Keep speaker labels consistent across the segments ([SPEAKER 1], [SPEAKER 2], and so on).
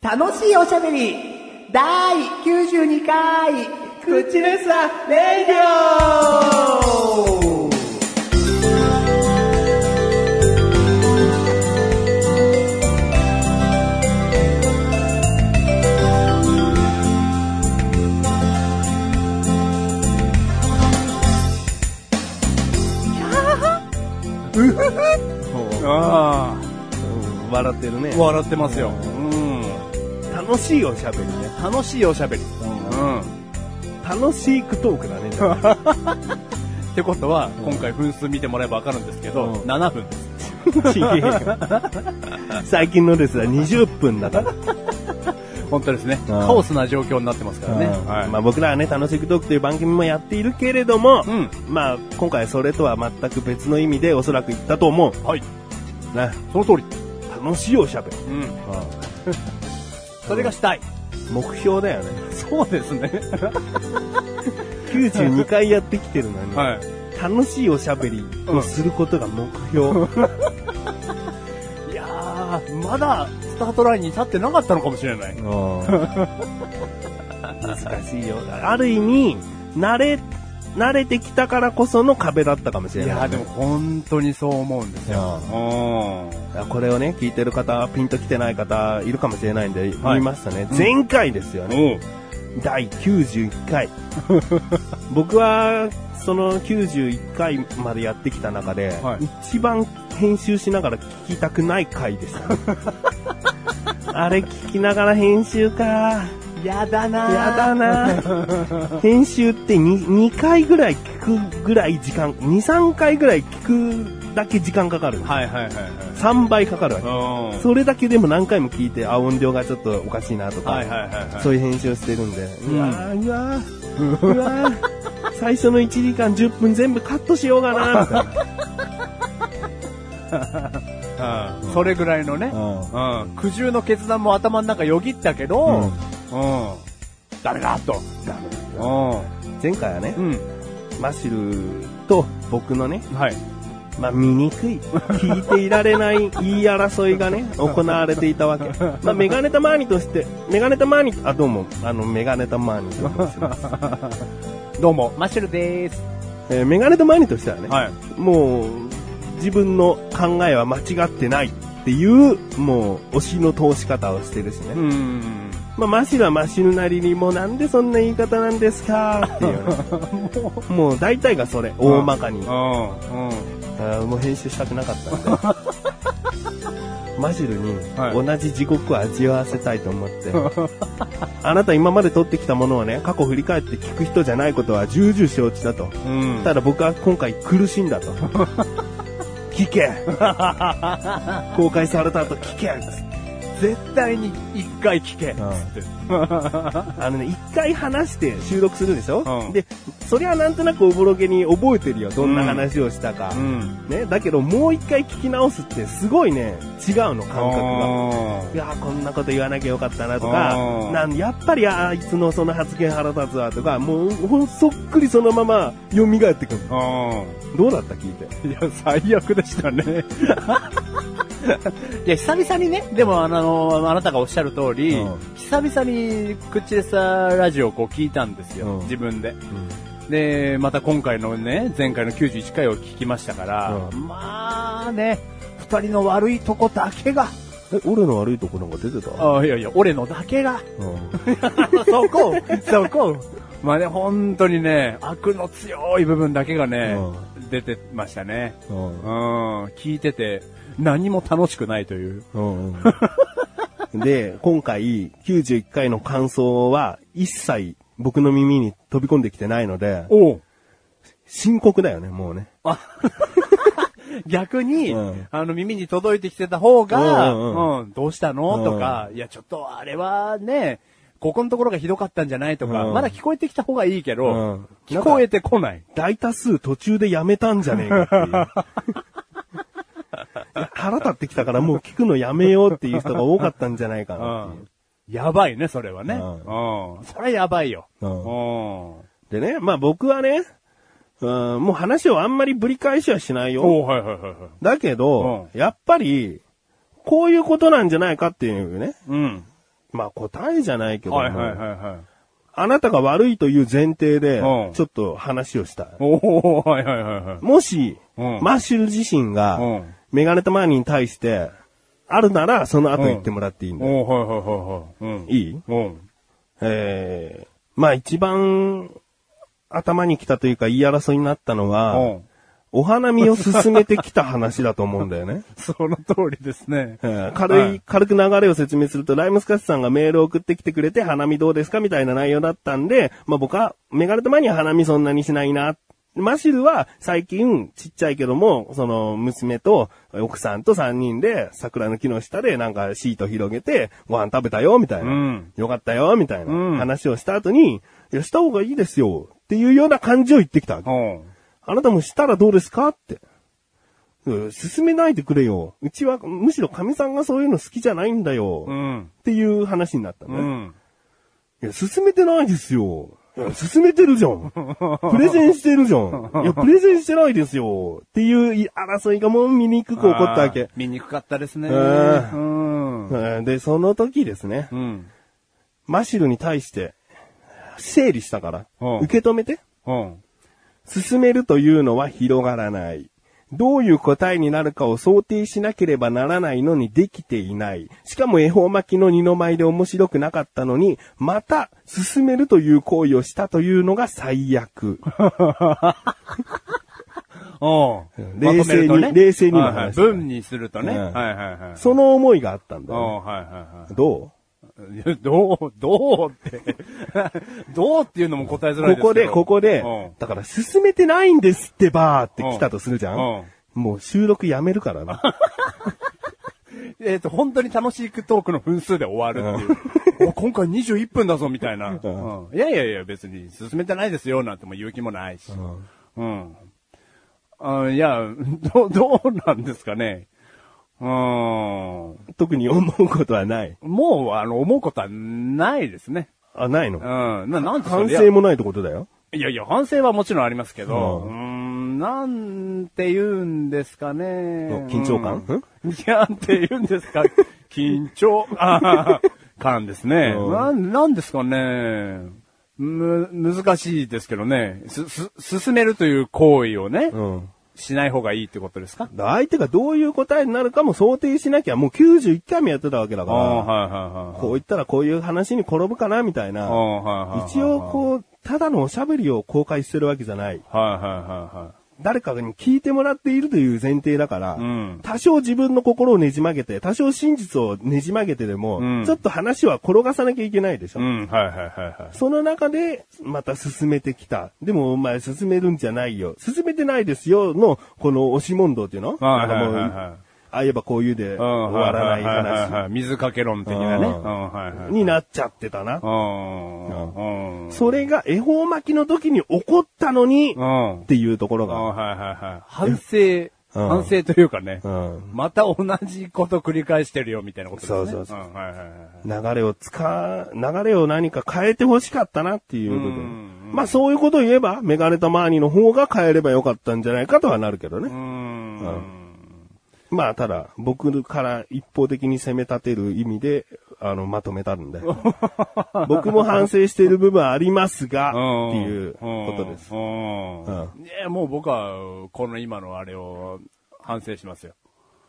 [SPEAKER 1] 楽しいおしゃべり第92回口レサレイディオ
[SPEAKER 2] あ
[SPEAKER 3] うん笑ってるね
[SPEAKER 2] あ、。笑ってますよ。うん。
[SPEAKER 3] 楽しいおしゃべりね。楽しいおしゃべり。
[SPEAKER 2] うん。っ
[SPEAKER 3] 楽しいクトークだね。じゃあ
[SPEAKER 2] てことは、今回分数見てもらえばわかるんですけど、
[SPEAKER 3] うん
[SPEAKER 2] 7分です。
[SPEAKER 3] ちげえよ最近のレースは20分だから。
[SPEAKER 2] 本当ですね。
[SPEAKER 3] ああ
[SPEAKER 2] カオスな状況になってますからね。はい。
[SPEAKER 3] まあ僕らはね、楽しいクトークという番組もやっているけれども、
[SPEAKER 2] うん
[SPEAKER 3] まあ今回はそれとは全く別の意味でおそらく言ったと思う。
[SPEAKER 2] はい。
[SPEAKER 3] ね、
[SPEAKER 2] その通り。
[SPEAKER 3] 楽しいおしゃべり。
[SPEAKER 2] うん。それがしたい。
[SPEAKER 3] 目標だよね。
[SPEAKER 2] そうですね。
[SPEAKER 3] 92回やってきてるのに、
[SPEAKER 2] はい。
[SPEAKER 3] 楽しいおしゃべりをすることが目標。
[SPEAKER 2] いやー、まだスタートラインに立ってなかったのかもしれない。
[SPEAKER 3] 難しいよ。ある意味、慣れ、慣れてきたからこその壁だったかもし
[SPEAKER 2] い
[SPEAKER 3] れない。
[SPEAKER 2] やー、でも本当にそう思うんですよ。う
[SPEAKER 3] これをね、聞いてる方、ピンと来てない方、いるかもしれないんで、
[SPEAKER 2] はい
[SPEAKER 3] 言いますとね、
[SPEAKER 2] うん
[SPEAKER 3] 前回ですよね。
[SPEAKER 2] ん。
[SPEAKER 3] 第91回。 僕は、その91回までやってきた中で、
[SPEAKER 2] はい
[SPEAKER 3] 一番編集しながら聞きたくない回でしたね。 あれ聞きながら編集か。
[SPEAKER 2] やだなー。
[SPEAKER 3] やだな編集って2、2回ぐらい聞くぐらい時間、2、3回ぐらい聞くだけ時間かかる。
[SPEAKER 2] はいはいはい
[SPEAKER 3] 3倍かかるわけ。
[SPEAKER 2] はい。うん。
[SPEAKER 3] それだけでも何回も聞いて、あ、音量がちょっとおかしいなとか、
[SPEAKER 2] はいはいはいはい。
[SPEAKER 3] そういう編集をしてるんで、
[SPEAKER 2] ん
[SPEAKER 3] うわーうわーうわー最初の1時間10分全部カットしようかなみたいな。
[SPEAKER 2] うんそれぐらいのね、うん、苦渋の決断も頭の中よぎったけど、うん、ダメだと。
[SPEAKER 3] ダメ
[SPEAKER 2] う
[SPEAKER 3] 前回はね、
[SPEAKER 2] ん、うん、
[SPEAKER 3] マシュルと僕のね、
[SPEAKER 2] はい。
[SPEAKER 3] まあ、醜い、聞いていられない言い争いがね、行われていたわけ。まあ、メガネタマーニとして、メガネタマーニ、あ、どうも、あの、メガネタマーニと申します。
[SPEAKER 2] どうも、マッシュルでーす。
[SPEAKER 3] えーメガネタマーニとしてはね、
[SPEAKER 2] はい。
[SPEAKER 3] もう、自分の考えは間違ってないっていう、もう、推しの通し方をしてるしね。
[SPEAKER 2] うん。
[SPEAKER 3] まあ、マシルはマシルなりに、もうなんでそんな言い方なんですかっていうね。 もう大体がそれ、大まかに。
[SPEAKER 2] うん、うん。
[SPEAKER 3] あーもう編集したくなかった んでマジルに
[SPEAKER 2] はい
[SPEAKER 3] 同じ地獄を味わわせたいと思って、あなた今まで撮ってきたものをね過去振り返って聞く人じゃないことは重々承知だと
[SPEAKER 2] うん。
[SPEAKER 3] ただ僕は今回苦しんだと聞け公開された後聞け
[SPEAKER 2] 絶対に一回聞け。つって
[SPEAKER 3] あのね一回話して収録するでしょ、
[SPEAKER 2] うん
[SPEAKER 3] でそりゃなんとなくおぼろげに覚えてるよどんな話をしたか、
[SPEAKER 2] ん。
[SPEAKER 3] ね、だけどもう一回聞き直すってすごいね違うの感覚がいやーこんなこと言わなきゃよかったなとか
[SPEAKER 2] うん、
[SPEAKER 3] なんやっぱりあーいつのその発言腹立つわとか、もうほんそっくりそのまま蘇ってくる。
[SPEAKER 2] が。うん。
[SPEAKER 3] どうだった聞いて。
[SPEAKER 2] いや、最悪でしたね。 いや、久々にね、でも、あの、あなたがおっしゃる通り、
[SPEAKER 3] うん
[SPEAKER 2] 久々に、口でさ、ラジオをこう聞いたんですよ、
[SPEAKER 3] うん
[SPEAKER 2] 自分で。で、また今回のね、前回の91回を聞きましたから、
[SPEAKER 3] う
[SPEAKER 2] まあね、二人の悪いとこだけが、
[SPEAKER 3] え、俺の悪いとこなんか出てた
[SPEAKER 2] あいやいや、俺のだけが、
[SPEAKER 3] う
[SPEAKER 2] そこ、そこ。まあね、本当にね、悪の強い部分だけがね、出てましたね。
[SPEAKER 3] ん。
[SPEAKER 2] うん、聞いてて、何も楽しくないという。
[SPEAKER 3] うん。で、今回、91回の感想は、一切僕の耳に飛び込んできてないので、
[SPEAKER 2] お
[SPEAKER 3] 深刻だよね、もうね。
[SPEAKER 2] 逆に、
[SPEAKER 3] うん
[SPEAKER 2] あの耳に届いてきてた方が、う
[SPEAKER 3] うんんうん
[SPEAKER 2] どうしたの、とか、いや、ちょっとあれはね、ここのところがひどかったんじゃないとか、
[SPEAKER 3] うん
[SPEAKER 2] まだ聞こえてきた方がいいけど、
[SPEAKER 3] うん
[SPEAKER 2] 聞こえてこない。
[SPEAKER 3] 大多数途中でやめたんじゃねえかっていう。いや腹立ってきたからもう聞くのやめようっていう人が多かったんじゃないか
[SPEAKER 2] う
[SPEAKER 3] なってい
[SPEAKER 2] んやばいね、それはね。う。
[SPEAKER 3] うん
[SPEAKER 2] それはやばいよ。
[SPEAKER 3] う
[SPEAKER 2] うん
[SPEAKER 3] う。でね、まあ僕はね、うん、もう話をあんまりぶり返しはしないよ。
[SPEAKER 2] おーはいはいはいはい。
[SPEAKER 3] だけど、やっぱり、こういうことなんじゃないかっていうね、
[SPEAKER 2] うん。
[SPEAKER 3] まあ答えじゃないけども、
[SPEAKER 2] はいはいはいはい。
[SPEAKER 3] あなたが悪いという前提で
[SPEAKER 2] うん、
[SPEAKER 3] ちょっと話をしたい。
[SPEAKER 2] おおはいはいはいはい。
[SPEAKER 3] もし、
[SPEAKER 2] うん
[SPEAKER 3] マッシュル自身が、
[SPEAKER 2] うん
[SPEAKER 3] メガネとマーニーに対して、あるなら、その後言ってもらっていいんだよ。
[SPEAKER 2] おおはいはいはいはい。うん。
[SPEAKER 3] いい
[SPEAKER 2] うん。
[SPEAKER 3] えー、まあ一番、頭に来たというか言い争いになったのは、
[SPEAKER 2] うん。
[SPEAKER 3] お花見を進めてきた話だと思うんだよね。
[SPEAKER 2] その通りですね。
[SPEAKER 3] えー軽い、
[SPEAKER 2] はい
[SPEAKER 3] 軽く流れを説明すると、ライムスカッシュさんがメールを送ってきてくれて、花見どうですかみたいな内容だったんで、まあ僕は、メガネと前には花見そんなにしないな。マシルは最近ちっちゃいけども、その娘と奥さんと3人で桜の木の下でなんかシート広げてご飯食べたよみたいな。
[SPEAKER 2] うん
[SPEAKER 3] よかったよみたい
[SPEAKER 2] うん
[SPEAKER 3] な話をした後に、いや、した方がいいですよっていうような感じを言ってきたわけ
[SPEAKER 2] うん。
[SPEAKER 3] あなたもしたらどうですかって。うん進めないでくれよ。うちは、むしろ神さんがそういうの好きじゃないんだよ。
[SPEAKER 2] う
[SPEAKER 3] っ
[SPEAKER 2] ん。
[SPEAKER 3] ていう話になった
[SPEAKER 2] う
[SPEAKER 3] ね、
[SPEAKER 2] ん。
[SPEAKER 3] いや、進めてないですよ。いや進めてるじゃん。プレゼンしてるじゃん。いや、プレゼンしてないですよ。っていう争いがもう醜く起こったわ
[SPEAKER 2] あー
[SPEAKER 3] け。。
[SPEAKER 2] 見にくかったですね。
[SPEAKER 3] う
[SPEAKER 2] うんん。う
[SPEAKER 3] うんで、その時ですね、
[SPEAKER 2] ん。
[SPEAKER 3] マシルに対して、整理したから、
[SPEAKER 2] うん
[SPEAKER 3] 受け止めて。
[SPEAKER 2] うん。
[SPEAKER 3] 進めるというのは広がらない。どういう答えになるかを想定しなければならないのにできていない。しかも恵方巻きの二の舞で面白くなかったのに、また進めるという行為をしたというのが 最悪。
[SPEAKER 2] うん。ま
[SPEAKER 3] 冷静に
[SPEAKER 2] とめるとね
[SPEAKER 3] 冷静に今
[SPEAKER 2] はいはい
[SPEAKER 3] 話したね
[SPEAKER 2] 文にするとね。
[SPEAKER 3] う
[SPEAKER 2] は
[SPEAKER 3] ん
[SPEAKER 2] いはいはい。
[SPEAKER 3] その思いがあったんだ
[SPEAKER 2] うん。
[SPEAKER 3] よ。
[SPEAKER 2] はいはい
[SPEAKER 3] ど
[SPEAKER 2] はいいや。どう、どうって。 どうっていうのも答えづら
[SPEAKER 3] うこ
[SPEAKER 2] いですけど
[SPEAKER 3] こで、ここで
[SPEAKER 2] うん、
[SPEAKER 3] だから進めてないんですってばーって来たとするじゃ
[SPEAKER 2] う
[SPEAKER 3] ん、
[SPEAKER 2] ん
[SPEAKER 3] もう収録やめるか らな。
[SPEAKER 2] えっ、と、本当に楽しいトークの分数で終わるっていう。 お今回21分だぞ、みたいな、
[SPEAKER 3] ん
[SPEAKER 2] うんいやいやいや、別に進めてないですよ、なんても言う気もないし。うん。あいや、 ど、どうなんですかね。うん。も
[SPEAKER 3] 特に思うことはない。
[SPEAKER 2] う、あの、思うことはないですね。
[SPEAKER 3] あ、ない
[SPEAKER 2] うん。
[SPEAKER 3] の
[SPEAKER 2] な、なんてそ
[SPEAKER 3] 反
[SPEAKER 2] れ
[SPEAKER 3] 省もないってことだよ。
[SPEAKER 2] いやいや、反省はもちろんありますけど、
[SPEAKER 3] う
[SPEAKER 2] うーん、なんて言うんですかね。
[SPEAKER 3] 緊張感
[SPEAKER 2] うんいや、なんて言うんです か。緊張、 あー感ですね。
[SPEAKER 3] うん
[SPEAKER 2] なん、なんですかね。む、難しいですけどね。す、す、進めるという行為をね、
[SPEAKER 3] うん。
[SPEAKER 2] しない方がいいってことですか
[SPEAKER 3] だから相手がどういう答えになるかも想定しなきゃ、もう91回もやってたわけだ
[SPEAKER 2] あ
[SPEAKER 3] か
[SPEAKER 2] あ、
[SPEAKER 3] ら、
[SPEAKER 2] はいはいはい。
[SPEAKER 3] こう言ったらこういう話に転ぶかな、みたい
[SPEAKER 2] あ
[SPEAKER 3] な。
[SPEAKER 2] あはいはいはい。
[SPEAKER 3] 一応こう、ただのおしゃべりを公開してるわけじゃない。
[SPEAKER 2] う。はいはいはいはい。
[SPEAKER 3] 誰かに聞いてもらっているという前提だから、
[SPEAKER 2] うん
[SPEAKER 3] 多少自分の心をねじ曲げて、多少真実をねじ曲げてでも、
[SPEAKER 2] うん
[SPEAKER 3] ちょっと話は転がさなきゃいけないでしょ。
[SPEAKER 2] うん、はいはいはいはい。
[SPEAKER 3] その中で、また進めてきた。でも、お前進めるんじゃないよ。進めてないですよ、の、この押し問答っていう
[SPEAKER 2] は
[SPEAKER 3] の
[SPEAKER 2] い
[SPEAKER 3] な
[SPEAKER 2] はい
[SPEAKER 3] ん
[SPEAKER 2] はいはい
[SPEAKER 3] かもうああ言えばこういうで
[SPEAKER 2] うん
[SPEAKER 3] 終わらない
[SPEAKER 2] はいはいはい
[SPEAKER 3] 話
[SPEAKER 2] はい水かけ論的なね。
[SPEAKER 3] う
[SPEAKER 2] うんん、はいはい。
[SPEAKER 3] になっちゃってたな。
[SPEAKER 2] うん。うん。
[SPEAKER 3] それが恵方巻きの時に起こったのに、
[SPEAKER 2] う
[SPEAKER 3] っ
[SPEAKER 2] ん。
[SPEAKER 3] ていうとこ
[SPEAKER 2] う
[SPEAKER 3] ろ
[SPEAKER 2] ん、
[SPEAKER 3] が。
[SPEAKER 2] はいはいはい。反省、反省というかね。
[SPEAKER 3] うん
[SPEAKER 2] また同じこと繰り返してるよみたいなことですね。
[SPEAKER 3] そうそうそうん
[SPEAKER 2] はいはいはい。
[SPEAKER 3] 流れを使う、流れを何か変えて欲しかったなっていう部分。まあそういうことを言えば、メガネとマーニーの方が変えればよかったんじゃないかとはなるけどね
[SPEAKER 2] う。ん。
[SPEAKER 3] まあ、ただ、僕から一方的に責め立てる意味で、あの、まとめた んで。僕も反省している部分はありますが、っていうことです。
[SPEAKER 2] うん。
[SPEAKER 3] うん
[SPEAKER 2] いや、もう僕は、この今のあれを反省しますよ。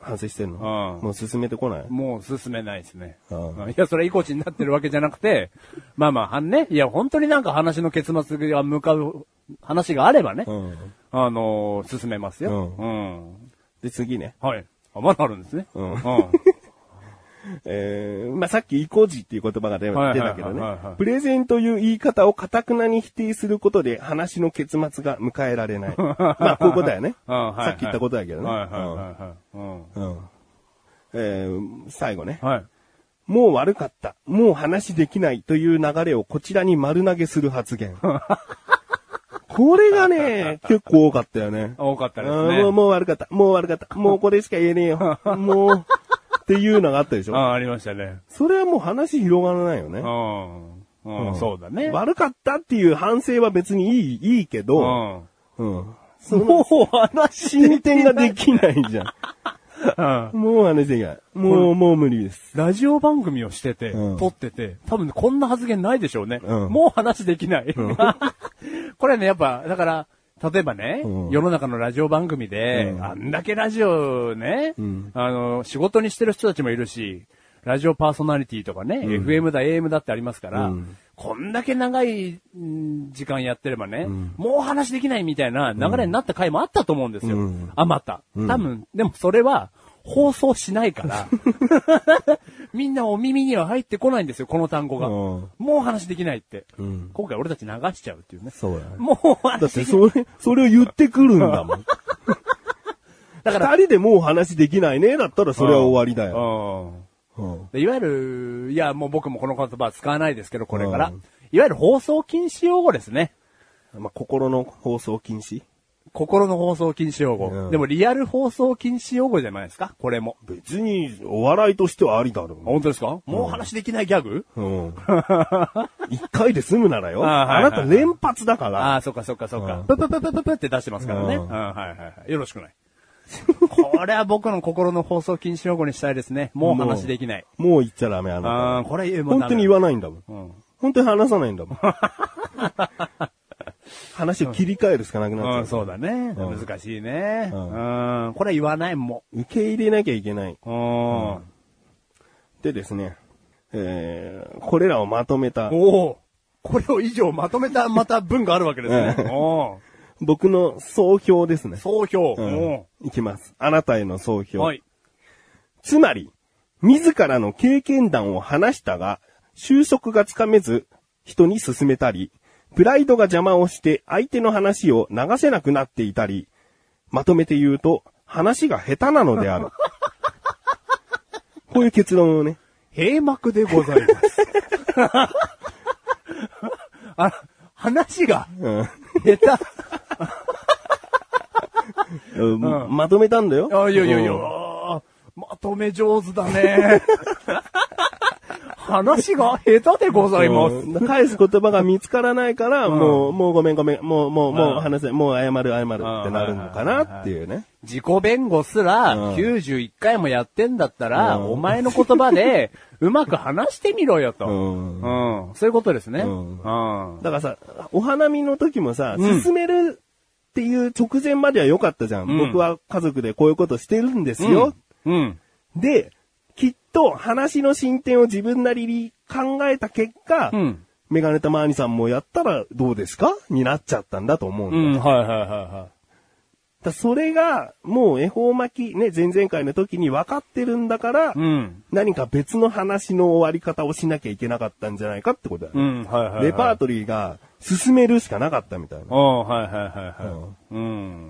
[SPEAKER 3] 反省してんの
[SPEAKER 2] うん
[SPEAKER 3] もう進めてこない
[SPEAKER 2] もう進めないですね。
[SPEAKER 3] うん
[SPEAKER 2] いや、それは意固地になってるわけじゃなくて、まあまあ、はんね、いや、本当になんか話の結末が向かう話があればね、
[SPEAKER 3] うん。
[SPEAKER 2] あのー進めますよ。
[SPEAKER 3] う
[SPEAKER 2] うん。
[SPEAKER 3] で、次ね。
[SPEAKER 2] はい。あ、まだあるんですね。
[SPEAKER 3] うん
[SPEAKER 2] うん
[SPEAKER 3] えー、まあ、さっき意固地っていう言葉が出
[SPEAKER 2] はい
[SPEAKER 3] 出たけどね
[SPEAKER 2] はいはいはい。
[SPEAKER 3] プレゼンという言い方を堅くなに否定することで話の結末が迎えられ ない。まあ、こういうことだよね。
[SPEAKER 2] うんはいはい
[SPEAKER 3] さっき言ったことだけどね。
[SPEAKER 2] はいはいはいはい。うん。
[SPEAKER 3] うんうんえー、最後ね。
[SPEAKER 2] はい。
[SPEAKER 3] もう悪かった。もう話できないという流れをこちらに丸投げする 発言。これがね、結構多かったよね。
[SPEAKER 2] 多かったです
[SPEAKER 3] あー
[SPEAKER 2] ね。
[SPEAKER 3] もうもう悪かった。もう悪か った。もうこれしか言えねえよ。もう、っていうのがあったでし
[SPEAKER 2] あ
[SPEAKER 3] ょ。
[SPEAKER 2] あ、ありましたね。
[SPEAKER 3] それはもう話広がらないよ
[SPEAKER 2] う
[SPEAKER 3] ね。
[SPEAKER 2] ん。うん、そうだね。
[SPEAKER 3] 悪かったっていう反省は別にいい、いいけ
[SPEAKER 2] う
[SPEAKER 3] ど、
[SPEAKER 2] ん。
[SPEAKER 3] うん。
[SPEAKER 2] もう話
[SPEAKER 3] 進展ができないじゃん。
[SPEAKER 2] うん
[SPEAKER 3] もうあのできない。もう、もう無理です。
[SPEAKER 2] ラジオ番組をしてて、
[SPEAKER 3] うん
[SPEAKER 2] 撮ってて、多分こんな発言ないでしょうね。
[SPEAKER 3] うん
[SPEAKER 2] もう話できない。 これね、やっぱ、だから、例えばね、
[SPEAKER 3] うん
[SPEAKER 2] 世の中のラジオ番組で、
[SPEAKER 3] うん
[SPEAKER 2] あんだけラジオね、
[SPEAKER 3] ん
[SPEAKER 2] あの、仕事にしてる人たちもいるし、ラジオパーソナリティとかね、FM だ、AM だってありますから、
[SPEAKER 3] うん
[SPEAKER 2] こんだけ長いん時間やってればね、もう話できないみたいな流れになった回もあったと思うんですよ。
[SPEAKER 3] うん
[SPEAKER 2] あまた。多分、でもそれは、放送しない から、みんなお耳には入ってこないんですよ、この単語が。
[SPEAKER 3] うん
[SPEAKER 2] もう話できないって、
[SPEAKER 3] ん
[SPEAKER 2] 今回俺たち流しちゃうっていうね。
[SPEAKER 3] そうだね。
[SPEAKER 2] もう話で
[SPEAKER 3] だって
[SPEAKER 2] きない。
[SPEAKER 3] それ、それを言ってくるんだもん。
[SPEAKER 2] だから、
[SPEAKER 3] 二人でもう話できないね、だったらそれは終わりだよ。
[SPEAKER 2] よ。
[SPEAKER 3] うん
[SPEAKER 2] でいわゆる、いや、もう僕もこの言葉は使わないですけど、これから。
[SPEAKER 3] うん
[SPEAKER 2] いわゆる放送禁止用語ですね。
[SPEAKER 3] まあ、心の放送禁止
[SPEAKER 2] 心の放送禁止用語。
[SPEAKER 3] うん
[SPEAKER 2] でもリアル放送禁止用語じゃないですかこれも。
[SPEAKER 3] 別に、お笑いとしてはありだろ
[SPEAKER 2] あ本当ですかもう話できないギャグ、
[SPEAKER 3] う。うん。 一回で済むならよ。
[SPEAKER 2] あーは
[SPEAKER 3] あ
[SPEAKER 2] いはい
[SPEAKER 3] なた連発だから。
[SPEAKER 2] ああ、そっかそっかそっ
[SPEAKER 3] うん
[SPEAKER 2] か。ププププププって出してますからね。
[SPEAKER 3] う
[SPEAKER 2] うんん、はいはいはい。よろしくない。これは僕の心の放送禁止用語にしたいですね。もう話できない。
[SPEAKER 3] もう言っちゃダメ、あなたは。
[SPEAKER 2] ああ、これ言うもん
[SPEAKER 3] 本当に言わないんだもん。
[SPEAKER 2] うん。
[SPEAKER 3] 本当に話さないん だもん。話を切り替えるしかなくなっちゃう。
[SPEAKER 2] うん、そうだね。
[SPEAKER 3] うん
[SPEAKER 2] 難しいね。
[SPEAKER 3] う
[SPEAKER 2] うんん。これは言わないも
[SPEAKER 3] 受け入れなきゃいけない。
[SPEAKER 2] ん。うん。
[SPEAKER 3] でですね、えー、これらをまとめた、
[SPEAKER 2] おおこれを以上まとめた、また文があるわけですね。お
[SPEAKER 3] 僕の総評ですね。
[SPEAKER 2] 総評。
[SPEAKER 3] う
[SPEAKER 2] お
[SPEAKER 3] ん、いきます。あなたへの総
[SPEAKER 2] ー
[SPEAKER 3] 評。
[SPEAKER 2] はい。
[SPEAKER 3] つまり、自らの経験談を話したが、就職がつかめず、人に勧めたり、プライドが邪魔をして相手の話を流せなくなっていたり、まとめて言うと、話が下手なのである。 こういう結論をね、
[SPEAKER 2] 閉幕でござい ます。あ、話が
[SPEAKER 3] うん
[SPEAKER 2] 下手。
[SPEAKER 3] うんまとめたんだよ。
[SPEAKER 2] あ、いやいやいや、
[SPEAKER 3] うん
[SPEAKER 2] あーまとめ上手だね。 話が下手でございます。
[SPEAKER 3] うん返す言葉が見つからないから、
[SPEAKER 2] ん
[SPEAKER 3] もう、もうごめんごめん、もう、もう、もう
[SPEAKER 2] うん
[SPEAKER 3] 話せ、もう謝る謝るってなるのかなっていうね。
[SPEAKER 2] 自己弁護す
[SPEAKER 3] うん
[SPEAKER 2] ら91回もやってんだったら、
[SPEAKER 3] うん
[SPEAKER 2] お前の言葉でうまく話してみろよと。
[SPEAKER 3] う
[SPEAKER 2] うんん。そういうことですね。
[SPEAKER 3] う
[SPEAKER 2] うんん。うん。
[SPEAKER 3] だからさ、お花見の時もさ、
[SPEAKER 2] うん
[SPEAKER 3] 進めるっていう直前までは良かったじゃん。
[SPEAKER 2] うん
[SPEAKER 3] 僕は家族でこういうことしてるんですよ。
[SPEAKER 2] うん。
[SPEAKER 3] で、きっと話の進展を自分なりに考えた結果、
[SPEAKER 2] うん。
[SPEAKER 3] メガネたまーにさんもやったらどうですかになっちゃったんだと思うんだ
[SPEAKER 2] うん、
[SPEAKER 3] よ
[SPEAKER 2] はいはいはいは
[SPEAKER 3] だそれが、もう恵方巻き、ね、前々回の時に分かってるんだから、
[SPEAKER 2] い。うん。
[SPEAKER 3] 何か別の話の終わり方をしなきゃいけなかったんじゃないかってことだ
[SPEAKER 2] う
[SPEAKER 3] よね。
[SPEAKER 2] ん、はいはい、はい。
[SPEAKER 3] レパー
[SPEAKER 2] ト
[SPEAKER 3] トリーが進めるしかなかったみたいな。
[SPEAKER 2] うん、はいはいはいはい。うん。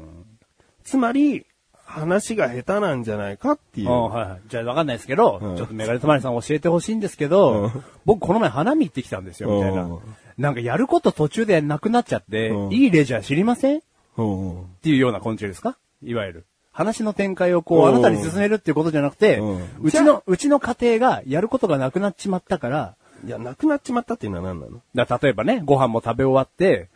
[SPEAKER 3] つまり、話が下手なんじゃないかっていうう。
[SPEAKER 2] ん、はいはい。じゃあわかんないですけど、
[SPEAKER 3] うん
[SPEAKER 2] ちょっとメガネたまりさん教えてほしいんですけど、
[SPEAKER 3] うん
[SPEAKER 2] 僕この前花見行ってきたんですよ、みたいな。
[SPEAKER 3] うん
[SPEAKER 2] なんかやること途中でなくなっちゃって、
[SPEAKER 3] うん
[SPEAKER 2] いいレジャー知りませんっ
[SPEAKER 3] うんうん
[SPEAKER 2] ていうような昆虫ですかいわゆる。話の展開をこう、あなたに進めるっていうことじゃなくて、
[SPEAKER 3] う
[SPEAKER 2] うんちの、うちの家庭がやることがなくなっちまったから、
[SPEAKER 3] いや、なくなっちまったっていうのは何なの
[SPEAKER 2] だから例えばね、ご飯も食べ終わって、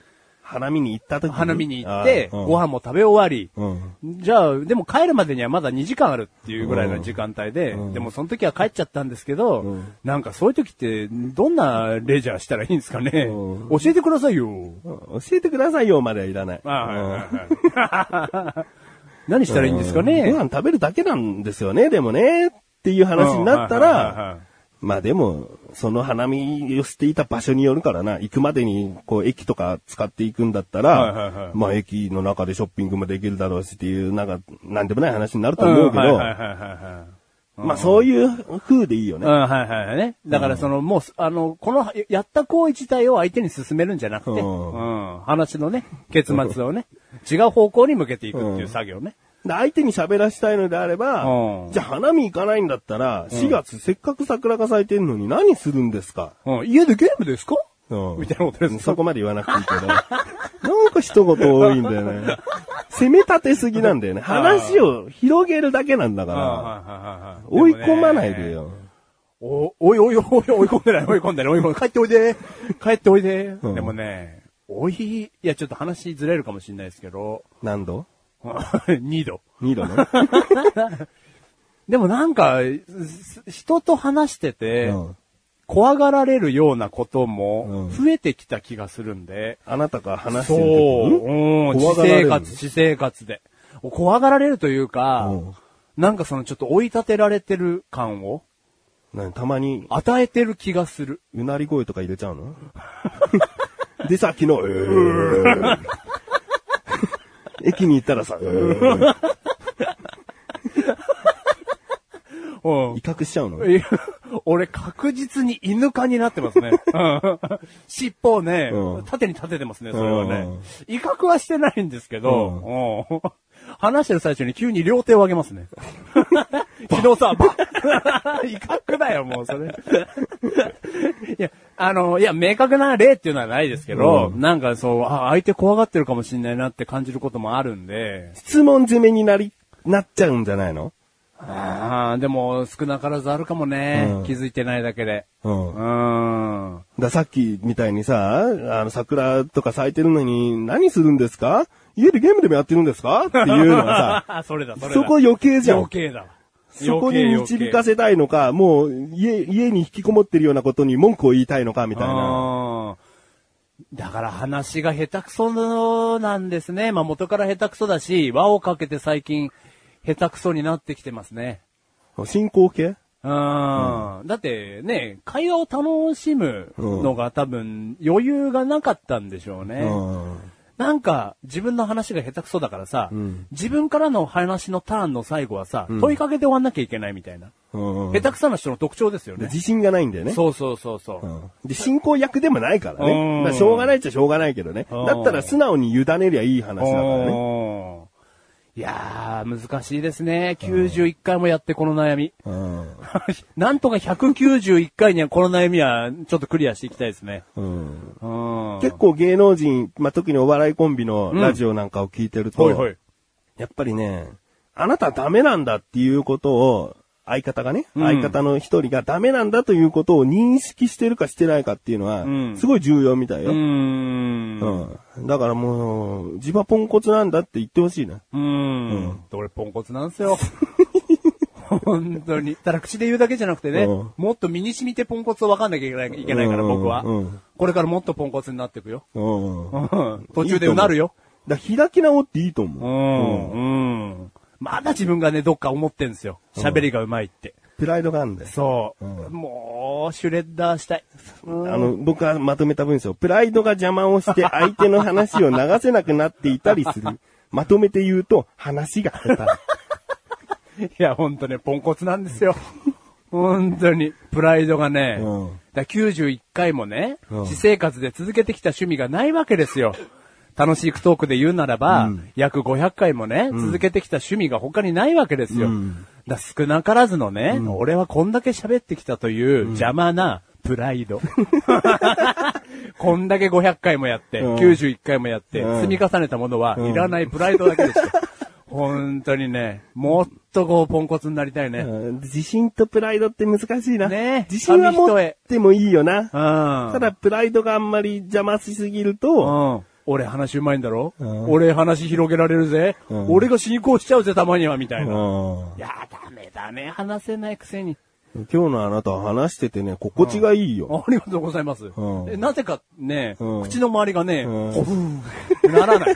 [SPEAKER 3] 花見に行った時に。
[SPEAKER 2] 花見に行って、
[SPEAKER 3] あーうん
[SPEAKER 2] ご飯も食べ終わり、
[SPEAKER 3] うん。
[SPEAKER 2] じゃあ、でも帰るまでにはまだ2時間あるっていうぐらいの時間帯で、
[SPEAKER 3] うん
[SPEAKER 2] でもその時は帰っちゃったんですけど、
[SPEAKER 3] うん
[SPEAKER 2] なんかそういう時って、どんなレジャーしたらいいんですかね、
[SPEAKER 3] う
[SPEAKER 2] 教えてくださいよ。
[SPEAKER 3] 教えてくださいよまではいらない。
[SPEAKER 2] あはいはい
[SPEAKER 3] うん
[SPEAKER 2] はい何したらいいんですかね、
[SPEAKER 3] ご飯食べるだけなんですよね、でもね。っていう話になった
[SPEAKER 2] うんはいはいはい
[SPEAKER 3] ら
[SPEAKER 2] はい、
[SPEAKER 3] まあでも、その花見をしていた場所によるからな、行くまでに、こう、駅とか使っていくんだったら、
[SPEAKER 2] はいはいはい
[SPEAKER 3] まあ駅の中でショッピングもできるだろうしっていう、なんか、なんでもない話になると思うけど、
[SPEAKER 2] んはいはいはいはいはい
[SPEAKER 3] まあそういう風でいいよ
[SPEAKER 2] うん、
[SPEAKER 3] ね。
[SPEAKER 2] はいはいはいね。だからその、もう、あの、この、やった行為自体を相手に進めるんじゃなくて、
[SPEAKER 3] う
[SPEAKER 2] うんん、話のね、結末を ね、違う方向に向けていくっていう作業ね。
[SPEAKER 3] で相手に喋らしたいのであれば
[SPEAKER 2] う、ん
[SPEAKER 3] じゃあ花見行かないんだったら、4月せっかく桜が咲いてるのに何するんですか
[SPEAKER 2] うん、家でゲームですか
[SPEAKER 3] うん
[SPEAKER 2] みたいなことですね
[SPEAKER 3] そこまで言わなくていいけど。 なんか一言多いんだよね。攻め立てすぎなんだよね。話を広げるだけなんだから。
[SPEAKER 2] ああ
[SPEAKER 3] 追い込まないで。よ。
[SPEAKER 2] お、おいおいおいおい追い込んでない、追い込 んでない、追い込んでない。帰っておいで。帰っておいで。
[SPEAKER 3] うん
[SPEAKER 2] でもね、おい、いや、ちょっと話ず れるかもしれないですけど、
[SPEAKER 3] 何度
[SPEAKER 2] 2度。
[SPEAKER 3] ?2 度ね。
[SPEAKER 2] でもなんか、す人と話してて、
[SPEAKER 3] うん
[SPEAKER 2] 怖がられるようなことも
[SPEAKER 3] うん
[SPEAKER 2] 増えてきた気がするんで。
[SPEAKER 3] あなたが話し
[SPEAKER 2] そ
[SPEAKER 3] て
[SPEAKER 2] う
[SPEAKER 3] る時に。
[SPEAKER 2] うん。私
[SPEAKER 3] 怖がられ
[SPEAKER 2] 生
[SPEAKER 3] る
[SPEAKER 2] 活、私生活で。怖がられるというか、
[SPEAKER 3] うん
[SPEAKER 2] なんかそのちょっと追い立てられてる感を
[SPEAKER 3] 何たまに、
[SPEAKER 2] 与えてる気がする。
[SPEAKER 3] うなり声とか入れちゃう ので、さっきの、えー 駅に行ったらさ、えー
[SPEAKER 2] うん
[SPEAKER 3] 威。嚇しちゃうの
[SPEAKER 2] いや俺確実に犬科になって ますね。うん尻尾をね、
[SPEAKER 3] うん
[SPEAKER 2] 縦に立ててますね、それはね
[SPEAKER 3] うん。
[SPEAKER 2] 威嚇はしてないんですけど、うん話してる最中に急に両手を上げます ね。昨日さ、ば 威嚇だよ、もうそれ。いや、あの、いや、明確な例っていうのはないですけど、
[SPEAKER 3] う
[SPEAKER 2] なんかそう、あ、相手怖がってるかもしれないなって感じることもあるんで、
[SPEAKER 3] 質問攻めになり、なっちゃうんじゃないの
[SPEAKER 2] ああ、でも少なからずあるかもね、
[SPEAKER 3] うん
[SPEAKER 2] 気づいてないだけで。
[SPEAKER 3] うん。
[SPEAKER 2] う
[SPEAKER 3] だか
[SPEAKER 2] ん。
[SPEAKER 3] らさっきみたいにさ、あの、桜とか咲いてるのに、何するんですか家でゲームでもやってるんですかっていうのは
[SPEAKER 2] あ、それだ、 そ
[SPEAKER 3] さ、
[SPEAKER 2] れだ。
[SPEAKER 3] そこ余計じゃん
[SPEAKER 2] 余。計だわ。
[SPEAKER 3] そこに導かせたいのか、もう、家、家に引きこもってるようなことに文句を言いたいのか、み
[SPEAKER 2] み
[SPEAKER 3] たいな。
[SPEAKER 2] だから話が下手くそなんですね。まあ元から下手くそだし、輪をかけて最近下手くそになってきてますね。
[SPEAKER 3] 進行形
[SPEAKER 2] うん。だってね、会話を楽しむのが多分余裕がなかったんでしょうね。
[SPEAKER 3] うん。
[SPEAKER 2] なんか、自分の話が下手くそだからさ、
[SPEAKER 3] ん
[SPEAKER 2] 自分からの話のターンの最後はさ、問いかけて終わんなきゃいけないみたいな。
[SPEAKER 3] うん
[SPEAKER 2] 下手くそな人の特徴ですよね。
[SPEAKER 3] 自信がないんだよね。
[SPEAKER 2] そうそうそうそうう。
[SPEAKER 3] んで、進行役でもないから
[SPEAKER 2] うん
[SPEAKER 3] ね。だからしょうがないっちゃしょうがないけどね。
[SPEAKER 2] うん
[SPEAKER 3] だったら素直に委ねりゃいい話だからね。
[SPEAKER 2] おーいやー、難しいですね。91回もやってこの悩み。
[SPEAKER 3] うん。
[SPEAKER 2] なんとか191回にはこの悩みはちょっとクリアしていきたいですね。
[SPEAKER 3] うん
[SPEAKER 2] うん。
[SPEAKER 3] 結構芸能人、まあ、特にお笑いコンビのラジオなんかを聞いてると、
[SPEAKER 2] ほいほい。
[SPEAKER 3] やっぱりね、あなたダメなんだっていうことを、相方がね、
[SPEAKER 2] うん
[SPEAKER 3] 相方の一人がダメなんだということを認識してるかしてないかっていうのは、
[SPEAKER 2] うん
[SPEAKER 3] すごい重要みたい
[SPEAKER 2] ー
[SPEAKER 3] うよ。
[SPEAKER 2] ん。
[SPEAKER 3] う。
[SPEAKER 2] うん
[SPEAKER 3] だからもう、自分はポンコツなんだって言ってほしいな。
[SPEAKER 2] ーん。俺ポンコツなんです よ。本当に。ただ口で言うだけじゃなくてね
[SPEAKER 3] うん、
[SPEAKER 2] もっと身に染みてポンコツを分かんなきゃいけないいけないから
[SPEAKER 3] うん
[SPEAKER 2] 僕は
[SPEAKER 3] うん。
[SPEAKER 2] これからもっとポンコツになっていく よ。
[SPEAKER 3] うん。
[SPEAKER 2] うん途中でうなるよ。
[SPEAKER 3] だから開き直っていいと
[SPEAKER 2] う
[SPEAKER 3] 思う。うん。
[SPEAKER 2] ん。うん。まだ自分がね、どっか思ってんすよ。喋りがうまいって。
[SPEAKER 3] プライドがあるんだよ。
[SPEAKER 2] そう。
[SPEAKER 3] うん
[SPEAKER 2] もう、シュレッダーしたい。
[SPEAKER 3] あの、僕がまとめた文章、プライドが邪魔をして相手の話を流せなくなっていたりする。まとめて言うと、話が下手。
[SPEAKER 2] いや、ほんとね、ポンコツなんですよ。 ほんとに。プライドがね、
[SPEAKER 3] うん
[SPEAKER 2] だから91回もね、
[SPEAKER 3] うん
[SPEAKER 2] 私生活で続けてきた趣味がないわけですよ。楽しいクトークで言うならば、約500回もね、続けてきた趣味が他にないわけですよ。だから少なからずのね、俺はこんだけ喋ってきたという邪魔なプラ イド。こんだけ500回もやって、
[SPEAKER 3] うん
[SPEAKER 2] 91回もやって、
[SPEAKER 3] うん
[SPEAKER 2] 積み重ねたものはいらないプライドだけで した。本当にね、もっとこう、ポンコツになりたいね。 うん。
[SPEAKER 3] うん自信とプライドって難しいな。
[SPEAKER 2] ねえ
[SPEAKER 3] 自信は持ってもいいよな。た
[SPEAKER 2] た
[SPEAKER 3] だ、プライドがあんまり邪魔しすぎると、
[SPEAKER 2] うん。俺話うまいんだろ、
[SPEAKER 3] うん
[SPEAKER 2] 俺話広げられるぜ、
[SPEAKER 3] うん
[SPEAKER 2] 俺が進行しちゃうぜ、たまには、みたいな。い
[SPEAKER 3] うん
[SPEAKER 2] や、ダメダメ、話せないくせに。
[SPEAKER 3] 今日のあなたは話しててね、心地がいいよ。
[SPEAKER 2] ありがとうございます。
[SPEAKER 3] うん
[SPEAKER 2] えなぜかね、
[SPEAKER 3] うん
[SPEAKER 2] 口の周りがね、
[SPEAKER 3] うん
[SPEAKER 2] ほふーならない。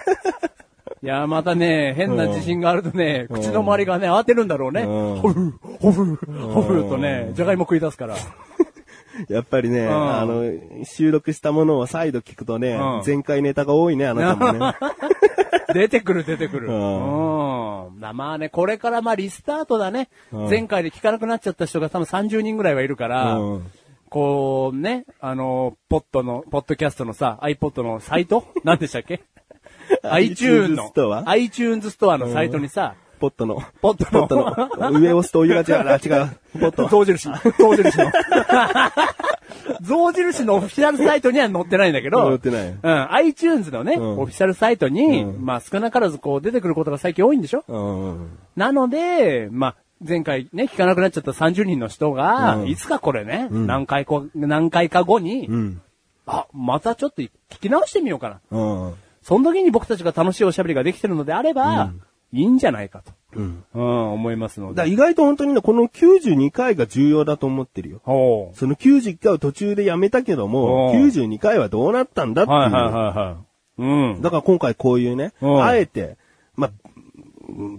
[SPEAKER 2] いや、またね、変な自信があるとね、
[SPEAKER 3] ん
[SPEAKER 2] 口の周りがね、慌てるんだろうね。
[SPEAKER 3] うん
[SPEAKER 2] ほふー、ほふー、ほふーとね、じゃがいも食い出すから。
[SPEAKER 3] やっぱりね、
[SPEAKER 2] ん
[SPEAKER 3] あの、収録したものを再度聞くとね、
[SPEAKER 2] うん
[SPEAKER 3] 前回ネタが多いね、あなた もね。
[SPEAKER 2] 出てくる出てくる。
[SPEAKER 3] う
[SPEAKER 2] うん。なまあね、これからまあリスタートだね。
[SPEAKER 3] うん
[SPEAKER 2] 前回で聞かなくなっちゃった人が多分30人ぐらいはいるから、
[SPEAKER 3] うん
[SPEAKER 2] こうね、あの、ポッドの、ポッドキャストのさ、iPod のサイ ト何でしたっけ ?iTunes の
[SPEAKER 3] iTunes スト、ア
[SPEAKER 2] iTunes ストアのサイトにさ、
[SPEAKER 3] ポットの。
[SPEAKER 2] ポッ
[SPEAKER 3] ポ
[SPEAKER 2] ド
[SPEAKER 3] ット
[SPEAKER 2] の、
[SPEAKER 3] の。上押すとお湯が違う。あ、違う。ポット。
[SPEAKER 2] 象印、象印の。 象印のオフィシャルサイトには載ってないんだけど、
[SPEAKER 3] 載ってない
[SPEAKER 2] うん、iTunes のね、
[SPEAKER 3] うん
[SPEAKER 2] オフィシャルサイトに、
[SPEAKER 3] うん
[SPEAKER 2] まあ少なからずこう出てくることが最近多いんでしょ
[SPEAKER 3] うん。
[SPEAKER 2] なので、まあ、前回ね、聞かなくなっちゃった30人の人が、
[SPEAKER 3] うん
[SPEAKER 2] いつかこれね、何回か、何回か後に、
[SPEAKER 3] うん。
[SPEAKER 2] あ、またちょっと聞き直してみようかな。
[SPEAKER 3] うん。
[SPEAKER 2] その時に僕たちが楽しいおしゃべりができてるのであれば、いいんじゃないかと。
[SPEAKER 3] うん。
[SPEAKER 2] うん、思いますの
[SPEAKER 3] だから
[SPEAKER 2] で。
[SPEAKER 3] 意外と本当にね、この92回が重要だと思ってるよ。
[SPEAKER 2] ほ
[SPEAKER 3] その91回を途中でやめたけども、
[SPEAKER 2] おう
[SPEAKER 3] 92回はどうなったんだっ
[SPEAKER 2] う。
[SPEAKER 3] ていう。
[SPEAKER 2] はいはいはいはい。うん。
[SPEAKER 3] だから今回こういうね、
[SPEAKER 2] うん
[SPEAKER 3] あえて、まあ、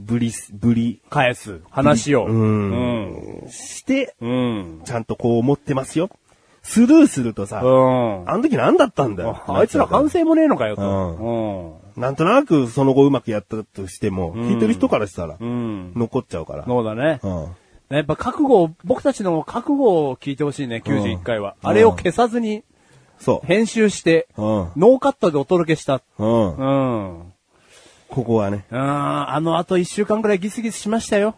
[SPEAKER 3] ぶり、ぶり
[SPEAKER 2] 返す。話を。
[SPEAKER 3] ん
[SPEAKER 2] うん。
[SPEAKER 3] して、
[SPEAKER 2] うん。
[SPEAKER 3] ちゃんとこう思ってますよ。スルーするとさ、
[SPEAKER 2] うん。
[SPEAKER 3] あの時何だったんだよ。
[SPEAKER 2] あいつら反省もねえのかよと。
[SPEAKER 3] なんとなくその後うまくやったとしても、聞いてる人からしたら
[SPEAKER 2] う、ん。うん。
[SPEAKER 3] 残っちゃうから。
[SPEAKER 2] そうだね。
[SPEAKER 3] うん
[SPEAKER 2] やっぱ覚悟を、僕たちの覚悟を聞いてほしいね、91回は。あれを消さずに、
[SPEAKER 3] そ
[SPEAKER 2] 編集して、
[SPEAKER 3] う。うん。
[SPEAKER 2] ノーカットでお届けした。
[SPEAKER 3] うん
[SPEAKER 2] う。ん。うん、
[SPEAKER 3] ここはね。
[SPEAKER 2] あの後1週間くらいギスギスしましたよ。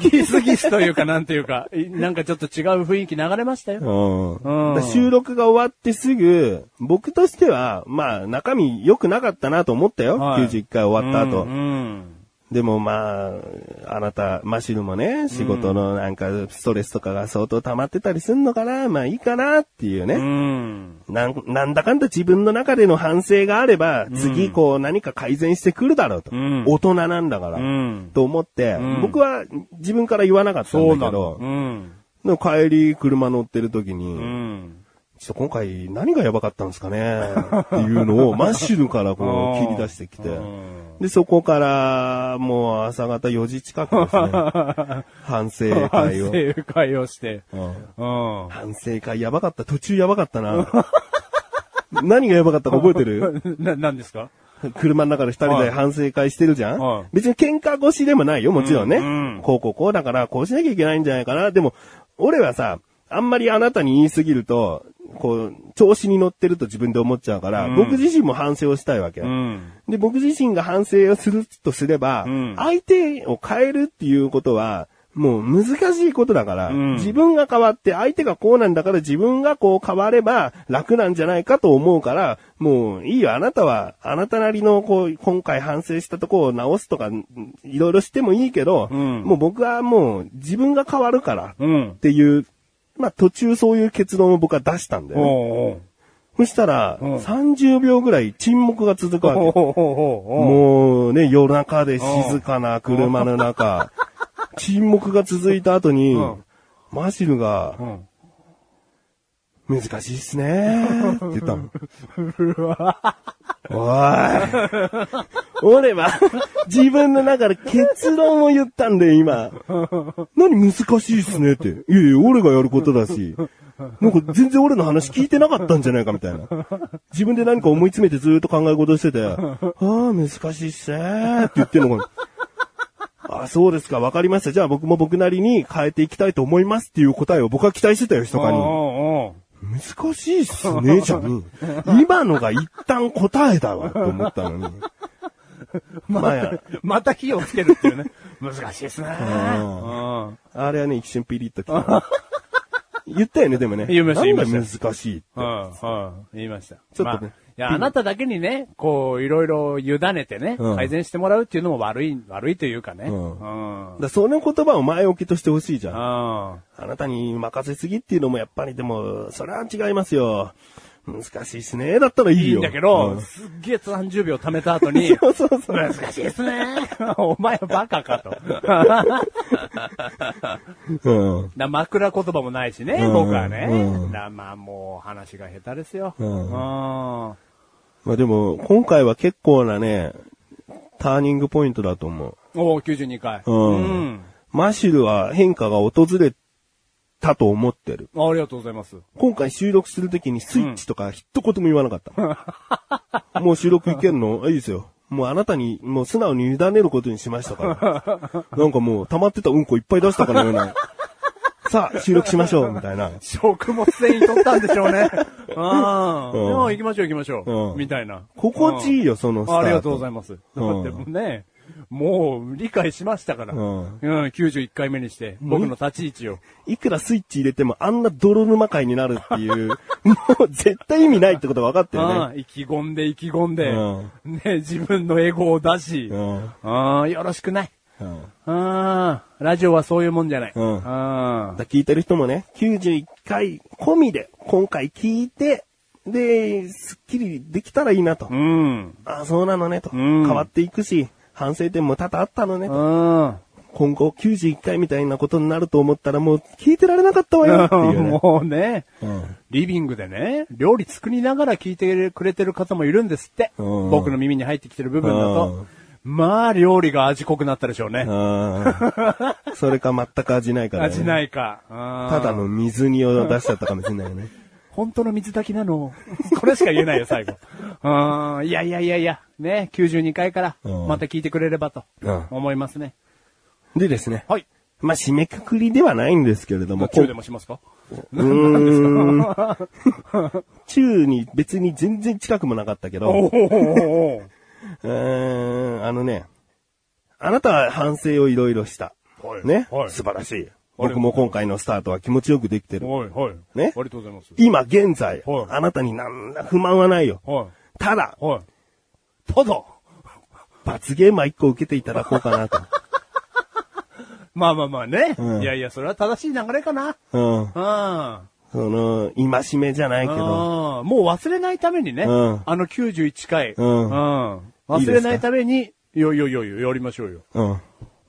[SPEAKER 2] ギスギスというか、なんていうか、いなんかちょっと違う雰囲気流れましたよ。
[SPEAKER 3] うん
[SPEAKER 2] うん
[SPEAKER 3] だから収録が終わってすぐ、僕としては、まあ、中身良くなかったなと思ったよ。
[SPEAKER 2] はい
[SPEAKER 3] 91回終わった後。
[SPEAKER 2] うんうん。
[SPEAKER 3] でもまあ、あなた、マシルもね、仕事のなんか、ストレスとかが相当溜まってたりすんのかな、まあいいかなっていう
[SPEAKER 2] う
[SPEAKER 3] ね。
[SPEAKER 2] ん。
[SPEAKER 3] なんなんだかんだ自分の中での反省があれば、次こう何か改善してくるだろうと。
[SPEAKER 2] うん
[SPEAKER 3] 大人なんだから。
[SPEAKER 2] うん
[SPEAKER 3] と思って、
[SPEAKER 2] ん
[SPEAKER 3] 僕は自分から言わなかったん
[SPEAKER 2] そう
[SPEAKER 3] だ
[SPEAKER 2] なの。
[SPEAKER 3] けど
[SPEAKER 2] う、ん。
[SPEAKER 3] でも帰り車乗ってる時に、
[SPEAKER 2] うん。
[SPEAKER 3] ちょっと今回何がやばかったんです かねっていうのをマッシュルからこ
[SPEAKER 2] あ
[SPEAKER 3] う
[SPEAKER 2] ー
[SPEAKER 3] 切り出してきて
[SPEAKER 2] うん。
[SPEAKER 3] で、そこからもう朝方4時近くですね。 反省
[SPEAKER 2] 反
[SPEAKER 3] 会を。
[SPEAKER 2] 省会をして。
[SPEAKER 3] うん
[SPEAKER 2] うん。
[SPEAKER 3] 反省会やばかった。途中やばかったな。何がやばかったか覚えてる
[SPEAKER 2] な、なんですか
[SPEAKER 3] 車の中で二人
[SPEAKER 2] は
[SPEAKER 3] で
[SPEAKER 2] い
[SPEAKER 3] 反省会してるじゃん、
[SPEAKER 2] はい
[SPEAKER 3] 別に喧嘩越しでもないよ、もちろんね。
[SPEAKER 2] うんうん
[SPEAKER 3] こうこうこうだから、こうしなきゃいけないんじゃないかな。でも、俺はさ、あんまりあなたに言いすぎると、こう、調子に乗ってると自分で思っちゃうから、
[SPEAKER 2] うん
[SPEAKER 3] 僕自身も反省をしたいわけ。
[SPEAKER 2] うん。
[SPEAKER 3] で、僕自身が反省をするとすれば、
[SPEAKER 2] うん
[SPEAKER 3] 相手を変えるっていうことは、もう難しいことだから、
[SPEAKER 2] うん
[SPEAKER 3] 自分が変わって相手がこうなんだから自分がこう変われば楽なんじゃないかと思うから、もういいよ、あなたは、あなたなりのこう、今回反省したとこを直すとか、んいろいろしてもいいけど、
[SPEAKER 2] うん
[SPEAKER 3] もう僕はもう自分が変わるからっ
[SPEAKER 2] うん。
[SPEAKER 3] ていう、まあ途中そういう結論を僕は出したんだよね。
[SPEAKER 2] おうおう
[SPEAKER 3] そしたら、
[SPEAKER 2] うん
[SPEAKER 3] 30秒ぐらい沈黙が続くわけ。
[SPEAKER 2] おうおうおうおう
[SPEAKER 3] もうね、夜中で静かな車の中、沈黙が続いた後に、
[SPEAKER 2] うん
[SPEAKER 3] マシルが、
[SPEAKER 2] うん
[SPEAKER 3] 難しいっすねー って言ったの。おい。俺は、自分の中で結論を言ったんだよ、今。何難しいっすねって。いやいや、俺がやることだし。なんか全然俺の話聞いてなかったんじゃないかみたいな。自分で何か思い詰めてずーっと考え事してて、ああ、難しいっすねーって言ってんのかな。あそうですか、わかりました。じゃあ僕も僕なりに変えていきたいと思いますっていう答えを僕は期待してたよ、密かに。
[SPEAKER 2] おうおう
[SPEAKER 3] 難しいっすね、じゃね え。今のが一旦答えだわ、と思ったのに。まあや、
[SPEAKER 2] また火をつけるっていうね。 難しいですね。
[SPEAKER 3] ん
[SPEAKER 2] うん
[SPEAKER 3] あれはね、一瞬ピリッときた。言ったよね、でもね。
[SPEAKER 2] 言いました
[SPEAKER 3] なん
[SPEAKER 2] 言い
[SPEAKER 3] だ
[SPEAKER 2] ました
[SPEAKER 3] 難しいって。
[SPEAKER 2] うん、うん、言いました。
[SPEAKER 3] ちょっとね
[SPEAKER 2] まあいや、あなただけにね、こう、いろいろ委ねてね、
[SPEAKER 3] うん
[SPEAKER 2] 改善してもらうっていうのも悪い、悪いというかね。
[SPEAKER 3] うん
[SPEAKER 2] うん。うん。
[SPEAKER 3] だその言葉を前置きとしてほしいじゃん。
[SPEAKER 2] あ
[SPEAKER 3] あなたに任せすぎっていうのもやっぱりでも、それは違いますよ。難しいっすね。だったらいい
[SPEAKER 2] いい
[SPEAKER 3] よ。
[SPEAKER 2] んだけど、
[SPEAKER 3] うん
[SPEAKER 2] すっげえ30秒貯めた後に、
[SPEAKER 3] そうそうそう。
[SPEAKER 2] 難しいですね。 お前バカか と。
[SPEAKER 3] うん。
[SPEAKER 2] な枕言葉もないしね、
[SPEAKER 3] うん
[SPEAKER 2] 僕はね。
[SPEAKER 3] うん
[SPEAKER 2] なまあもう話が下手ですよ。
[SPEAKER 3] うん
[SPEAKER 2] うん
[SPEAKER 3] まあでも、今回は結構なね、ターニングポイントだと思う。
[SPEAKER 2] おお、92回。
[SPEAKER 3] うんマシルは変化が訪れたと思ってる。
[SPEAKER 2] うんありがとうございます。
[SPEAKER 3] 今回収録するときにスイッチとか一言も言わなか った。もう収録いけんのあいいですよ。もうあなたに、もう素直に委ねることにしましたから。なんかもう溜まってたうんこいっぱい出したからよ うな。さあ、収録しましょう、みたいな。
[SPEAKER 2] 食物繊維取ったんでしょう ね。うん。でも行きましょう行きましょ
[SPEAKER 3] うん
[SPEAKER 2] う。みたいな。
[SPEAKER 3] 心地いいよ、そのスター
[SPEAKER 2] あ
[SPEAKER 3] ト。
[SPEAKER 2] ありがとうございます。だって
[SPEAKER 3] うん
[SPEAKER 2] もうね、もう理解しましたから。
[SPEAKER 3] う
[SPEAKER 2] うんん、91回目にして、僕の立ち位置を。
[SPEAKER 3] いくらスイッチ入れてもあんな泥沼界になるっていう、もう絶対意味ないってこと分かってるね。
[SPEAKER 2] うん意気込んで意気込んで、
[SPEAKER 3] うん
[SPEAKER 2] ね、自分のエゴを出し、
[SPEAKER 3] うん
[SPEAKER 2] うん、よろしくない。
[SPEAKER 3] うん
[SPEAKER 2] うん、ラジオはそういうもんじゃない。
[SPEAKER 3] う
[SPEAKER 2] う
[SPEAKER 3] ん
[SPEAKER 2] ん
[SPEAKER 3] だ聞いてる人もね、91回込みで、今回聞いて、で、スッキリできたらいいなと。
[SPEAKER 2] うん。
[SPEAKER 3] あそうなのねと。
[SPEAKER 2] ん
[SPEAKER 3] 変わっていくし、反省点も多々あったのね。
[SPEAKER 2] うん。
[SPEAKER 3] 今後91回みたいなことになると思ったらもう聞いてられなかったわよっていうね。
[SPEAKER 2] もうね、
[SPEAKER 3] うん
[SPEAKER 2] リビングでね、料理作りながら聞いてくれてる方もいるんですって。
[SPEAKER 3] うん
[SPEAKER 2] 僕の耳に入ってきてる部分だと。まあ、料理が味濃くなったでしょうね。
[SPEAKER 3] あーそれか全く味ないから、ね。
[SPEAKER 2] 味
[SPEAKER 3] い。
[SPEAKER 2] ないか。うん
[SPEAKER 3] ただの水煮を出しちゃったかもしれないよね。
[SPEAKER 2] 本当の水炊きなの。これしか言えないよ、最後。うん。いやいやいやいや。ね、92回から、
[SPEAKER 3] うん
[SPEAKER 2] また聞いてくれればと
[SPEAKER 3] うん、
[SPEAKER 2] 思いますね。
[SPEAKER 3] でですね。
[SPEAKER 2] はい。
[SPEAKER 3] まあ、締めくくりではないんですけれども、
[SPEAKER 2] 中でもしますか
[SPEAKER 3] うーん。中に別に全然近くもなかったけ
[SPEAKER 2] お
[SPEAKER 3] ど、
[SPEAKER 2] おお
[SPEAKER 3] うーん、あのね、あなたは反省をいろいろした。
[SPEAKER 2] はい
[SPEAKER 3] ね、
[SPEAKER 2] はい
[SPEAKER 3] 素晴らしい。僕も今回のスタートは気持ちよくできてる。
[SPEAKER 2] はい、はい。
[SPEAKER 3] ね
[SPEAKER 2] ありがとうございます。
[SPEAKER 3] 今現在、
[SPEAKER 2] はい
[SPEAKER 3] あなたに何ら不満はないよ。
[SPEAKER 2] は
[SPEAKER 3] ただ
[SPEAKER 2] い、、はい。ただ、
[SPEAKER 3] 罰ゲームは一個受けていただこうか なと。
[SPEAKER 2] まあまあまあね。
[SPEAKER 3] うん
[SPEAKER 2] いやいや、それは正しい流れかな。
[SPEAKER 3] うん。
[SPEAKER 2] うん。
[SPEAKER 3] その、今しめじゃないけど、
[SPEAKER 2] うんもう忘れないためにね。
[SPEAKER 3] うん
[SPEAKER 2] あの91回。
[SPEAKER 3] うん
[SPEAKER 2] うん
[SPEAKER 3] いい
[SPEAKER 2] 忘
[SPEAKER 3] です
[SPEAKER 2] れ
[SPEAKER 3] か
[SPEAKER 2] ないために、よいよいよいよ、やりましょうよ。
[SPEAKER 3] うん。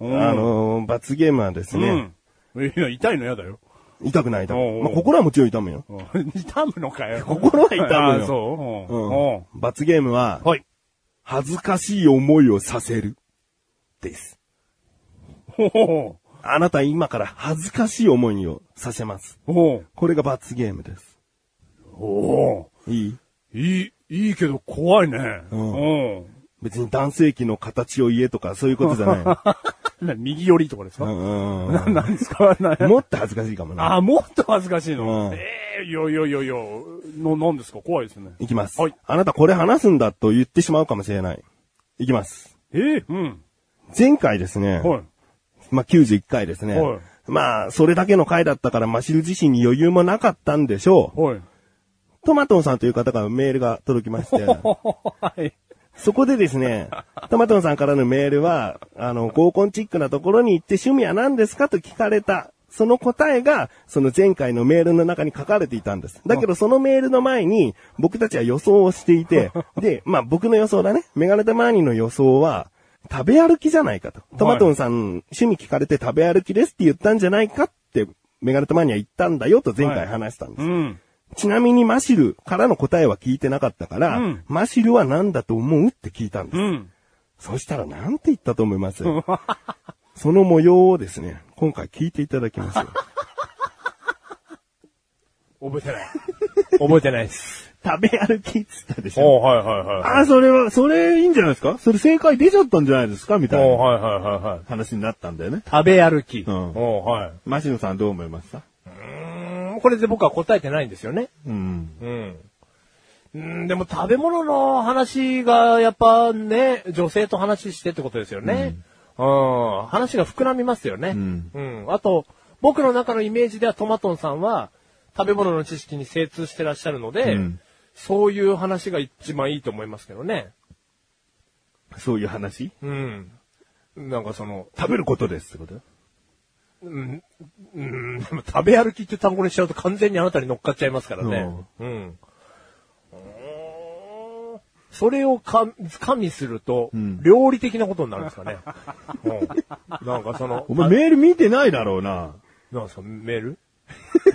[SPEAKER 3] あのー罰ゲームはですね、
[SPEAKER 2] うん。いや、痛いの嫌だよ。
[SPEAKER 3] 痛くない痛くない
[SPEAKER 2] おうおう
[SPEAKER 3] まあ、心はもちろん痛むよ。
[SPEAKER 2] うん痛むのかよ。
[SPEAKER 3] 心は痛むよ
[SPEAKER 2] ああそう。うん
[SPEAKER 3] うん。罰ゲームは、
[SPEAKER 2] はい。
[SPEAKER 3] 恥ずかしい思いをさせる。です。
[SPEAKER 2] ほほ
[SPEAKER 3] あなた今から恥ずかしい思いをさせます。
[SPEAKER 2] ほ
[SPEAKER 3] これが罰ゲームです。
[SPEAKER 2] う。ほ。
[SPEAKER 3] いいう
[SPEAKER 2] いい、いいけど怖いね。
[SPEAKER 3] ん
[SPEAKER 2] うん。
[SPEAKER 3] 別に男性器の形を言えとかそういうことじゃないの。
[SPEAKER 2] な右寄りとかです
[SPEAKER 3] う
[SPEAKER 2] か
[SPEAKER 3] んうんう
[SPEAKER 2] なんなんですかな
[SPEAKER 3] もっと恥ずかしいかもな。
[SPEAKER 2] あ、もっと恥ずかしいの。
[SPEAKER 3] うん
[SPEAKER 2] ええいやいやいやいや、の、なんですか怖いですね。
[SPEAKER 3] いきます
[SPEAKER 2] はい。
[SPEAKER 3] あなたこれ話すんだと言ってしまうかもしれない。いきます。
[SPEAKER 2] ええうん。
[SPEAKER 3] 前回ですね。
[SPEAKER 2] はい。
[SPEAKER 3] まあ、91回ですね。
[SPEAKER 2] はい
[SPEAKER 3] まあ、それだけの回だったから、マシル自身に余裕もなかったんでしょう。
[SPEAKER 2] はい。
[SPEAKER 3] トマトンさんという方からメールが届きまし て。
[SPEAKER 2] はい。
[SPEAKER 3] そこでですね、トマトンさんからのメールは、あの、合コンチックなところに行って趣味は何ですかと聞かれた。その答えが、その前回のメールの中に書かれていたんです。だけどそのメールの前に、僕たちは予想をしていて、で、まあ僕の予想だね。メガネタマーニの予想は、食べ歩きじゃないかと。トマトンさん、趣味聞かれて食べ歩きですって言ったんじゃないかって、メガネタマーニは言ったんだよと前回話したんです
[SPEAKER 2] う。ん。
[SPEAKER 3] ちなみにマシルからの答えは聞いてなかったから、
[SPEAKER 2] うん
[SPEAKER 3] マシルは何だと思うって聞いたんです。
[SPEAKER 2] うん。
[SPEAKER 3] そしたら何て言ったと思いますその模様をですね、今回聞いていただきま すよ。
[SPEAKER 2] 覚えてない。覚えてないです。
[SPEAKER 3] 食べ歩きっつったでしょ。
[SPEAKER 2] おはいはいはい。
[SPEAKER 4] あ、それは、それいいんじゃないですかそれ正解出ちゃったんじゃないですかみたい
[SPEAKER 2] お
[SPEAKER 4] な
[SPEAKER 2] はいはいはいはい。
[SPEAKER 4] 話になったんだよね。
[SPEAKER 2] 食べ歩き。
[SPEAKER 4] うん
[SPEAKER 2] おはい。
[SPEAKER 4] マシノさんどう思いました
[SPEAKER 2] これで僕は答えてないんですよね。
[SPEAKER 4] うん。
[SPEAKER 2] うん。うん、でも食べ物の話がやっぱね、女性と話してってことですよね。うん。話が膨らみますよね。
[SPEAKER 4] ん
[SPEAKER 2] うん。あと、僕の中のイメージではトマトンさんは食べ物の知識に精通してらっしゃるので、
[SPEAKER 4] うん
[SPEAKER 2] そういう話が一番いいと思いますけどね。
[SPEAKER 4] そういう話
[SPEAKER 2] うん。なんかその、
[SPEAKER 4] 食べることですってこと
[SPEAKER 2] うん、うん、でも食べ歩きって単語にしちゃうと完全にあなたに乗っかっちゃいますからね。うん。うーんそれをか加味すると、
[SPEAKER 4] ん
[SPEAKER 2] 料理的なことになるんです かね。うん、なんかその、
[SPEAKER 4] お前メール見てないだろうな。
[SPEAKER 2] あなんですか、メール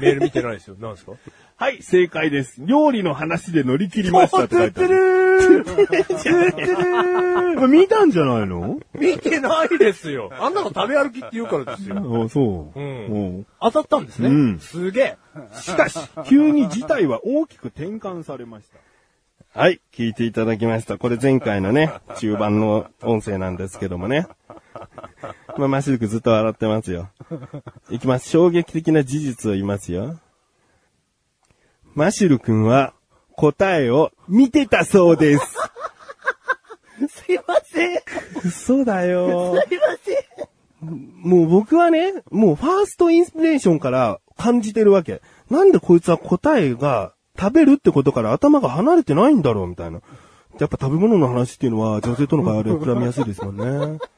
[SPEAKER 2] メール見てないですよ。なんですか
[SPEAKER 4] はい、正解です。料理の話で乗り切りましたって書いてある。 お前見たんじゃないの
[SPEAKER 2] 見てないですよ。あんなの食べ歩きって言うからですよ。
[SPEAKER 4] あそう。
[SPEAKER 2] うん
[SPEAKER 4] うん
[SPEAKER 2] 当たったんですね。
[SPEAKER 4] うん
[SPEAKER 2] すげえ。
[SPEAKER 4] しかし、急に事態は大きく転換されました。
[SPEAKER 3] はい、聞いていただきました。これ前回 のね、中盤の音声なんですけどもね。まあ、マシルクずっと笑ってますよ。いきます。衝撃的な事実を言いますよ。マシル君は答えを見てたそ うです。
[SPEAKER 1] すいません。
[SPEAKER 3] 嘘だよ。
[SPEAKER 1] すいません。
[SPEAKER 3] もう僕はね、もうファーストインスピレーションから感じてるわけ。なんでこいつは答えが食べるってことから頭が離れてないんだろうみたいな。やっぱ食べ物の話っていうのは女性との会話で膨らみやすいですもんね。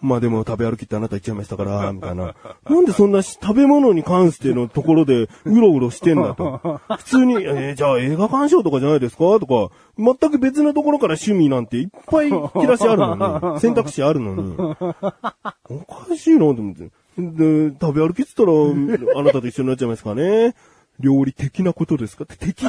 [SPEAKER 3] まあでも食べ歩きってあなた言っちゃいましたから、みたいな。なんでそんなし食べ物に関してのところでうろうろしてんだと。普通に、えーじゃあ映画鑑賞とかじゃないですかとか、全く別のところから趣味なんていっぱい引き出しあるのに、選択肢あるのに。おかしいなと思って。で、食べ歩きって言ったら、あなたと一緒になっちゃいますかね。料理的なことですかって、的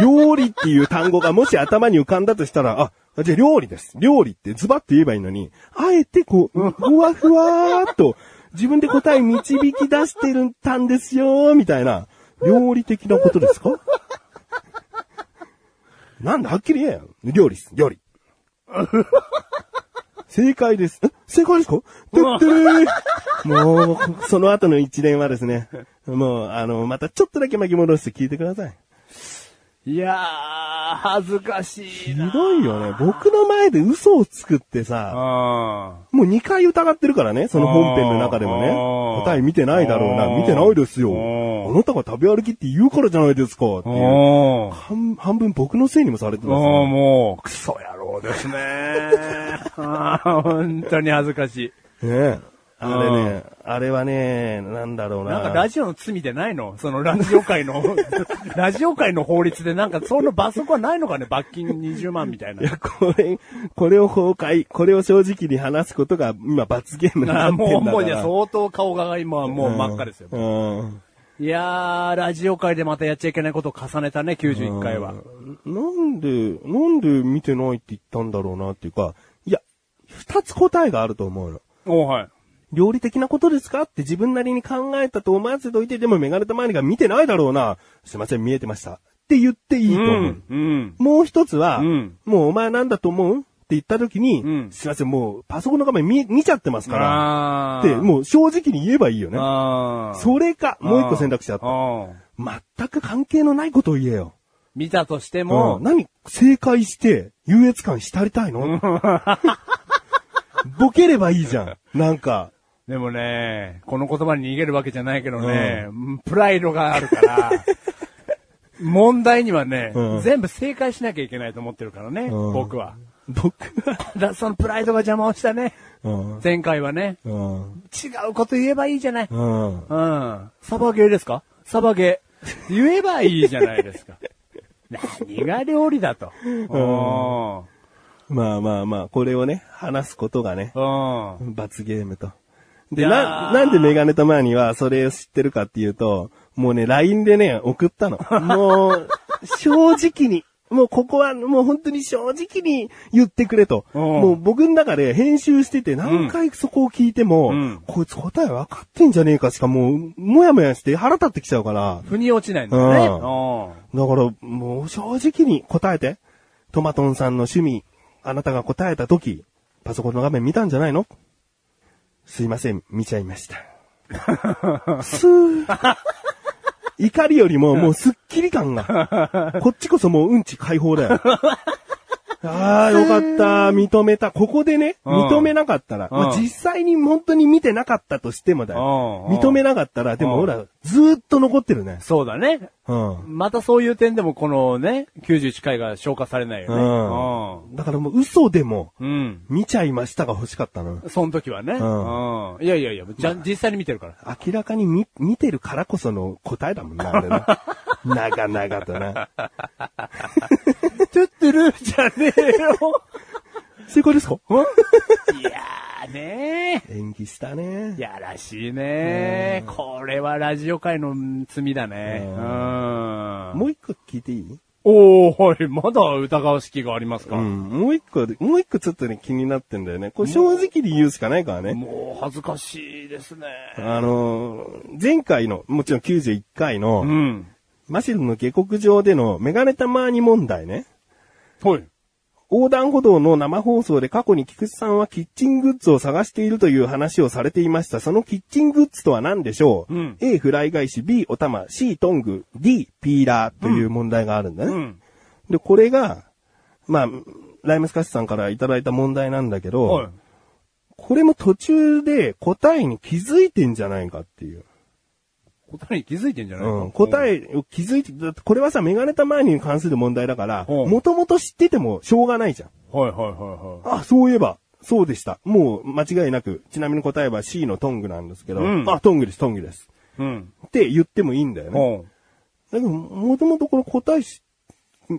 [SPEAKER 3] 料理っていう単語がもし頭に浮かんだとしたら、あ、じゃあ料理です。料理ってズバッと言えばいいのに、あえてこう、ふわふわーっと、自分で答え導き出してるたんですよー、みたいな。料理的なことですかなんだ、はっきり言えよ。料理です、料理。 正解です。え正解ですかてってれーもう、その後の一連はですね、もう、あの、またちょっとだけ巻き戻して聞いてください。
[SPEAKER 2] いやー、恥ずかしい
[SPEAKER 3] ひ
[SPEAKER 2] な。
[SPEAKER 3] どいよね。僕の前で嘘をつくってさ、
[SPEAKER 2] あ
[SPEAKER 3] もう2回疑ってるからね、その本編の中でも
[SPEAKER 2] あ
[SPEAKER 3] ね。
[SPEAKER 2] ー
[SPEAKER 3] 答え見てないだろう
[SPEAKER 2] あ
[SPEAKER 3] な、
[SPEAKER 2] ー
[SPEAKER 3] 見てないですよ。
[SPEAKER 2] あー
[SPEAKER 3] あなたが食べ歩きって言うからじゃないですか、って
[SPEAKER 2] ー。
[SPEAKER 3] いう。
[SPEAKER 2] おー。
[SPEAKER 3] 半半分僕のせいにもされて
[SPEAKER 2] あ
[SPEAKER 3] ま
[SPEAKER 2] あ、
[SPEAKER 3] すね。
[SPEAKER 2] もう、クソ野郎です ね。ああ、本当に恥ずかしい。
[SPEAKER 3] ねえあれね、あれはね、なんだろう
[SPEAKER 2] なんか
[SPEAKER 3] な。
[SPEAKER 2] ラジオの罪でないのそのラジオ界 の、ラジオ界の法律でなんかその罰則はないのかね罰金20万みたい
[SPEAKER 3] い
[SPEAKER 2] な。
[SPEAKER 3] や、これ、これを崩壊、これを正直に話すことが今罰ゲームにな
[SPEAKER 2] あ
[SPEAKER 3] って
[SPEAKER 2] あ
[SPEAKER 3] んだ
[SPEAKER 2] も
[SPEAKER 3] から。
[SPEAKER 2] う、もういや、相当顔が今はもう真っ赤ですよ。
[SPEAKER 3] うん。
[SPEAKER 2] いやー、ラジオ界でまたやっちゃいけないことを重ねたね、91回は。
[SPEAKER 3] なんで、なんで見てないって言ったんだろうなっていうか、いや、二つ答えがあると思うの。
[SPEAKER 2] おはい。
[SPEAKER 3] 料理的なことですかって自分なりに考えたと思わせといて、でもメガネたまわりが見てないだろうな。すいません、見えてました。って言っていいと
[SPEAKER 2] う
[SPEAKER 3] 思う。
[SPEAKER 2] ん、うん。
[SPEAKER 3] もう一つは、
[SPEAKER 2] うん
[SPEAKER 3] もうお前なんだと思うって言った時に、
[SPEAKER 2] うん
[SPEAKER 3] すいません、もうパソコンの画面見、見ちゃってますか
[SPEAKER 2] あ
[SPEAKER 3] ら。って、もう正直に言えばいいよね。
[SPEAKER 2] あー
[SPEAKER 3] それか、もう一個選択肢あった。
[SPEAKER 2] あー
[SPEAKER 3] 全く関係のないことを言えよ。
[SPEAKER 2] 見たとしても、
[SPEAKER 3] もう、何正解して、優越感したりたいのボケればいいじゃん。なんか。
[SPEAKER 2] でもね、この言葉に逃げるわけじゃないけどね、プライドがある から、問題にはね、
[SPEAKER 3] うん
[SPEAKER 2] 全部正解しなきゃいけないと思ってるからね、
[SPEAKER 3] うん
[SPEAKER 2] 僕は。
[SPEAKER 3] 僕は。
[SPEAKER 2] だそのプライドが邪魔をしたね、
[SPEAKER 3] うん。
[SPEAKER 2] 前回はね。
[SPEAKER 3] うん。
[SPEAKER 2] 違うこと言えばいいじゃない。
[SPEAKER 3] う
[SPEAKER 2] う
[SPEAKER 3] ん。
[SPEAKER 2] ん。サバゲーですかサバゲー。言えばいいじゃない ですか。何が料理だと。うん。
[SPEAKER 3] まあまあまあ、これをね、話すことがね、
[SPEAKER 2] うん。
[SPEAKER 3] 罰ゲームと。で、
[SPEAKER 2] いやー
[SPEAKER 3] な、なんでメガネたまにはそれを知ってるかっていうと、もうね、LINE でね、送った の。もう、正直に、もうここは、もう本当に正直に言ってくれと。
[SPEAKER 2] うん
[SPEAKER 3] もう僕の中で編集してて何回そこを聞いても、
[SPEAKER 2] うん
[SPEAKER 3] こいつ答え分かってんじゃねえかしかもう、もやもやして腹立ってきちゃうから。
[SPEAKER 2] 腑に落ちないんだよね。う
[SPEAKER 3] う
[SPEAKER 2] ん。
[SPEAKER 3] だから、もう正直に答えて。トマトンさんの趣味、あなたが答えた時、パソコンの画面見たんじゃないのすいません、見ちゃいました。すー。怒りよりも、もうスッキリ感が。こっちこそもううんち解放だよ。ああ、よかった。認めた。ここでね、
[SPEAKER 2] うん
[SPEAKER 3] 認めなかったら、
[SPEAKER 2] うん
[SPEAKER 3] まあ、実際に本当に見てなかったとしてもだよ。
[SPEAKER 2] うん
[SPEAKER 3] 認めなかったら、で
[SPEAKER 2] う
[SPEAKER 3] もほ
[SPEAKER 2] ん
[SPEAKER 3] ら、ずーっと残ってるね。
[SPEAKER 2] そうだね。
[SPEAKER 3] うん。
[SPEAKER 2] またそういう点でもこのね、91回が消化されないよね。
[SPEAKER 3] だからもう嘘でも、
[SPEAKER 2] うん。うん。
[SPEAKER 3] 見ちゃいましたが欲しかったの。
[SPEAKER 2] その時はね。
[SPEAKER 3] ん
[SPEAKER 2] うん。いやいやいや、じゃ、実際に見てる から。
[SPEAKER 3] 明らかに見、見てるからこその答えだもんな、あれな。 長々とな。
[SPEAKER 2] トゥットゥルーじゃねえよ。
[SPEAKER 3] 正解ですか
[SPEAKER 2] いやーね
[SPEAKER 3] 演技したね。
[SPEAKER 2] やらしいねこれはラジオ界の罪だね。
[SPEAKER 3] う
[SPEAKER 2] うんん。
[SPEAKER 3] もう一個聞いていい
[SPEAKER 2] おー、はい、まだ疑う式がありますか。
[SPEAKER 3] うん。もう一個、もう一個ちょっとね気になってんだよね。これ正直に言うしかないからね。
[SPEAKER 2] もう恥ずかしいですね。
[SPEAKER 3] あのー前回の、もちろん91回の、
[SPEAKER 2] うん。
[SPEAKER 3] マシルの下克上でのメガネたまーに問題ね。
[SPEAKER 2] はい。
[SPEAKER 3] 横断歩道の生放送で過去に菊池さんはキッチングッズを探しているという話をされていました。そのキッチングッズとは何でしょう、
[SPEAKER 2] うん
[SPEAKER 3] ?A、フライ返し、B、お玉、C、トング、D、ピーラーという問題があるんだね。
[SPEAKER 2] うん。
[SPEAKER 3] で、これが、まあ、ライムスカッシュさんからいただいた問題なんだけど、
[SPEAKER 2] はい。
[SPEAKER 3] これも途中で答えに気づいてんじゃないかっていう。
[SPEAKER 2] 答えに気づいてんじゃない
[SPEAKER 3] うん、答
[SPEAKER 2] え。
[SPEAKER 3] えを気づいて、だってこれはさ、メガネタマーニに関する問題だから、
[SPEAKER 2] うん
[SPEAKER 3] もともと知っててもしょうがないじゃん。
[SPEAKER 2] はいはいはいはい。
[SPEAKER 3] あ、そういえば、そうでした。もう間違いなく、ちなみに答えは C のトングなんですけど、
[SPEAKER 2] うん
[SPEAKER 3] あ、トングです、トングです。
[SPEAKER 2] うん。
[SPEAKER 3] って言ってもいいんだよね。
[SPEAKER 2] うん。
[SPEAKER 3] だけど、もともとこの答えし、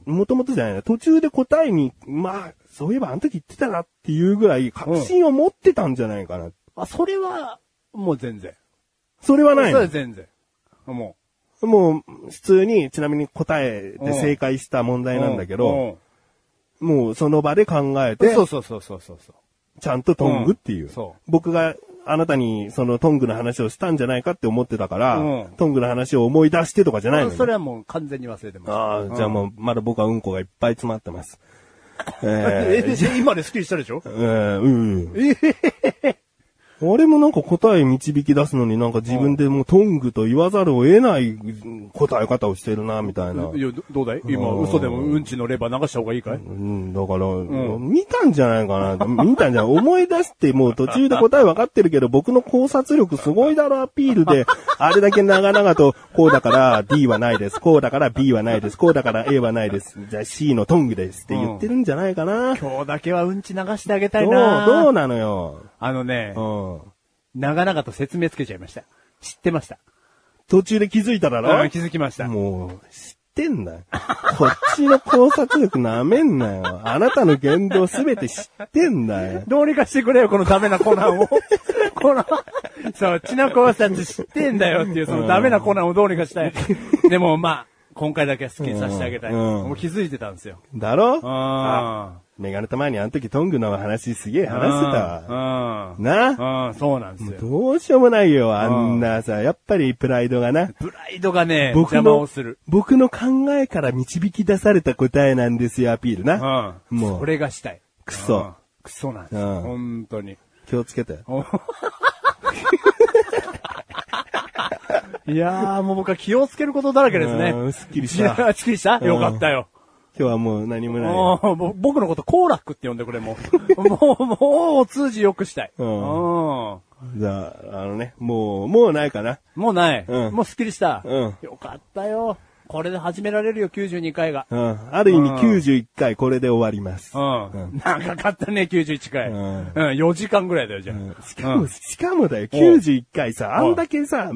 [SPEAKER 3] もともとじゃないな、途中で答えに、まあ、そういえばあの時言ってたなっていうぐらい確信を持ってたんじゃないかな。
[SPEAKER 2] あ、それは、もう全然。
[SPEAKER 3] それはない
[SPEAKER 2] それは
[SPEAKER 3] の。
[SPEAKER 2] 全然。も
[SPEAKER 3] もう、普通に、ちなみに答え
[SPEAKER 2] うん
[SPEAKER 3] で正解した問
[SPEAKER 2] う。
[SPEAKER 3] 題なんだけど、
[SPEAKER 2] うん、
[SPEAKER 3] もうその場で考え
[SPEAKER 2] で
[SPEAKER 3] て、
[SPEAKER 2] そうそうそうそうそうそう。
[SPEAKER 3] ちゃんとトングってい
[SPEAKER 2] う
[SPEAKER 3] う。
[SPEAKER 2] んそう
[SPEAKER 3] 僕があなたにそのトングの話をしたんじゃないかって思ってたから、
[SPEAKER 2] うん
[SPEAKER 3] トングの話を思い出してとかじゃないの、ね、
[SPEAKER 2] それはもう完全に忘れてました。
[SPEAKER 3] ああ、じゃあもう、まだ僕はうんこがいっぱい詰まってます。え
[SPEAKER 2] え、今でスッキリしたでしょ
[SPEAKER 3] ー、えー、うん。俺もなんか答え導き出すのになんか自分でもうトングと言わざるを得ない答え方をしてるな、みたいな。
[SPEAKER 2] いや、どどうだい今、
[SPEAKER 3] うん
[SPEAKER 2] 嘘でもうんちのレバー流した方がいいかい
[SPEAKER 3] うん、だから、見たんじゃないかな。見たんじゃない。思い出して、もう途中で答え分かってるけど、僕の考察力すごいだろ、アピー ルで、あれだけ長々と、こうだから D はないです、こうだから B はないです、こうだから A はないです、じゃあ C のトングですって言ってるんじゃないかな。どう
[SPEAKER 2] 今日だけはうんち流してあげたいな
[SPEAKER 3] どうなのよ。
[SPEAKER 2] あのね、
[SPEAKER 3] うん。
[SPEAKER 2] 長々と説明つけちゃいました。知ってました。
[SPEAKER 3] 途中で気づいただ
[SPEAKER 2] う
[SPEAKER 3] ろ
[SPEAKER 2] ん気づきました。
[SPEAKER 3] もう、知ってんだよ。こっちの考察力なめんなよ。あなたの言動すべて知ってんだよ。
[SPEAKER 2] どうにかしてくれよ、このダメなコナン を。コナン、そう、ちなこはさん知ってんだよっていう、そのダメなコナンをどうにか したい。でもまあ、今回だけは好きにさせてあげたい。
[SPEAKER 3] うん
[SPEAKER 2] もう気づいてたんですよ。
[SPEAKER 3] だろ
[SPEAKER 2] うん。
[SPEAKER 3] メガネた前にあの時トングの話すげえ話してたわ。
[SPEAKER 2] たうん。
[SPEAKER 3] な
[SPEAKER 2] うん、そうなんですよ。
[SPEAKER 3] どうしようもないよ、あんなさ、やっぱりプライドがな。
[SPEAKER 2] プライドがね、
[SPEAKER 3] 僕
[SPEAKER 2] 邪魔を
[SPEAKER 3] の
[SPEAKER 2] する。、
[SPEAKER 3] 僕の考えから導き出された答えなんですよ、アピール
[SPEAKER 2] う
[SPEAKER 3] な。
[SPEAKER 2] ん。
[SPEAKER 3] もう
[SPEAKER 2] それがしたい。
[SPEAKER 3] くそ
[SPEAKER 2] うん。くそなんです
[SPEAKER 3] う
[SPEAKER 2] よ。
[SPEAKER 3] ん
[SPEAKER 2] 本当 に。
[SPEAKER 3] 気をつけて。
[SPEAKER 2] おいやー、もう僕は気をつけることだらけです
[SPEAKER 3] う
[SPEAKER 2] ね。
[SPEAKER 3] んすっきりし
[SPEAKER 2] いや
[SPEAKER 3] た
[SPEAKER 2] ーすっきりした
[SPEAKER 3] うん
[SPEAKER 2] よかったよ。
[SPEAKER 3] 今日はもう何もないよ。
[SPEAKER 2] もうぼ僕のこと、コーラックって呼んでくれ、も う。もう、もう、お通じよくしたい。
[SPEAKER 3] うん
[SPEAKER 2] も
[SPEAKER 3] じゃあ、あのね、もう、もうないかな。
[SPEAKER 2] うない。
[SPEAKER 3] うん
[SPEAKER 2] もうすっきりした。
[SPEAKER 3] うん
[SPEAKER 2] よかったよ。これで始められるよ、92回が。
[SPEAKER 3] うん。ある意味
[SPEAKER 2] うん
[SPEAKER 3] 91回これで終わります
[SPEAKER 2] う。ん。長かったね、91回。
[SPEAKER 3] う
[SPEAKER 2] うんん。4時間ぐらいだよ、じゃ
[SPEAKER 3] うん
[SPEAKER 2] あ。
[SPEAKER 3] しかも、しかもだよ、
[SPEAKER 2] うん
[SPEAKER 3] 91回さ、あ
[SPEAKER 2] うん
[SPEAKER 3] んだけさ、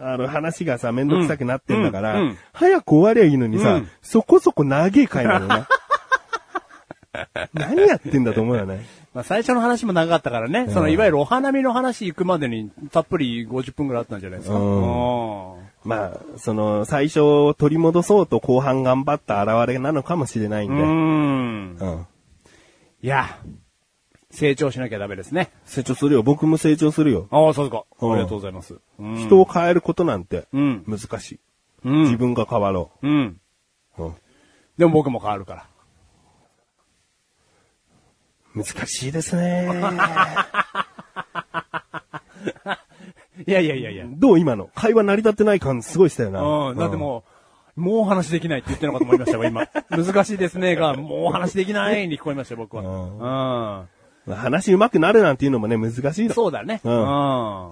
[SPEAKER 3] あの話がさ、めんどくさくなってんだから、
[SPEAKER 2] うんうん
[SPEAKER 3] 早く終わりゃいいのにさ、
[SPEAKER 2] うん
[SPEAKER 3] そこそこ長い回なの な。何やってんだと思うよね。
[SPEAKER 2] まあ、最初の話も長かったからね、そのいわゆるお花見の話行くまでにたっぷり50分ぐらいあったんじゃないですか。
[SPEAKER 3] う
[SPEAKER 2] うん
[SPEAKER 3] まあ、その、最初を取り戻そうと後半頑張った現れなのかもしれないん
[SPEAKER 2] う
[SPEAKER 3] で。
[SPEAKER 2] ん。
[SPEAKER 3] うん。
[SPEAKER 2] いや、成長しなきゃダメですね。
[SPEAKER 3] 成長するよ。僕も成長するよ。
[SPEAKER 2] ああ、そうですか。
[SPEAKER 3] うん
[SPEAKER 2] ありがとうございます。うん
[SPEAKER 3] 人を変えることなんて、
[SPEAKER 2] うん
[SPEAKER 3] 難しい、
[SPEAKER 2] うん
[SPEAKER 3] 自分が変わろ
[SPEAKER 2] うん。
[SPEAKER 3] う。うん
[SPEAKER 2] でも僕も変わるから。
[SPEAKER 3] 難しいですね。
[SPEAKER 2] いやいやいやいや。
[SPEAKER 3] どう今の会話成り立ってない感すごいしたよな。
[SPEAKER 2] うん。だってもう、もう話できないって言ってなかったと思いましたよ、 今。難しいですねが、もう話できないに聞こえましたよ、僕は。
[SPEAKER 3] 話上手くなるなんていうのもね、難し
[SPEAKER 2] う
[SPEAKER 3] い
[SPEAKER 2] ん。
[SPEAKER 3] の。
[SPEAKER 2] そうだね。
[SPEAKER 3] う
[SPEAKER 2] う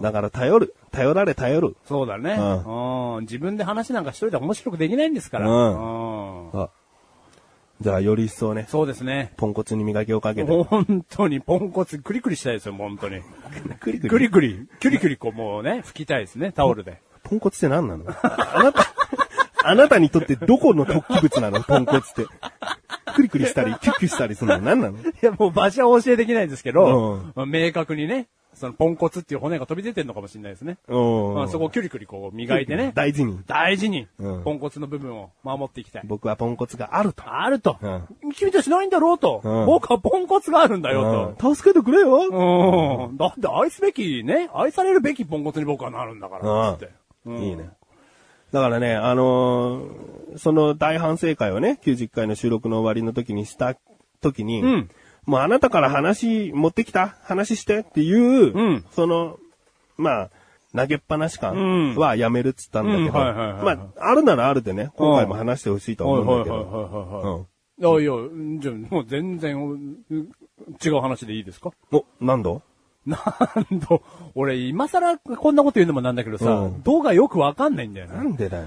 [SPEAKER 2] ん。
[SPEAKER 3] だから頼る。頼られ頼る。
[SPEAKER 2] そうだね。
[SPEAKER 3] う
[SPEAKER 2] うん。自分で話なんかしといて面白くできないんですから。
[SPEAKER 3] うん
[SPEAKER 2] うん。
[SPEAKER 3] あじゃあ、より一層ね、
[SPEAKER 2] そうですね。
[SPEAKER 3] ポンコツに磨きをかけて。
[SPEAKER 2] 本当にポンコツ、クリクリしたいですよ、本当に。
[SPEAKER 3] クリク
[SPEAKER 2] クリクリ、キュリキュリこうもうね、拭きたいですね、タオルで。
[SPEAKER 3] ポンコツって何なのあなた、あなたにとってどこの突起物なのポンコツって。クリクリしたり、キュッキュしたりするの何なの
[SPEAKER 2] いや、もう場所は教えできないんですけど、まあ明確にね、そのポンコツっていう骨が飛び出てるのかもしれないですね。
[SPEAKER 3] うん
[SPEAKER 2] まあ、そこをキュリキュリこう磨いてね、
[SPEAKER 3] 大事に。
[SPEAKER 2] 大事に、
[SPEAKER 3] うん
[SPEAKER 2] ポンコツの部分を守っていきたい。
[SPEAKER 3] 僕はポンコツがあると。
[SPEAKER 2] あると
[SPEAKER 3] うん。
[SPEAKER 2] 君たちないんだろうと。
[SPEAKER 3] うん
[SPEAKER 2] 僕はポンコツがあるんだよと。
[SPEAKER 3] うん助けてくれよ。
[SPEAKER 2] うん。だって愛すべきね、愛されるべきポンコツに僕はなるんだから、つって。うん
[SPEAKER 3] いいね。だからね、あのーその大反省会をね、90回の収録の終わりの時にした時に、
[SPEAKER 2] うん
[SPEAKER 3] もうあなたから話持ってきた話してっていう、
[SPEAKER 2] うん
[SPEAKER 3] その、まあ、投げっぱなし
[SPEAKER 2] う
[SPEAKER 3] 感
[SPEAKER 2] ん
[SPEAKER 3] はやめるっつったんだけど、
[SPEAKER 2] うんはいはいはいはい
[SPEAKER 3] まあ、あるならあるでね、今回も話してほしいとは思うんだけ
[SPEAKER 2] はいはいはいはいはい
[SPEAKER 3] ど、
[SPEAKER 2] いやいや、じゃあもう全然、うん違う話でいいですか
[SPEAKER 3] うん。お、何度
[SPEAKER 2] なんと、俺今更こんなこと言うのもなんだけどさ、
[SPEAKER 3] うん
[SPEAKER 2] 動画よくわかんないんだよ
[SPEAKER 3] な
[SPEAKER 2] ね。
[SPEAKER 3] ん でだよ。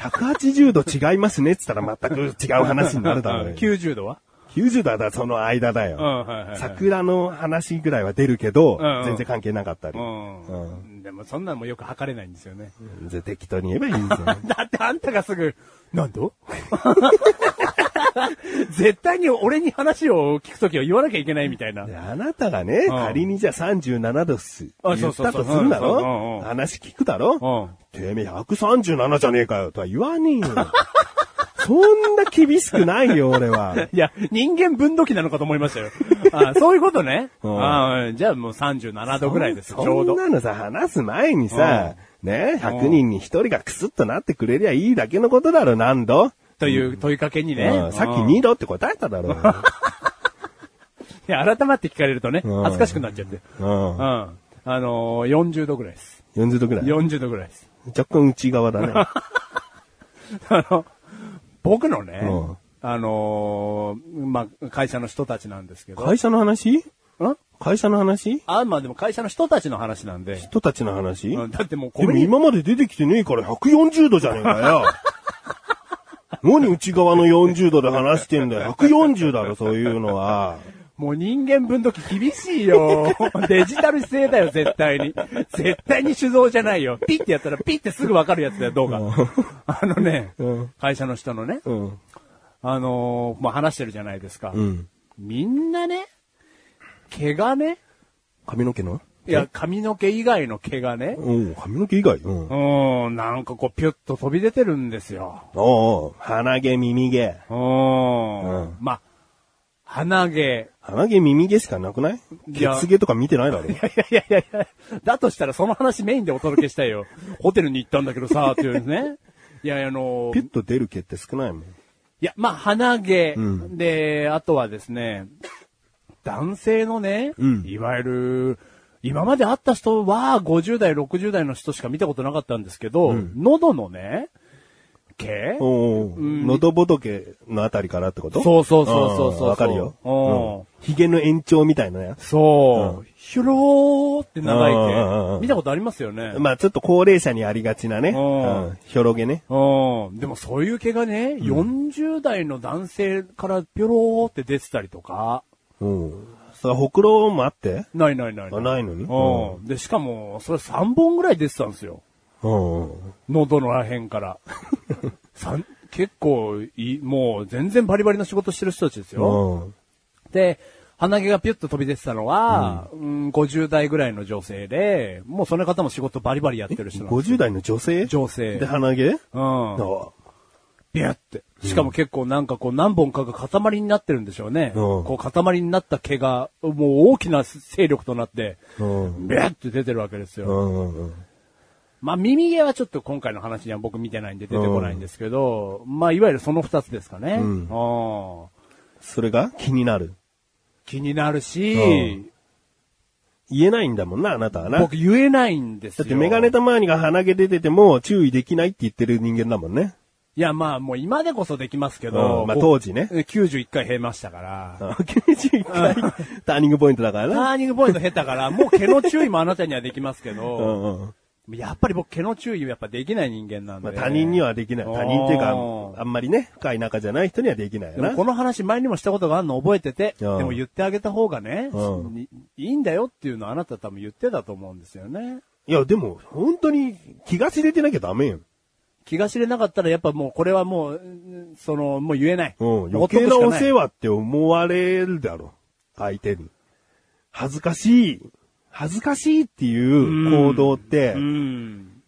[SPEAKER 3] 180度違いますねっつったら全く違う話になるだろう よ
[SPEAKER 2] 90度は
[SPEAKER 3] 90代だ、その間だ
[SPEAKER 2] うん、
[SPEAKER 3] よ。
[SPEAKER 2] はいはいはい。
[SPEAKER 3] 桜の話ぐらいは出るけど
[SPEAKER 2] うんうん、
[SPEAKER 3] 全然関係なかったり
[SPEAKER 2] う。ん。でもそんなのもよく測れないんですよね。
[SPEAKER 3] じゃあ適当に言えばいいんです よ。
[SPEAKER 2] だってあんたがすぐ、なん だ絶対に俺に話を聞くときは言わなきゃいけないみたいな
[SPEAKER 3] で。あなたがね、
[SPEAKER 2] ん
[SPEAKER 3] 仮にじゃあ37度っす。
[SPEAKER 2] あそ
[SPEAKER 3] 言
[SPEAKER 2] う
[SPEAKER 3] っ
[SPEAKER 2] そう
[SPEAKER 3] た
[SPEAKER 2] そう
[SPEAKER 3] とするだ
[SPEAKER 2] うんうんうんう
[SPEAKER 3] ろ
[SPEAKER 2] ん
[SPEAKER 3] 話聞くだろ
[SPEAKER 2] う
[SPEAKER 3] てめえ137じゃねえかよとは言 わねえよ。そんな厳しくないよ、俺は。
[SPEAKER 2] いや、人間分度器なのかと思いましたよ。 あそういうことね。
[SPEAKER 3] うん
[SPEAKER 2] あじゃあもう37度ぐらいです、ち
[SPEAKER 3] そ
[SPEAKER 2] ょうんど。
[SPEAKER 3] なのさ、話す前にさ、ね、100人に1人がクスッとなってくれりゃいいだけのことだろ、何度
[SPEAKER 2] という問いかけにね。
[SPEAKER 3] うんさっき
[SPEAKER 2] うんい
[SPEAKER 3] 2度って答えただろ。
[SPEAKER 2] や、改まって聞かれるとね、
[SPEAKER 3] うん
[SPEAKER 2] 恥ずかしくなっちゃって。
[SPEAKER 3] う
[SPEAKER 2] うん。
[SPEAKER 3] ん
[SPEAKER 2] あのー、40度ぐらいです。
[SPEAKER 3] 40度くらい。
[SPEAKER 2] 40度ぐらいです。
[SPEAKER 3] 若干内側だね。
[SPEAKER 2] あの、僕のね、
[SPEAKER 3] うん
[SPEAKER 2] あのーまあ、会社の人たちなんですけど。
[SPEAKER 3] 会社の話
[SPEAKER 2] ん
[SPEAKER 3] 会社の話
[SPEAKER 2] あ、まあでも会社の人たちの話なんで。
[SPEAKER 3] 人たちの話
[SPEAKER 2] うんだってもうコ
[SPEAKER 3] でも
[SPEAKER 2] ミュニ
[SPEAKER 3] 今まで出てきてねえから140度じゃねえか よ。何内側の40度で話してんだよ。140だろ、そういうのは。
[SPEAKER 2] もう人間分度器厳しいよ。 デジタル性だよ、絶対に。絶対に手動じゃないよ。ピッてやったらピッてすぐわかるやつだよ、動画。 あのね、
[SPEAKER 3] うん
[SPEAKER 2] 会社の人のね、
[SPEAKER 3] うん。
[SPEAKER 2] あのーまあ、話してるじゃないですか。
[SPEAKER 3] うん。
[SPEAKER 2] みんなね、毛がね、
[SPEAKER 3] 髪の毛の
[SPEAKER 2] いや、髪の毛以外の毛がね、
[SPEAKER 3] うん、髪の毛以外。うん。
[SPEAKER 2] う
[SPEAKER 3] あ
[SPEAKER 2] ん、なんかこう、ピュッと飛び出てるんですよ。
[SPEAKER 3] あ、鼻毛、耳毛。
[SPEAKER 2] う
[SPEAKER 3] うんん。
[SPEAKER 2] まあ、鼻毛。
[SPEAKER 3] 鼻毛、耳毛しかなくない
[SPEAKER 2] いや
[SPEAKER 3] 血毛とか見てないだろ。
[SPEAKER 2] いやいやいやいや、だとしたらその話メインでお届けした いよ。ホテルに行ったんだけどさ、っていうね。いや、あの、
[SPEAKER 3] ピュ
[SPEAKER 2] い
[SPEAKER 3] ッと出る毛って少ないもん。
[SPEAKER 2] や、まあ、鼻毛、
[SPEAKER 3] ん
[SPEAKER 2] で、あとはですね、男性のね、
[SPEAKER 3] うん
[SPEAKER 2] いわゆる、今まで会った人は50代、60代の人しか見たことなかったんですけど、喉のね、毛
[SPEAKER 3] おうおう、喉仏のあたりからってこと
[SPEAKER 2] そうそうそうそうそうそ
[SPEAKER 3] ん
[SPEAKER 2] う。
[SPEAKER 3] わかるよ。
[SPEAKER 2] うん
[SPEAKER 3] うん髭の延長みたいなやつ。
[SPEAKER 2] そう、ひょろーって長い毛、
[SPEAKER 3] うんうんうんうん
[SPEAKER 2] 見たことありますよね。
[SPEAKER 3] まあちょっと高齢者にありがちなね。
[SPEAKER 2] うん
[SPEAKER 3] うん。ひょろげね。
[SPEAKER 2] うん。でもそういう毛がね、40代の男性からぴょろーって出てたりとか、
[SPEAKER 3] うん。それほくろもあって
[SPEAKER 2] ないないない
[SPEAKER 3] あないのに
[SPEAKER 2] うん。で、しかも、それ3本ぐらい出てたんですよ。
[SPEAKER 3] うん。
[SPEAKER 2] 喉のらへん から。三結構いい、もう全然バリバリの仕事してる人たちですよ。
[SPEAKER 3] うん。
[SPEAKER 2] で、鼻毛がピュッと飛び出てたのは、うん、50代ぐらいの女性で、もうその方も仕事バリバリやってる人なんです
[SPEAKER 3] 50代の女性
[SPEAKER 2] 女性。
[SPEAKER 3] で鼻毛
[SPEAKER 2] うん。
[SPEAKER 3] あ
[SPEAKER 2] ビュって。しかも結構なんかこう何本かが塊になってるんでしょうね。
[SPEAKER 3] うん
[SPEAKER 2] こう塊になった毛が、もう大きな勢力となって、
[SPEAKER 3] うん。
[SPEAKER 2] ビュって出てるわけです
[SPEAKER 3] う
[SPEAKER 2] よ。
[SPEAKER 3] んうん。
[SPEAKER 2] まあ耳毛はちょっと今回の話には僕見てないんで出てこないんですけど、まあいわゆるその二つですかね。
[SPEAKER 3] ん
[SPEAKER 2] うん
[SPEAKER 3] それが気になる。
[SPEAKER 2] 気になる
[SPEAKER 3] う
[SPEAKER 2] し、
[SPEAKER 3] 言えないんだもんな、あなたはな。だ
[SPEAKER 2] 僕言えないんですよ。
[SPEAKER 3] ってメガネたまわりが鼻毛出てても注意できないって言ってる人間だもんね。
[SPEAKER 2] いやまあもう今でこそできますけど、
[SPEAKER 3] うんまあ
[SPEAKER 2] こ
[SPEAKER 3] 当時ね
[SPEAKER 2] 91回減りましたから。
[SPEAKER 3] 91回ターニングポイントだから
[SPEAKER 2] タ
[SPEAKER 3] な。
[SPEAKER 2] ーニングポイント減ったから、もう毛の注意もあなたにはできますけど、
[SPEAKER 3] うんうん。
[SPEAKER 2] やっぱり僕、毛の注意やっぱできない人間なんで。
[SPEAKER 3] まあ他人にはできない。他人っていうか、
[SPEAKER 2] うん
[SPEAKER 3] あんまりね、深い仲じゃない人にはできない
[SPEAKER 2] で
[SPEAKER 3] よな
[SPEAKER 2] も。この話前にもしたことがあるの覚えてて、で
[SPEAKER 3] うん
[SPEAKER 2] も言ってあげた方がね、
[SPEAKER 3] うん
[SPEAKER 2] いいいんだよっていうのはあなた多分言ってたと思うんですよね。
[SPEAKER 3] いや、でも、本当に気が知れてなきゃダメよ。
[SPEAKER 2] 気が知れなかったらやっぱもうこれはもう、うんその、もう言えない。
[SPEAKER 3] うん、
[SPEAKER 2] ほっ
[SPEAKER 3] 余
[SPEAKER 2] とく
[SPEAKER 3] 計
[SPEAKER 2] しか
[SPEAKER 3] なお
[SPEAKER 2] ない
[SPEAKER 3] 世話って思われるだろ。相手に。恥ずかしい。恥ずかしいっていう行動って
[SPEAKER 2] う、ん。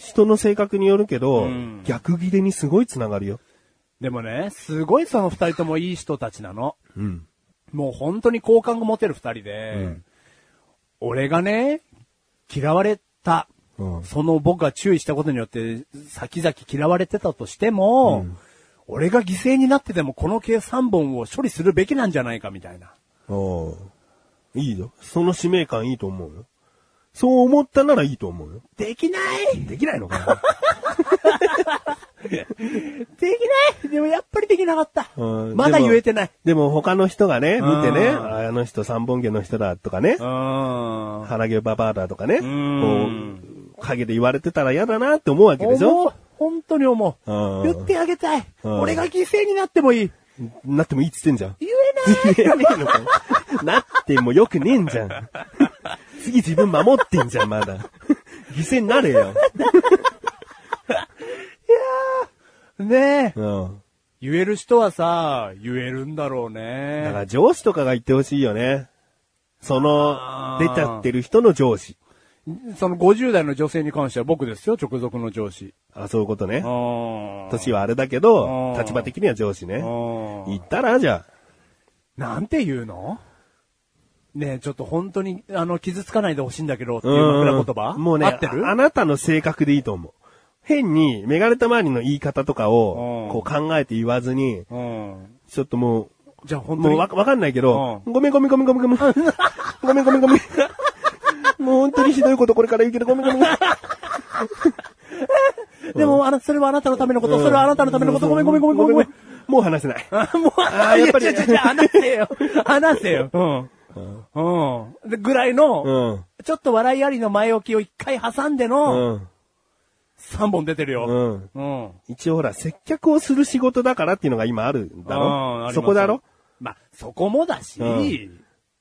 [SPEAKER 3] 人の性格によるけど
[SPEAKER 2] うん、
[SPEAKER 3] 逆ギレにすごい繋がるよ。
[SPEAKER 2] でもね、すごいその二人ともいい人たちなの。
[SPEAKER 3] うん。
[SPEAKER 2] もう本当に好感が持てる二人で、俺がね、嫌われた。
[SPEAKER 3] うん
[SPEAKER 2] その僕が注意したことによって、先々嫌われてたとしても、俺が犠牲になってでもこの計3本を処理するべきなんじゃないかみたいな。
[SPEAKER 3] おいいよ。その使命感いいと思うよ。そう思ったならいいと思うよ。
[SPEAKER 2] できない
[SPEAKER 3] できないのか な
[SPEAKER 2] できないでもやっぱりできなかった
[SPEAKER 3] うん
[SPEAKER 2] まだ言えてない。
[SPEAKER 3] でも他の人がね、見てね、
[SPEAKER 2] うん
[SPEAKER 3] ああの人三本毛の人だとかね、
[SPEAKER 2] ん。
[SPEAKER 3] 腹毛ババアだとかね、
[SPEAKER 2] ん
[SPEAKER 3] こう、陰で言われてたら嫌だなって思うわけでし
[SPEAKER 2] 思
[SPEAKER 3] ょ
[SPEAKER 2] う。本当に思う。
[SPEAKER 3] うん
[SPEAKER 2] 言ってあげたい。
[SPEAKER 3] うん
[SPEAKER 2] 俺が犠牲になってもいい。
[SPEAKER 3] なってもいいっつってんじゃん。
[SPEAKER 2] 言え
[SPEAKER 3] 自分ねえのかよなってもよくねえんじゃん。次自分守ってんじゃん、まだ。犠牲になれよ。
[SPEAKER 2] ねえ。
[SPEAKER 3] うん。
[SPEAKER 2] 言える人はさ、言えるんだろう
[SPEAKER 3] だか
[SPEAKER 2] ね。
[SPEAKER 3] ら上司とかが言ってほしいよね。その
[SPEAKER 2] あ、
[SPEAKER 3] 出
[SPEAKER 2] ー
[SPEAKER 3] ちゃってる人の上司。
[SPEAKER 2] その50代の女性に関しては僕ですよ、直属の上司。
[SPEAKER 3] あ、そういうことね。
[SPEAKER 2] 年
[SPEAKER 3] 年
[SPEAKER 2] は。
[SPEAKER 3] はあれだけど
[SPEAKER 2] う、ん
[SPEAKER 3] 立場的には上司ね。
[SPEAKER 2] うん
[SPEAKER 3] 言ったら、じゃ
[SPEAKER 2] なんて言うのねえ、ちょっと本当に、あの、傷つかないでほしいんだけどっていう枕言葉
[SPEAKER 3] もうね
[SPEAKER 2] 合ってる
[SPEAKER 3] あ、あなたの性格でいいと思う。変に、メガネたまわりの言い方とかを、
[SPEAKER 2] う
[SPEAKER 3] こ
[SPEAKER 2] ん
[SPEAKER 3] う考えて言わずに、
[SPEAKER 2] うん。
[SPEAKER 3] ちょっともう、
[SPEAKER 2] じゃあ本当
[SPEAKER 3] もう
[SPEAKER 2] に。
[SPEAKER 3] わ、わかんないけど、
[SPEAKER 2] う
[SPEAKER 3] ごめんごめんごめんごめん ごめん。ごめんごめんごめん。もう本当にひどいことこれから言うけどごめんごめん。
[SPEAKER 2] でも、あなそれはあなたのためのこと、そ れはあなたのためのこと、ごめんごめんごめんごめんごめん。
[SPEAKER 3] もう話せない。
[SPEAKER 2] あもう、
[SPEAKER 3] あーやっぱり
[SPEAKER 2] いちょちょちょ話せよ。話せよ。うん。うん。で、ぐらいの、
[SPEAKER 3] うん。
[SPEAKER 2] ちょっと笑いありの前置きを一回挟んでの、
[SPEAKER 3] うん。
[SPEAKER 2] 3本出てるよ。
[SPEAKER 3] うん。
[SPEAKER 2] うん。
[SPEAKER 3] 一応ほら、接客をする仕事だからっていうのが今あるんだ
[SPEAKER 2] うんあり
[SPEAKER 3] ろ
[SPEAKER 2] ます
[SPEAKER 3] そこだろ
[SPEAKER 2] まあ、そこもだし、
[SPEAKER 3] う
[SPEAKER 2] うんん。
[SPEAKER 3] い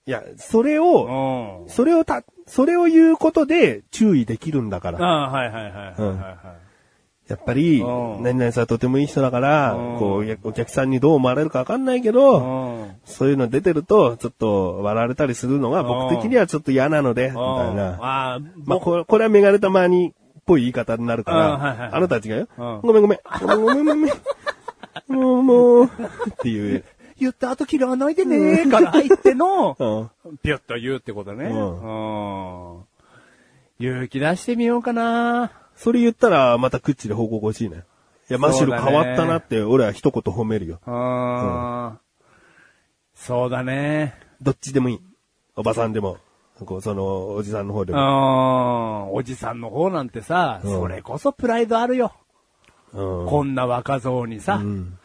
[SPEAKER 3] や、それを、
[SPEAKER 2] あ
[SPEAKER 3] それをた、それを言うことで注意できるんだから。
[SPEAKER 2] あ、はいはいはいはいはいは
[SPEAKER 3] やっぱり、
[SPEAKER 2] うん
[SPEAKER 3] 何々さんとてもいい人だから
[SPEAKER 2] う、ん
[SPEAKER 3] こう、お客お客さんにどう思われるかわかんないけ
[SPEAKER 2] い。
[SPEAKER 3] ど、
[SPEAKER 2] うん。
[SPEAKER 3] そういうの出てると、ちょっと笑われたりするのが僕的にはちょっと嫌なので、みたいな。
[SPEAKER 2] ああ、
[SPEAKER 3] まあ、
[SPEAKER 2] 僕、
[SPEAKER 3] これ、これはメガネたまにっぽい言い方になるか
[SPEAKER 2] うんはいはいはい
[SPEAKER 3] ら、あなたたちがよ、
[SPEAKER 2] うん
[SPEAKER 3] ごめんごめん、ごめんごめんごめん、もう、もう、っていう、
[SPEAKER 2] 言った後嫌わないでねーから入っての、
[SPEAKER 3] うん、
[SPEAKER 2] ピュッと言うってことね。
[SPEAKER 3] う
[SPEAKER 2] うん。勇気出してみようかな。
[SPEAKER 3] それ言ったら、またクッチで報告欲しいね。いや、マシュル
[SPEAKER 2] そうだ
[SPEAKER 3] 変
[SPEAKER 2] ね
[SPEAKER 3] わったなって、俺は一言褒めるよ。
[SPEAKER 2] うん。そうだね。
[SPEAKER 3] どっちでもいい。おばさんでも、こう、その、おじさんの方で
[SPEAKER 2] う
[SPEAKER 3] も。
[SPEAKER 2] ん。おじさんの方なんてさ、
[SPEAKER 3] うん
[SPEAKER 2] それこそプライドあるよ。
[SPEAKER 3] うん
[SPEAKER 2] こんな若造にさ
[SPEAKER 3] う、ん。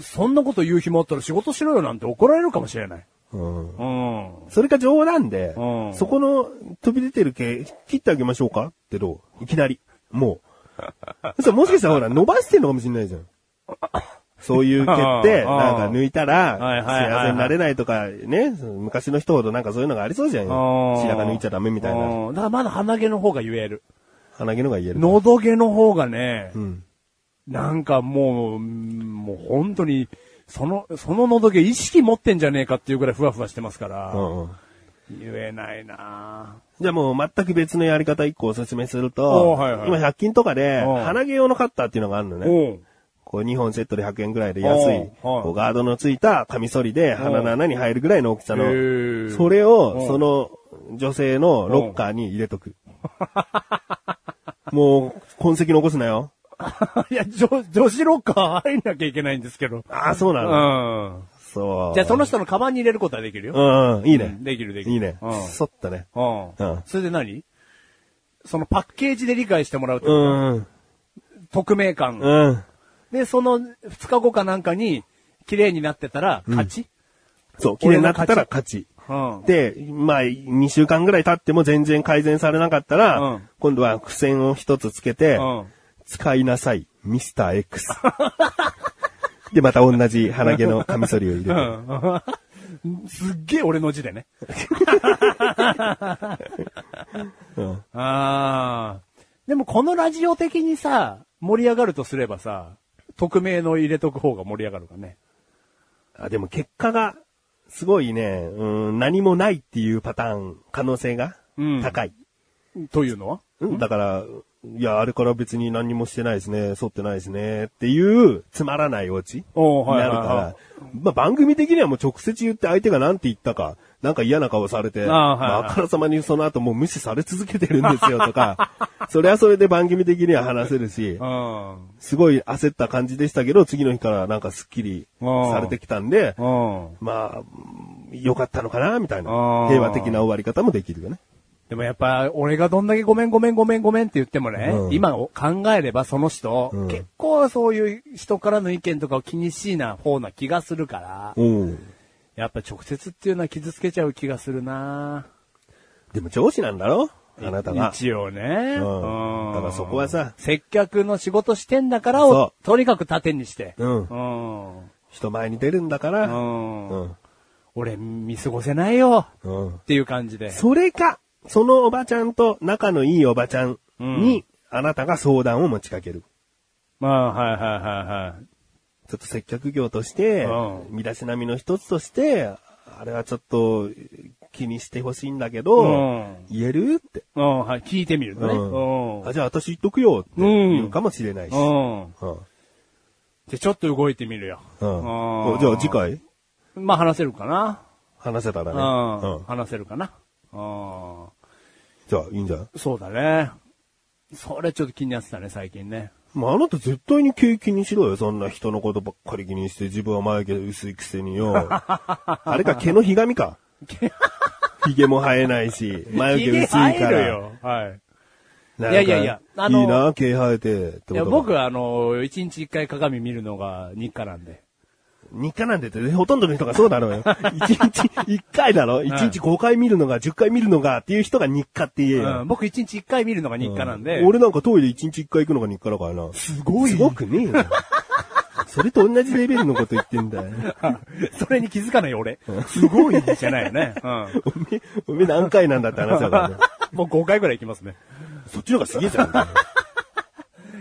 [SPEAKER 2] そんなこと言う暇あったら仕事しろよなんて怒られるかもしれない。
[SPEAKER 3] うん。
[SPEAKER 2] うん。
[SPEAKER 3] それか冗談で、
[SPEAKER 2] うん
[SPEAKER 3] そこの飛び出てる毛、切ってあげましょうかってどういきなり。もう。 そしたらもしかしたらほら、伸ばしてんのかもしれないじゃん。そうい う毛っ
[SPEAKER 2] う
[SPEAKER 3] て、
[SPEAKER 2] ん
[SPEAKER 3] なんか抜いた
[SPEAKER 2] は
[SPEAKER 3] ら、
[SPEAKER 2] いはいはいはい
[SPEAKER 3] 幸せになれないとか、ね、その昔の人ほどなんかそういうのがありそうじゃんよ。白髪抜いちゃダメみたいな。
[SPEAKER 2] うんだからまだ鼻毛の方が言える。
[SPEAKER 3] 鼻毛のが言える。
[SPEAKER 2] 喉毛の方がね
[SPEAKER 3] う、ん。
[SPEAKER 2] なんかもううん、もう本当に、その、その喉毛意識持ってんじゃねえかっていうぐらいふわふわしてますか
[SPEAKER 3] う
[SPEAKER 2] ら、
[SPEAKER 3] んうん。
[SPEAKER 2] 言えないな
[SPEAKER 3] じゃあもう全く別のやり方一個おすすめする
[SPEAKER 2] お
[SPEAKER 3] と、
[SPEAKER 2] ーはいはい
[SPEAKER 3] 今100均とかで、
[SPEAKER 2] うん
[SPEAKER 3] 鼻毛用のカッターっていうのがあるの
[SPEAKER 2] ぁ
[SPEAKER 3] ね。
[SPEAKER 2] おう
[SPEAKER 3] こう2本セットで100円ぐらいで安い、
[SPEAKER 2] おはい
[SPEAKER 3] こうガードのついたカミソリで鼻の穴に入るぐらいの大きさ
[SPEAKER 2] へ
[SPEAKER 3] の、
[SPEAKER 2] ー
[SPEAKER 3] それをその女性のロッカーに入 れとく。もう痕跡残すなよ。
[SPEAKER 2] いや、女、女子ロッカー入んなきゃいけないんですけど。
[SPEAKER 3] ああ、そう
[SPEAKER 2] う
[SPEAKER 3] なの。
[SPEAKER 2] ん。
[SPEAKER 3] そう。
[SPEAKER 2] じゃあその人のカバンに入れることはできるよ。
[SPEAKER 3] うん、うん、いいね
[SPEAKER 2] うん。できるできる
[SPEAKER 3] いいね
[SPEAKER 2] うん。
[SPEAKER 3] そったね。
[SPEAKER 2] うん。
[SPEAKER 3] うん
[SPEAKER 2] それで何そのパッケージで理解してもらうって
[SPEAKER 3] う
[SPEAKER 2] こと、
[SPEAKER 3] ん、
[SPEAKER 2] 匿名感、
[SPEAKER 3] うん。
[SPEAKER 2] で、その2日後かなんかに、綺麗になってたら、勝ち、
[SPEAKER 3] そう、綺麗になってたら勝ち。
[SPEAKER 2] うん、
[SPEAKER 3] で、まあ、2週間ぐらい経っても全然改善されなかったら、
[SPEAKER 2] うん
[SPEAKER 3] 今度は付箋を一つつけて、
[SPEAKER 2] うん
[SPEAKER 3] 使いなさい、ミスター X。で、また同じ鼻毛のカミソリを入れて。
[SPEAKER 2] すっげえ俺の字でね。
[SPEAKER 3] うん
[SPEAKER 2] ああ。でもこのラジオ的にさ、盛り上がるとすればさ、匿名の入れとく方が盛り上がるかね。
[SPEAKER 3] あでも結果が、すごいね、うん、何もないっていうパターン、可能性が
[SPEAKER 2] うん
[SPEAKER 3] 高い。
[SPEAKER 2] というのは
[SPEAKER 3] うんだから、いや、あれから別に何もしてないですね、剃ってないですね、っていう、つまらないオチに
[SPEAKER 2] おうはい
[SPEAKER 3] な
[SPEAKER 2] はい
[SPEAKER 3] る
[SPEAKER 2] はい
[SPEAKER 3] から、まあ番組的にはもう直接言って相手が何て言ったか、なんか嫌な顔されて、
[SPEAKER 2] ああはいはい
[SPEAKER 3] まああからさまにその後もう無視され続けてるんですよとか、 それはそれで番組的には話せるし
[SPEAKER 2] う、ん。
[SPEAKER 3] すごい焦った感じでしたけど、次の日からなんかスッキリ
[SPEAKER 2] ああ
[SPEAKER 3] されてきたんで、
[SPEAKER 2] うん。
[SPEAKER 3] まあ、良かったのかな、みたいな
[SPEAKER 2] あ。あ
[SPEAKER 3] 平和的な終わり方もできるよね。
[SPEAKER 2] でもやっぱ、俺がどんだけごめんごめんごめんごめんって言ってもね、
[SPEAKER 3] うん
[SPEAKER 2] 今を考えればその人、
[SPEAKER 3] うん
[SPEAKER 2] 結構そういう人からの意見とかを気にしいな方な気がするから、
[SPEAKER 3] うん。
[SPEAKER 2] やっぱ直接っていうのは傷つけちゃう気がするな
[SPEAKER 3] でも上司なんだろあなたが。
[SPEAKER 2] 一応ね。
[SPEAKER 3] うん
[SPEAKER 2] うん
[SPEAKER 3] だからそこはさ
[SPEAKER 2] 接客の仕事してんだから
[SPEAKER 3] そ
[SPEAKER 2] を、とにかく盾にして。
[SPEAKER 3] うん
[SPEAKER 2] ん。
[SPEAKER 3] 人前に出るんだから、
[SPEAKER 2] うん
[SPEAKER 3] うん
[SPEAKER 2] 俺、見過ごせないよ。
[SPEAKER 3] うん
[SPEAKER 2] っていう感じで。
[SPEAKER 3] それか、そのおばちゃんと仲のいいおばちゃんに、あなたが相談を持ちかける。
[SPEAKER 2] まあ、はいはいはいはい。
[SPEAKER 3] ちょっと接客業として
[SPEAKER 2] う、
[SPEAKER 3] 身だしなみの一つとして、あれはちょっと気にしてほしいんだけど、
[SPEAKER 2] うん
[SPEAKER 3] 言えるって、
[SPEAKER 2] うん、はい。聞いてみるとね。
[SPEAKER 3] うん
[SPEAKER 2] う
[SPEAKER 3] あ。じゃあ私言っとくよって言うかもしれないし。
[SPEAKER 2] ん。うん。
[SPEAKER 3] うん
[SPEAKER 2] じゃあちょっと動いてみるよ。
[SPEAKER 3] うん
[SPEAKER 2] うん
[SPEAKER 3] じゃあ次回
[SPEAKER 2] まあ話せるかな。
[SPEAKER 3] 話せたら
[SPEAKER 2] う
[SPEAKER 3] ね。
[SPEAKER 2] ん。
[SPEAKER 3] うん
[SPEAKER 2] 話せるかな。うん。
[SPEAKER 3] じゃあいいんじゃない
[SPEAKER 2] そうだね。それちょっと気になってたね、最近ね。
[SPEAKER 3] まあ、あなた絶対に経気にしろよ。そんな人のことばっかり気にして、自分は眉毛薄いくせによ。 あれか、毛のひがみか。髭も生えないし、眉毛薄いから。
[SPEAKER 2] ひげ生えるよ。はい。
[SPEAKER 3] なんか
[SPEAKER 2] いやいやいやあの
[SPEAKER 3] いいな、毛生えて。って
[SPEAKER 2] い
[SPEAKER 3] こと
[SPEAKER 2] や、
[SPEAKER 3] か
[SPEAKER 2] 僕、はあの、一日一回鏡見るのが日課なんで。
[SPEAKER 3] 日課なんでって、ほとんどの人がそうだろう よ。一日一回だろ一日五回見るのが、十回見るのがっていう人が日課って言え
[SPEAKER 2] う
[SPEAKER 3] よ
[SPEAKER 2] ん。。僕一日一回見るのが日課なんで。
[SPEAKER 3] 俺なんかトイレ一日一回行くのが日課だからな。すごい。すごくねえよ。それと同じレベルのこと言ってんだよ。
[SPEAKER 2] それに気づかない俺。すごいじゃないよね。 うん。
[SPEAKER 3] おめえ、おめえ何回なんだって話 だからね。
[SPEAKER 2] もう5回ぐらい行きますね。
[SPEAKER 3] そっちの方がすげえじゃん。
[SPEAKER 2] い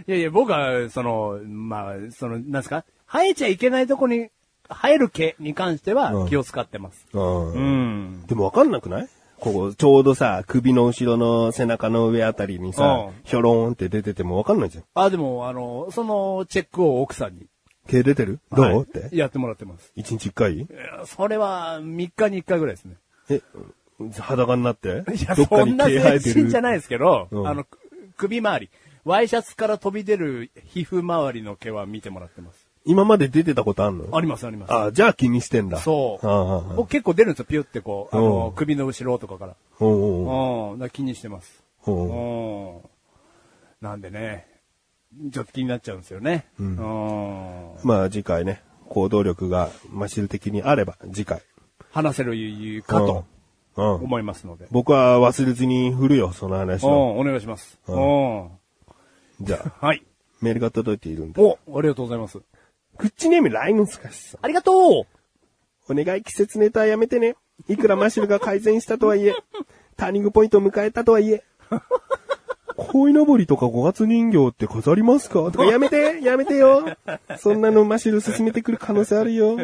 [SPEAKER 2] やいや、僕は、その、まあ、その、なんすか生えちゃいけないとこに、生える毛に関して
[SPEAKER 3] う
[SPEAKER 2] は
[SPEAKER 3] ん
[SPEAKER 2] 気を使ってます。
[SPEAKER 3] う。
[SPEAKER 2] うんん。
[SPEAKER 3] でもわかんなくないここ、ちょうどさ、首の後ろの背中の上あたりにさ
[SPEAKER 2] う、ん
[SPEAKER 3] ひょろーんって出ててもわかんないじゃん。
[SPEAKER 2] あ、でも、あの、そのチェックを奥さんに。
[SPEAKER 3] 毛出てるどう、
[SPEAKER 2] はい
[SPEAKER 3] って。
[SPEAKER 2] やってもらってます。
[SPEAKER 3] 一日一回
[SPEAKER 2] いやそれは、3日に1回ぐらいですね。
[SPEAKER 3] え、裸になって
[SPEAKER 2] いや、
[SPEAKER 3] どっか
[SPEAKER 2] そ
[SPEAKER 3] に
[SPEAKER 2] んな
[SPEAKER 3] 毛生え
[SPEAKER 2] 全
[SPEAKER 3] てる。
[SPEAKER 2] 身じゃないですけど、
[SPEAKER 3] うん
[SPEAKER 2] あの、く首周り。ワイシャツから飛び出る皮膚周りの毛は見てもらってます。
[SPEAKER 3] 今まで出てたことあんの
[SPEAKER 2] あります、あります。
[SPEAKER 3] あ、じゃあ気にしてんだ。
[SPEAKER 2] そう
[SPEAKER 3] あああ。
[SPEAKER 2] 僕結構出るんですよ、ピュってこう、あ
[SPEAKER 3] う
[SPEAKER 2] の
[SPEAKER 3] ん、
[SPEAKER 2] 首の後ろとかから。
[SPEAKER 3] あおうおう
[SPEAKER 2] うん、だから気にしてます。
[SPEAKER 3] おうおう
[SPEAKER 2] うん。なんでね、ちょっと気になっちゃうんですよね。うん。
[SPEAKER 3] まあ次回ね、行動力がマシル的にあれば、次回。
[SPEAKER 2] 話せるかと
[SPEAKER 3] うん。うん。
[SPEAKER 2] 思いますので。
[SPEAKER 3] 僕は忘れずに振るよ、その話
[SPEAKER 2] うん、
[SPEAKER 3] を。
[SPEAKER 2] お願いします。
[SPEAKER 3] う
[SPEAKER 2] うんん。
[SPEAKER 3] じゃあ、
[SPEAKER 2] はい。
[SPEAKER 3] メールが届いているんで。
[SPEAKER 2] お、ありがとうございます。
[SPEAKER 3] クッチネームライムスカシさん。
[SPEAKER 2] ありがと
[SPEAKER 3] お願い季節ネタはやめてね。いくらマシュルが改善したとはいえ、ターニングポイントを迎えたとはいえ、鯉のぼりとか五月人形って飾りますかとかやめてやめてよそんなのマシュル進めてくる可能性あるよ。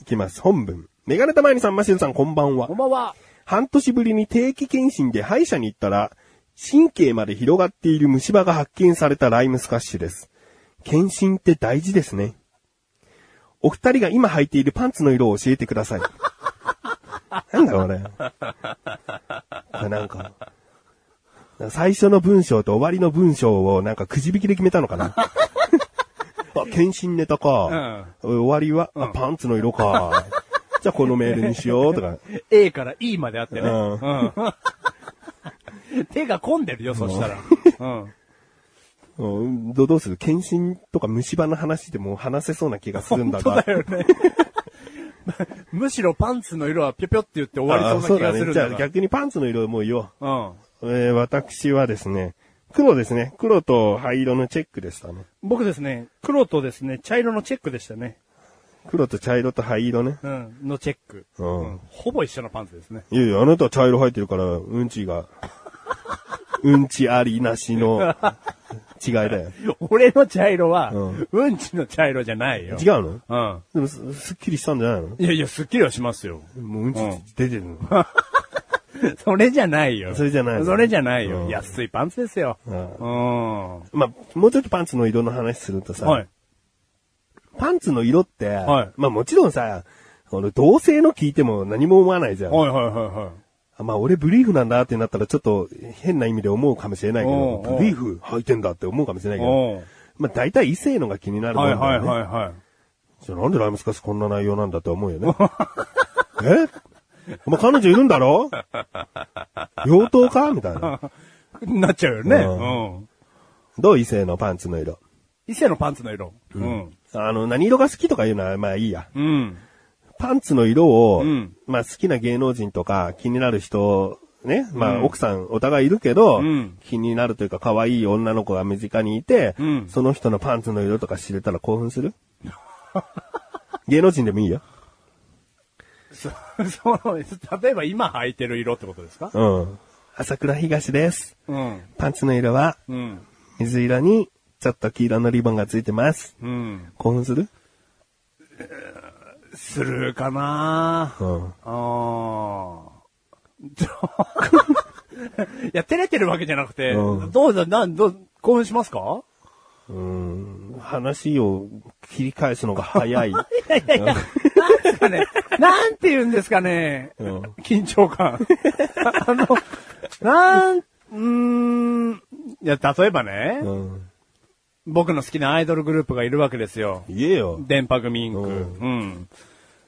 [SPEAKER 3] いきます、本文。メガネタマイニさん、マシュルさん、こんばんは
[SPEAKER 2] うこ。んばんは。
[SPEAKER 3] 半年ぶりに定期検診で歯医者に行ったら、神経まで広がっている虫歯が発見されたライムスカッシュです。検診って大事ですね。お二人が今履いているパンツの色を教えてください。 なんだこれ。これなんか、最初の文章と終わりの文章をなんかくじ引きで決めたのかな。あ、検診ネタか。終わりは、あパンツの色か。じゃあこのメールにしようとか。
[SPEAKER 2] A から E まであってね。
[SPEAKER 3] うん
[SPEAKER 2] うん 手が込んでるよ、そしたら。うん。
[SPEAKER 3] うんどどうする検診とか虫歯の話でも話せそうな気がするんだ
[SPEAKER 2] 本当
[SPEAKER 3] が。
[SPEAKER 2] だよね。 むしろパンツの色はぴょぴょって言って終わ
[SPEAKER 3] あ
[SPEAKER 2] りそうな気がするん
[SPEAKER 3] そ
[SPEAKER 2] だ
[SPEAKER 3] うだね。じゃあ
[SPEAKER 2] が
[SPEAKER 3] 逆にパンツの色もう言おう。
[SPEAKER 2] うん。
[SPEAKER 3] えー私はですね、黒ですね。黒と灰色のチェックでしたね。
[SPEAKER 2] 僕ですね、黒とですね、茶色のチェックでしたね。
[SPEAKER 3] 黒と茶色と灰色ね。
[SPEAKER 2] うん。のチェック。
[SPEAKER 3] うん
[SPEAKER 2] ほぼ一緒のパンツですね。
[SPEAKER 3] いやいや、あなたは茶色入ってるから、うんちが、 うんちありなしの違いだよ。
[SPEAKER 2] 俺の茶色は、
[SPEAKER 3] う
[SPEAKER 2] うんん、ちの茶色じゃないよ。
[SPEAKER 3] 違うの
[SPEAKER 2] うん。
[SPEAKER 3] でもす、すっきりしたんじゃないの
[SPEAKER 2] いやいや、すっきりはしますよ。
[SPEAKER 3] もううんち
[SPEAKER 2] うん
[SPEAKER 3] 出てるの。
[SPEAKER 2] それじゃないよ。
[SPEAKER 3] それじゃないの
[SPEAKER 2] それじゃないよ。
[SPEAKER 3] うん
[SPEAKER 2] 安いパンツですよ。うん。
[SPEAKER 3] まあ、もうちょっとパンツの色の話するとさ、
[SPEAKER 2] はい。
[SPEAKER 3] パンツの色って、
[SPEAKER 2] はい
[SPEAKER 3] まあもちろんさ、俺同性の聞いても何も思わないじゃん。
[SPEAKER 2] はいはいは
[SPEAKER 3] あまあ俺ブリーフなんだってなったらちょっと変な意味で思うかもしれないけど
[SPEAKER 2] お、うおう
[SPEAKER 3] ブリーフ履いてんだって思うかもしれない
[SPEAKER 2] い
[SPEAKER 3] け
[SPEAKER 2] はい。
[SPEAKER 3] ど、
[SPEAKER 2] おう
[SPEAKER 3] まあ大体異性のが気になるもん
[SPEAKER 2] は
[SPEAKER 3] だ
[SPEAKER 2] い
[SPEAKER 3] よね。
[SPEAKER 2] はいはいはい。
[SPEAKER 3] じゃあなんでライムスカスこんな内容なんだって思 うよね。えお前彼女いるん だろ妖刀かみたいな。
[SPEAKER 2] なっちゃうよね。
[SPEAKER 3] うん
[SPEAKER 2] うん。
[SPEAKER 3] どう異性のパンツの色。
[SPEAKER 2] 伊勢のパンツの色。うん。
[SPEAKER 3] あの、何色が好きとか言うのはまあいいや。
[SPEAKER 2] うん。
[SPEAKER 3] パンツの色を、
[SPEAKER 2] うん
[SPEAKER 3] まあ好きな芸能人とか気になる人、ね、まあ奥さんお互いいるけど、
[SPEAKER 2] うん
[SPEAKER 3] 気になるというか可愛い女の子が身近にいて、
[SPEAKER 2] うん
[SPEAKER 3] その人のパンツの色とか知れたら興奮する 芸能人でもいいよ。
[SPEAKER 2] そ その、例えば今履いてる色ってことですか
[SPEAKER 3] うん。朝倉東です。
[SPEAKER 2] うん。
[SPEAKER 3] パンツの色は
[SPEAKER 2] うん。
[SPEAKER 3] 水色にちょっと黄色のリボンがついてます。
[SPEAKER 2] うん。
[SPEAKER 3] 興奮する
[SPEAKER 2] するかな
[SPEAKER 3] うん。
[SPEAKER 2] あー いや、照れてるわけじゃなくて、
[SPEAKER 3] うん
[SPEAKER 2] どうだ、なん、どう、興奮します か
[SPEAKER 3] うん。話を切り返すの が早い。
[SPEAKER 2] なんですかね、なんて言うんですかね、
[SPEAKER 3] うん
[SPEAKER 2] 緊張感。 あの、なん、うーん、いや、例えばね、
[SPEAKER 3] うん。
[SPEAKER 2] 僕の好きなアイドルグループがいるわけですよ。
[SPEAKER 3] 言えよ。
[SPEAKER 2] 電波組インク。
[SPEAKER 3] う
[SPEAKER 2] うんん。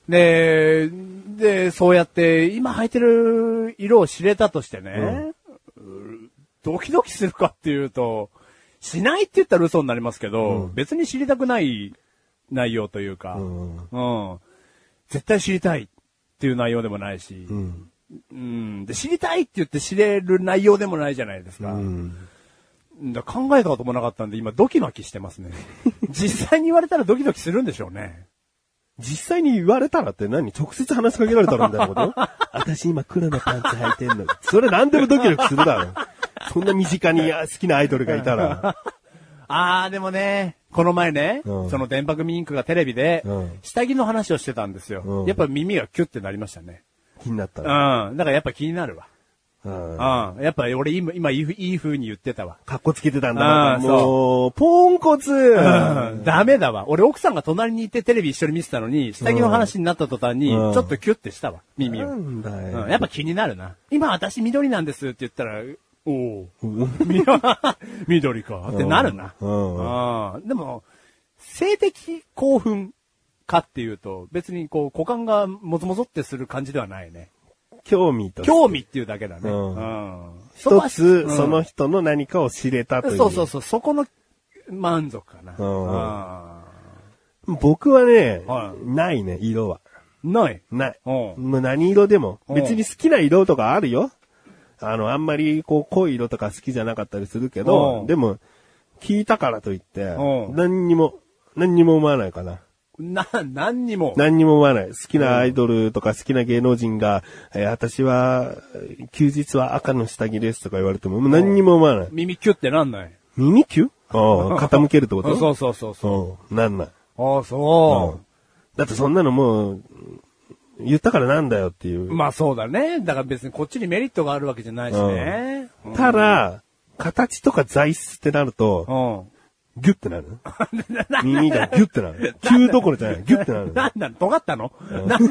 [SPEAKER 2] で、で、そうやって、今履いてる色を知れたとしてね、うんドキドキするかっていうと、しないって言ったら嘘になりますけど、別に知りたくない内容というか、
[SPEAKER 3] う
[SPEAKER 2] うん
[SPEAKER 3] ん。
[SPEAKER 2] うん。絶対知りたいっていう内容でもないし、う。
[SPEAKER 3] うんん。
[SPEAKER 2] で、知りたいって言って知れる内容でもないじゃないですか。
[SPEAKER 3] うん。
[SPEAKER 2] だから考えたこともなかったんで、今ドキドキしてますね。実際に言われたらドキドキするんでしょうね。
[SPEAKER 3] 実際に言われたらって何直接話しかけられたらみたいなこと 私今黒のパンツ履いてんの。それ何でもドキドキするだろ。そんな身近に好きなアイドルがいたら。
[SPEAKER 2] あー、でもね、この前ね、
[SPEAKER 3] うん
[SPEAKER 2] その電波組インクがテレビで
[SPEAKER 3] うん、
[SPEAKER 2] 下着の話をしてたんですよ。
[SPEAKER 3] うん
[SPEAKER 2] やっぱ耳がキュッてなりましたね。
[SPEAKER 3] 気になった
[SPEAKER 2] う
[SPEAKER 3] ら。
[SPEAKER 2] ん。だからやっぱ気になるわ。
[SPEAKER 3] うん
[SPEAKER 2] うん。やっぱ俺今、今いいふいい風に言ってたわ。
[SPEAKER 3] かっこつけてたんだな。
[SPEAKER 2] うん
[SPEAKER 3] もう、ポンコツ、
[SPEAKER 2] うん、ダメだわ。俺奥さんが隣にいてテレビ一緒に見てたのに、下着の話になった途端に、ち
[SPEAKER 3] うん
[SPEAKER 2] ょっとキュッてしたわ、耳を。
[SPEAKER 3] な
[SPEAKER 2] うん
[SPEAKER 3] だよ。
[SPEAKER 2] ん、やっぱ気になるな。今私緑なんですって言ったら、おお
[SPEAKER 3] うん、
[SPEAKER 2] み 緑かってなるな。
[SPEAKER 3] うん
[SPEAKER 2] うんでも、性的興奮かっていうと、別にこう、股間がもぞもぞってする感じではないね。
[SPEAKER 3] 興味と。
[SPEAKER 2] 興味っていうだけだね。
[SPEAKER 3] う
[SPEAKER 2] うんん。そこ
[SPEAKER 3] 一
[SPEAKER 2] は
[SPEAKER 3] つ、
[SPEAKER 2] うん
[SPEAKER 3] その人の何かを知れたという。
[SPEAKER 2] そうそうそう、そこの満足かな。う
[SPEAKER 3] 僕はね、
[SPEAKER 2] はい
[SPEAKER 3] ないね、色は。
[SPEAKER 2] ん。ない。
[SPEAKER 3] ない。
[SPEAKER 2] うん
[SPEAKER 3] もう何色でも。
[SPEAKER 2] うん
[SPEAKER 3] 別に好きな色とかあるよ。あの、あんまりこう濃い色とか好きじゃなかったりするけ
[SPEAKER 2] う
[SPEAKER 3] ど、
[SPEAKER 2] ん
[SPEAKER 3] でも、聞いたからといって、
[SPEAKER 2] うん
[SPEAKER 3] 何にも、何にも思わないかな。
[SPEAKER 2] な、何にも。
[SPEAKER 3] 何にも思わない。好きなアイドルとか好きな芸能人が、えー私は、休日は赤の下着ですとか言われても、もう何にも思わない。
[SPEAKER 2] 耳キュってなんない。
[SPEAKER 3] 耳キュああ、傾けるってこ
[SPEAKER 2] う
[SPEAKER 3] と
[SPEAKER 2] んそうそうそうそう。
[SPEAKER 3] うん、なんない。
[SPEAKER 2] ああ、そ
[SPEAKER 3] だってそんなのもう、言ったからなんだよっていう
[SPEAKER 2] う。。まあそうだね。だから別にこっちにメリットがあるわけじゃないしね。うん
[SPEAKER 3] ただ、形とか材質ってなると、
[SPEAKER 2] うん。
[SPEAKER 3] ギュッてなる。 耳がギュッてなる。急どころじゃない。ギュッてなる。
[SPEAKER 2] なんなの尖ったの、なんなの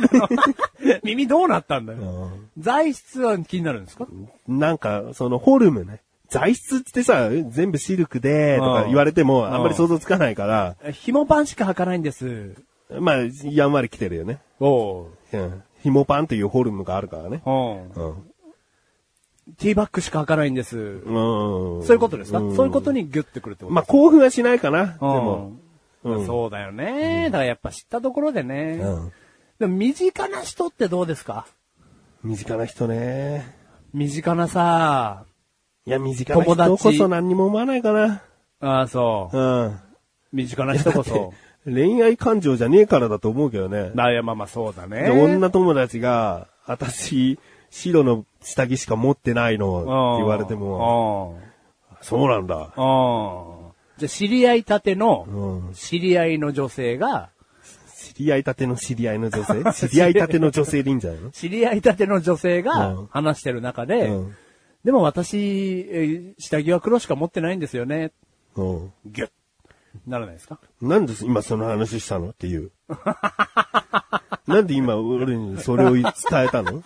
[SPEAKER 2] 耳どう なったんだよ。材質は気になるんですか
[SPEAKER 3] なんか、そのフォルムね。材質ってさ、全部シルクで、とか言われても、
[SPEAKER 2] ん
[SPEAKER 3] あんまり想像つかないから、
[SPEAKER 2] 紐パンしか履かないんです。
[SPEAKER 3] まあ、やんわり来てるよね。
[SPEAKER 2] おう。
[SPEAKER 3] うん。紐パンというフォルムがあるからね。
[SPEAKER 2] うん。
[SPEAKER 3] うん。
[SPEAKER 2] ティーバッグしか履かないんです。
[SPEAKER 3] うん。
[SPEAKER 2] そういうことですか、
[SPEAKER 3] ん
[SPEAKER 2] そういうことにギュッてくるってこと
[SPEAKER 3] まあ、興奮はしないかな。でも。
[SPEAKER 2] うん
[SPEAKER 3] うん
[SPEAKER 2] そうだよね。だからやっぱ知ったところでね。
[SPEAKER 3] うん
[SPEAKER 2] でも身近な人ってどうですか
[SPEAKER 3] 身近な人ね。
[SPEAKER 2] 身近なさ、
[SPEAKER 3] いや、身近な人こそ何にも思わないかな。
[SPEAKER 2] ああ、そう。
[SPEAKER 3] うん。
[SPEAKER 2] 身近な人こ そ。
[SPEAKER 3] 恋愛感情じゃねえからだと思うけどね。
[SPEAKER 2] なあいや、まあまあそうだね。
[SPEAKER 3] で女友達が、私、白の下着しか持ってないのって言われても、
[SPEAKER 2] も。
[SPEAKER 3] そうなんだ。
[SPEAKER 2] うん。じゃあ知り合いたて
[SPEAKER 3] う
[SPEAKER 2] の
[SPEAKER 3] ん、
[SPEAKER 2] 知り合いの女性が、
[SPEAKER 3] 知り合いたての知り合いの女性 知り合いたての女性でいいんじゃないの
[SPEAKER 2] 知り合いたての女性
[SPEAKER 3] うん
[SPEAKER 2] が話してる中で、
[SPEAKER 3] うん
[SPEAKER 2] でも私、えー下着は黒しか持ってないんですよね。
[SPEAKER 3] うん。
[SPEAKER 2] ギュッ。ならないですか
[SPEAKER 3] なんで今その話したのって いう。なんで今俺にそれを伝えたの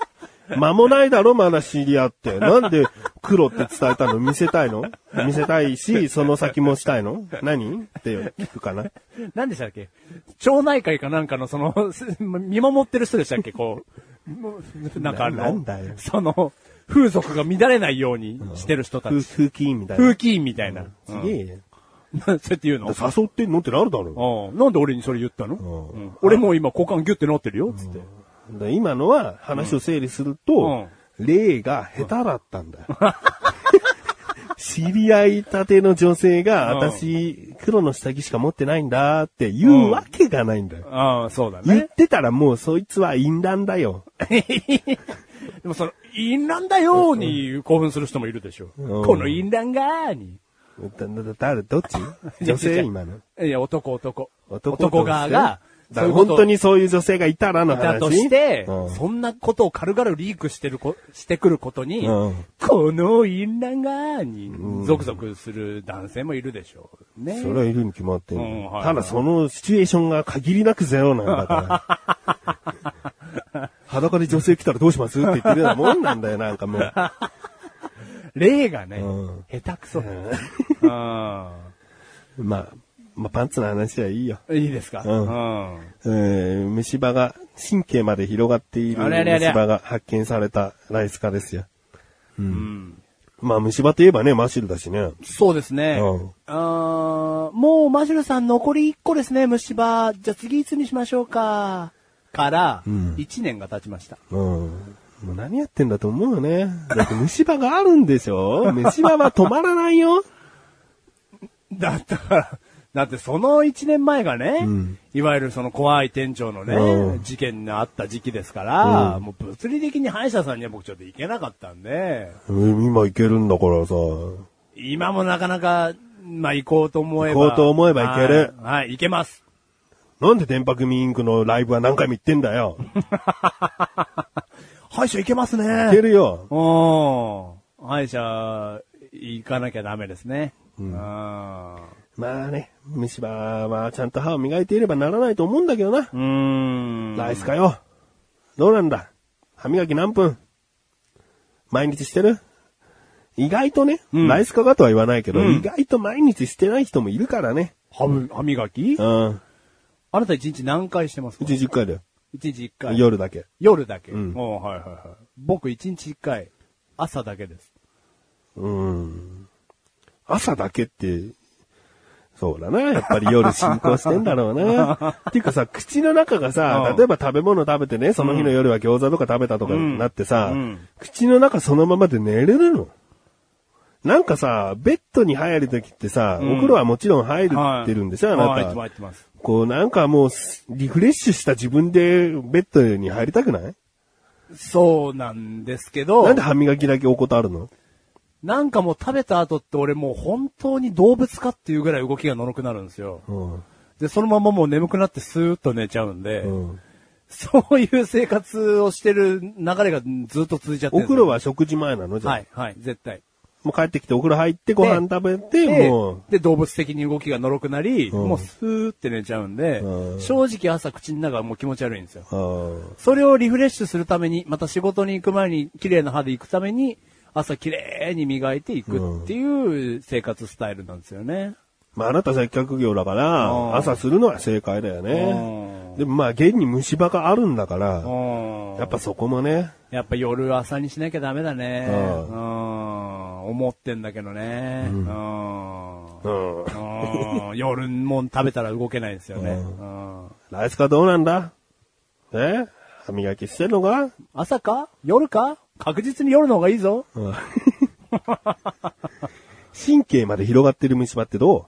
[SPEAKER 3] 間もないだろ、まだ知り合って。なんで黒って伝えたの見せたいの見せたいし、その先もしたいの何って聞くかな。
[SPEAKER 2] 何でしたっけ町内会かなんかの その、す見守ってる人でしたっけこうも う、なんかあの、
[SPEAKER 3] ななんだよ
[SPEAKER 2] その、風俗が乱れないようにしてる人たち。
[SPEAKER 3] 風風紀委員みたいな。
[SPEAKER 2] 風紀委員みたいな。
[SPEAKER 3] すげえ。
[SPEAKER 2] うん そうやって言うの
[SPEAKER 3] 誘ってんのってなるだろ。
[SPEAKER 2] うんなんで俺にそれ言ったの、
[SPEAKER 3] う
[SPEAKER 2] うん俺もう今股間ギュってなってるよ、つって。
[SPEAKER 3] だから今のは話を整理すると、例が下手だったんだよ。 知り合いたての女性が、私、黒の下着しか持ってないんだって言うわけがないんだよ。
[SPEAKER 2] ああ、そうだ
[SPEAKER 3] 言っ
[SPEAKER 2] ね。
[SPEAKER 3] てたらもうそいつは淫乱だよ。
[SPEAKER 2] でもその、淫乱だよーに興奮する人もいるでしょ。
[SPEAKER 3] うん
[SPEAKER 2] この淫乱がーに。
[SPEAKER 3] だ、だ、だ誰、どっち 女性今の。
[SPEAKER 2] いや、男男。
[SPEAKER 3] 男と
[SPEAKER 2] 男側が、
[SPEAKER 3] だから本当
[SPEAKER 2] い
[SPEAKER 3] にそういう女性がいたらの
[SPEAKER 2] うことを
[SPEAKER 3] 話。
[SPEAKER 2] だとして、
[SPEAKER 3] うん
[SPEAKER 2] そんなことを軽々リークしてるこ、してくることに、
[SPEAKER 3] うん
[SPEAKER 2] この淫乱がーに、ゾクゾクする男性もいるでしょうね。
[SPEAKER 3] それはいるに決まってる、
[SPEAKER 2] うんはい
[SPEAKER 3] ただそのシチュエーションが限りなくゼロなん だから。裸で女性来たらどうしますって言ってるようなもんなんだよ、なんか もう。
[SPEAKER 2] 例がね、
[SPEAKER 3] うん
[SPEAKER 2] 下手くそ。う
[SPEAKER 3] まあ、まあ、パンツの話はいいよ。
[SPEAKER 2] んいいですか、
[SPEAKER 3] う
[SPEAKER 2] う
[SPEAKER 3] ん
[SPEAKER 2] ん
[SPEAKER 3] えー虫歯が、神経まで広がっている
[SPEAKER 2] あれあれあれ
[SPEAKER 3] 虫歯が発見されたライス科ですよ。
[SPEAKER 2] うん
[SPEAKER 3] まあ、虫歯といえばね、マシルだしね。
[SPEAKER 2] そうですね。
[SPEAKER 3] うん
[SPEAKER 2] あーもう、マシュルさん残り1個ですね、虫歯。じゃあ次いつにしましょうか。から、1年が経ちました。
[SPEAKER 3] うん。もう何やってんだと思うよね。だって虫歯があるんで しょ虫歯は止まらないよ。
[SPEAKER 2] だったら、だってその1年前がね、いわゆるその怖い店長のね、
[SPEAKER 3] うん
[SPEAKER 2] 事件があった時期ですから、もう物理的に歯医者さんには僕ちょっと行けなかったんで、
[SPEAKER 3] うん今いけるんだからさ。
[SPEAKER 2] 今もなかなか、まあ行こうと思えば。
[SPEAKER 3] 行こうと思えば行ける
[SPEAKER 2] はい、はい行けます。
[SPEAKER 3] なんで電波組インクのライブは何回も行ってんだよ。
[SPEAKER 2] 歯医者行けますね。
[SPEAKER 3] 行けるよ。
[SPEAKER 2] おー歯医者、行かなきゃダメですね。うん。
[SPEAKER 3] まあね、虫歯はちゃんと歯を磨いていればならないと思うんだけどな。
[SPEAKER 2] うーん。
[SPEAKER 3] ライスかよ。どうなんだ歯磨き何分毎日してる意外とね、
[SPEAKER 2] うん
[SPEAKER 3] ライスかがとは言わないけど、
[SPEAKER 2] うん
[SPEAKER 3] 意外と毎日してない人もいるからね。
[SPEAKER 2] 歯ぶ歯磨き
[SPEAKER 3] うん。
[SPEAKER 2] あなた一日何回してますか
[SPEAKER 3] 一日1回だよ。
[SPEAKER 2] 一日一回。
[SPEAKER 3] 夜だけ。
[SPEAKER 2] 夜だけ。
[SPEAKER 3] ん
[SPEAKER 2] おーはいはいはい。僕一日一回。朝だけです。
[SPEAKER 3] うん。朝だけって、そうだな。やっぱり夜進行してんだろう な。っていうかさ、口の中がさ
[SPEAKER 2] う、ん
[SPEAKER 3] 例えば食べ物食べてね、その日の夜は餃子とか食べたとかになってさ、
[SPEAKER 2] うんうん
[SPEAKER 3] 口の中そのままで寝れるのなんかさ、ベッドに入るときってさ、
[SPEAKER 2] ん
[SPEAKER 3] お風呂はもちろん入る
[SPEAKER 2] はい。
[SPEAKER 3] ってるんでしょ、
[SPEAKER 2] はい
[SPEAKER 3] あ
[SPEAKER 2] 入って
[SPEAKER 3] な
[SPEAKER 2] ます入
[SPEAKER 3] た
[SPEAKER 2] っ。てます。
[SPEAKER 3] こうなんかもう、リフレッシュした自分でベッドに入りたくない
[SPEAKER 2] そうなんですけど。
[SPEAKER 3] なんで歯磨きだけおことあるの
[SPEAKER 2] なんかもう食べた後って俺もう本当に動物かっていうぐらい動きがのろくなるんですよ。
[SPEAKER 3] うん。
[SPEAKER 2] で、そのままもう眠くなってスーッと寝ちゃうんで、
[SPEAKER 3] うん
[SPEAKER 2] そういう生活をしてる流れがずっと続いちゃって
[SPEAKER 3] お
[SPEAKER 2] るんです
[SPEAKER 3] 風
[SPEAKER 2] よ
[SPEAKER 3] 呂は食事前なのじゃあ
[SPEAKER 2] はい、はい、絶対。
[SPEAKER 3] もう帰ってきてお風呂入ってご飯食べて、
[SPEAKER 2] で
[SPEAKER 3] も、
[SPEAKER 2] で、動物的に動きがのろくなり、
[SPEAKER 3] ん
[SPEAKER 2] もうスーって寝ちゃうんで、
[SPEAKER 3] うん
[SPEAKER 2] 正直朝口の中がもう気持ち悪いんですよ。
[SPEAKER 3] う、あ
[SPEAKER 2] それをリフレッシュするために、また仕事に行く前に綺麗な歯で行くために、朝綺麗に磨いていくっていう生活スタイルなんですよね。
[SPEAKER 3] まああなた接客業だから、
[SPEAKER 2] うん
[SPEAKER 3] 朝するのは正解だよ
[SPEAKER 2] う
[SPEAKER 3] ね
[SPEAKER 2] ん。
[SPEAKER 3] でもまあ現に虫歯があるんだから、
[SPEAKER 2] うん
[SPEAKER 3] やっぱそこもね、
[SPEAKER 2] やっぱ夜朝にしなきゃダメだね。う
[SPEAKER 3] ああ
[SPEAKER 2] ん。思ってんだけどね。うん。う
[SPEAKER 3] うん。
[SPEAKER 2] ん夜もん食べたら動けないですよね。うん
[SPEAKER 3] ライスカどうなんだえ歯磨きしてんのか
[SPEAKER 2] 朝か夜か確実に夜の方がいいぞ。
[SPEAKER 3] うん神経まで広がってる虫歯ってど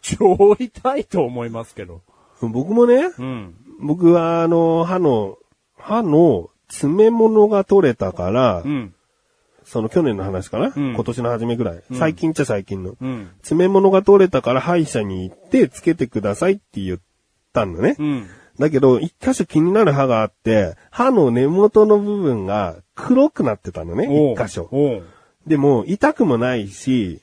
[SPEAKER 2] 超痛いと思いますけど。
[SPEAKER 3] う僕もね、
[SPEAKER 2] うん。
[SPEAKER 3] 僕はあの、歯の、歯の詰め物が取れたから、
[SPEAKER 2] うん。
[SPEAKER 3] その去年の話かな、
[SPEAKER 2] ん
[SPEAKER 3] 今年の初めぐらい。最近っちゃ最近の。
[SPEAKER 2] うん。
[SPEAKER 3] 詰め物が取れたから歯医者に行ってつけてくださいって言ったんだね。
[SPEAKER 2] うん。
[SPEAKER 3] だけど、一箇所気になる歯があって、歯の根元の部分が黒くなってたのね、
[SPEAKER 2] おう
[SPEAKER 3] 一箇所。
[SPEAKER 2] おう
[SPEAKER 3] でも、痛くもないし、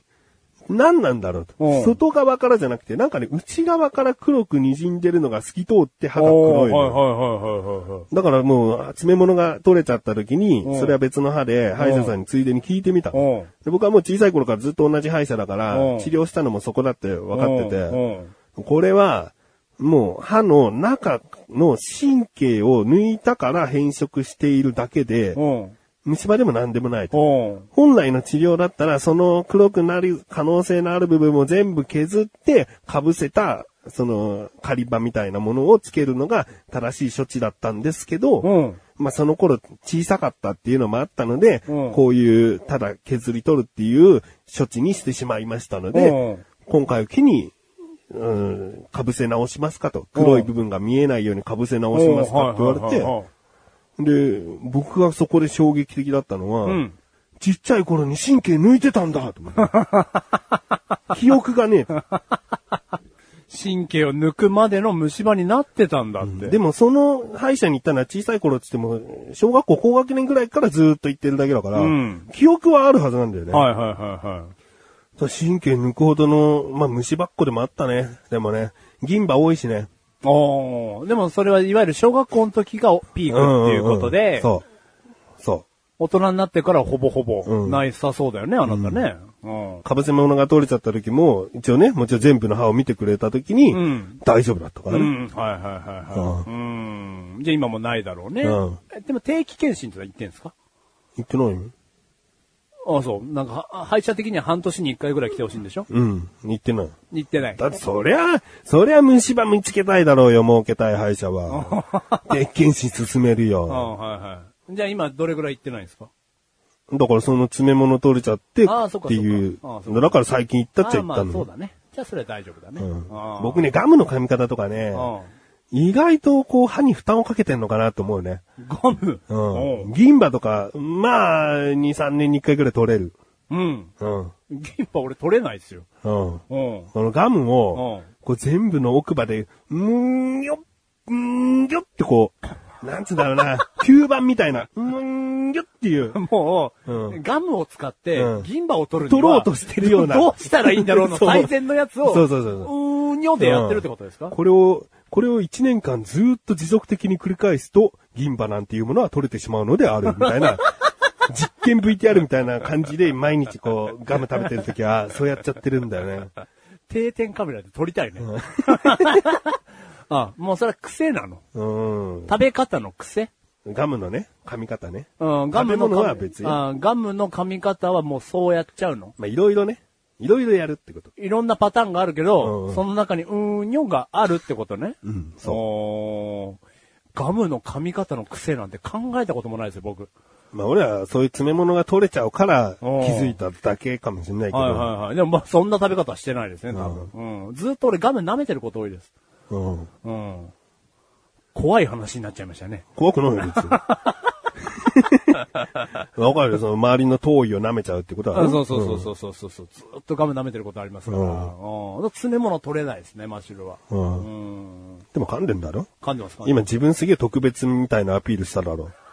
[SPEAKER 3] 何なんだろう
[SPEAKER 2] お
[SPEAKER 3] と。
[SPEAKER 2] う
[SPEAKER 3] 外側からじゃなくて、なんかね、内側から黒く滲んでるのが透き通って歯が
[SPEAKER 2] お
[SPEAKER 3] 黒
[SPEAKER 2] う
[SPEAKER 3] い
[SPEAKER 2] はいはい
[SPEAKER 3] の。
[SPEAKER 2] はいはいはい。
[SPEAKER 3] だからもう、詰め物が取れちゃった時に
[SPEAKER 2] お、う
[SPEAKER 3] それは別の歯で歯医者さんについでに聞いてみたの。
[SPEAKER 2] おう
[SPEAKER 3] で僕はもう小さい頃からずっと同じ歯医者だから
[SPEAKER 2] うん、
[SPEAKER 3] 治療したのもそこだって分かってて、
[SPEAKER 2] おう
[SPEAKER 3] これは、もう歯の中の神経を抜いたから変色しているだけで、
[SPEAKER 2] おう
[SPEAKER 3] 虫歯でも何でもないと。
[SPEAKER 2] おう
[SPEAKER 3] 本来の治療だったら、その黒くなる可能性のある部分も全部削って、被せた、その、仮歯みたいなものをつけるのが正しい処置だったんですけど、
[SPEAKER 2] うん
[SPEAKER 3] まあその頃小さかったっていうのもあったので、
[SPEAKER 2] うん
[SPEAKER 3] こういう、ただ削り取るっていう処置にしてしまいましたので、
[SPEAKER 2] うん
[SPEAKER 3] 今回を機に、うん、かぶせ直しますかと。黒い部分が見えないようにかぶせ直しますかって言われて、で、僕がそこで衝撃的だったのは、
[SPEAKER 2] ん
[SPEAKER 3] ちっちゃい頃に神経抜いてたんだと 思って記憶がね、
[SPEAKER 2] 神経を抜くまでの虫歯になってたんだって。
[SPEAKER 3] でもその歯医者に行ったのは小さい頃って言っても、小学校高学年ぐらいからずーっと行ってるだけだから、
[SPEAKER 2] うん
[SPEAKER 3] 記憶はあるはずなんだよね。
[SPEAKER 2] はいはいはいは
[SPEAKER 3] そう神経抜くほどの、まあ虫ばっこでもあったね。でもね、銀歯多いしね。
[SPEAKER 2] い。おーでもそれはいわゆる小学校の時がピークっていうことで、
[SPEAKER 3] んんんそう。そ
[SPEAKER 2] 大人になってからほぼほ
[SPEAKER 3] う
[SPEAKER 2] ぼ
[SPEAKER 3] ん
[SPEAKER 2] ないさそうだよね、あなたね。うん
[SPEAKER 3] う。。かぶせ物が取れちゃった時も、一応ね、もちろん全部の歯を見てくれた時に、
[SPEAKER 2] うん
[SPEAKER 3] 大丈夫だったか
[SPEAKER 2] う
[SPEAKER 3] らね。
[SPEAKER 2] ん、はいはいはいはい。うん。じゃあ今もないだろうね。
[SPEAKER 3] うん
[SPEAKER 2] えでも定期検診とか行ってんですか
[SPEAKER 3] 言ってないよ
[SPEAKER 2] あそう。なんか、は歯医者的には半年に一回ぐらい来てほしいんでしょ
[SPEAKER 3] うん、言ってない。
[SPEAKER 2] 行ってない。
[SPEAKER 3] だってそりゃ、そりゃ虫歯見つけたいだろうよ、儲けたい歯医者は。 で、検診進める
[SPEAKER 2] うん、
[SPEAKER 3] よ。
[SPEAKER 2] はいはい。じゃあ今どれぐらい行ってないんですか
[SPEAKER 3] だからその詰め物取れちゃって、
[SPEAKER 2] あーそっか
[SPEAKER 3] っていう
[SPEAKER 2] そっかあーそっ。か
[SPEAKER 3] だから最近行ったっちゃ
[SPEAKER 2] あ
[SPEAKER 3] 行っ
[SPEAKER 2] ま
[SPEAKER 3] た
[SPEAKER 2] あそう
[SPEAKER 3] の。
[SPEAKER 2] だね。じゃあそれは大丈夫だね。
[SPEAKER 3] うん
[SPEAKER 2] あー
[SPEAKER 3] 僕ね、ガムの噛み方とかね、
[SPEAKER 2] う
[SPEAKER 3] 意外とこう歯に負担をかけてんのかなと思うね。
[SPEAKER 2] ん。ゴム。
[SPEAKER 3] うん。銀歯とか、まあ、2、3年に1回ぐらい取れる。
[SPEAKER 2] うん。
[SPEAKER 3] うん。
[SPEAKER 2] 銀歯俺取れないですよ。
[SPEAKER 3] うん。
[SPEAKER 2] うん。
[SPEAKER 3] そのガム
[SPEAKER 2] う
[SPEAKER 3] を
[SPEAKER 2] ん、
[SPEAKER 3] こう全部の奥歯で、うーんよっ、うーんよってこう、なんつうんだろうな、吸盤みたいな、うーんよっていう、
[SPEAKER 2] もう、
[SPEAKER 3] うん
[SPEAKER 2] ガムを使って
[SPEAKER 3] うん
[SPEAKER 2] 銀歯を取るには
[SPEAKER 3] 取ろうとしてるような。
[SPEAKER 2] どうしたらいいんだろう の
[SPEAKER 3] そう
[SPEAKER 2] 最善のやつを、
[SPEAKER 3] そうそうそうそ
[SPEAKER 2] ー
[SPEAKER 3] う
[SPEAKER 2] にょでやってるってことですか、
[SPEAKER 3] これを、これを1年間ずーっと持続的に繰り返すと、銀歯なんていうものは取れてしまうのである、みた いな。実験 VTR みたいな感じで毎日こうガム食べてるときはそうやっちゃってるんだよね。
[SPEAKER 2] 定点カメラで撮りたいね。 あ、もうそれは癖なの。
[SPEAKER 3] うん。
[SPEAKER 2] 食べ方の癖
[SPEAKER 3] ガムのね、噛み方ね。
[SPEAKER 2] うん、ガムの
[SPEAKER 3] 食べ物は別に
[SPEAKER 2] あガムの噛み方はもうそうやっちゃうの。
[SPEAKER 3] まあいろいろね、いろいろやるってこと。
[SPEAKER 2] いろんなパターンがあるけど、
[SPEAKER 3] うんうん
[SPEAKER 2] その中にうーんにょがあるってことね。
[SPEAKER 3] うん、そ
[SPEAKER 2] そう。ガムの噛み方の癖なんて考えたこともないですよ、僕。
[SPEAKER 3] う。まあ俺はそういう詰め物が取れちゃうから気
[SPEAKER 2] うん
[SPEAKER 3] づいただけかもしれないけど。
[SPEAKER 2] はいはいはい。でもまあそんな食べ方はしてないですね、多分。うん。ずっと俺ガム舐めてること多いです。
[SPEAKER 3] うん。
[SPEAKER 2] うん。怖い話になっちゃいましたね。
[SPEAKER 3] 怖くないよ、 別に。わかるよ、その周りの遠いを舐めちゃうってことはね、
[SPEAKER 2] そうそうそうそうそうそうそう。ずっとガム舐めてることありますから。う
[SPEAKER 3] う
[SPEAKER 2] んん。だから詰め物取れないですね、マッシュルは。
[SPEAKER 3] う。
[SPEAKER 2] うんん。
[SPEAKER 3] でも噛んでんだろ
[SPEAKER 2] 噛んでますか
[SPEAKER 3] 今自分すげえ特別みたいなアピールしただろ。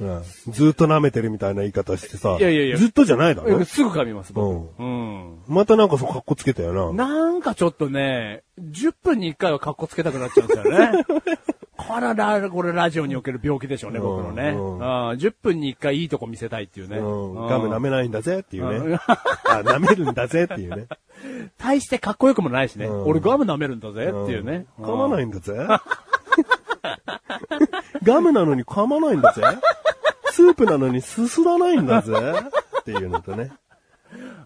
[SPEAKER 3] うん、ずっと舐めてるみたいな言い方してさ。
[SPEAKER 2] いやいやいや
[SPEAKER 3] ずっとじゃないだろ
[SPEAKER 2] すぐ噛みます、僕。
[SPEAKER 3] う
[SPEAKER 2] うん。
[SPEAKER 3] またなんかそう、格好つけたよな。
[SPEAKER 2] なんかちょっとね、10分に1回は格好つけたくなっちゃうんですよ ね。これはラ、これラジオにおける病気でしょうね、僕のね。
[SPEAKER 3] うん
[SPEAKER 2] ああ10分に1回いいとこ見せたいっていうね。
[SPEAKER 3] う、
[SPEAKER 2] うんん
[SPEAKER 3] ガム舐めないんだぜっていう
[SPEAKER 2] うん
[SPEAKER 3] ね。あ、舐めるんだぜって いうね。
[SPEAKER 2] 大してかっこよくもないしね。
[SPEAKER 3] うん
[SPEAKER 2] 俺ガム舐めるんだぜっていうね。。
[SPEAKER 3] うん噛まないいんだぜ。 ガムなのに噛まないんだぜ。スープなのにすすらないんだぜ。っていうのとね。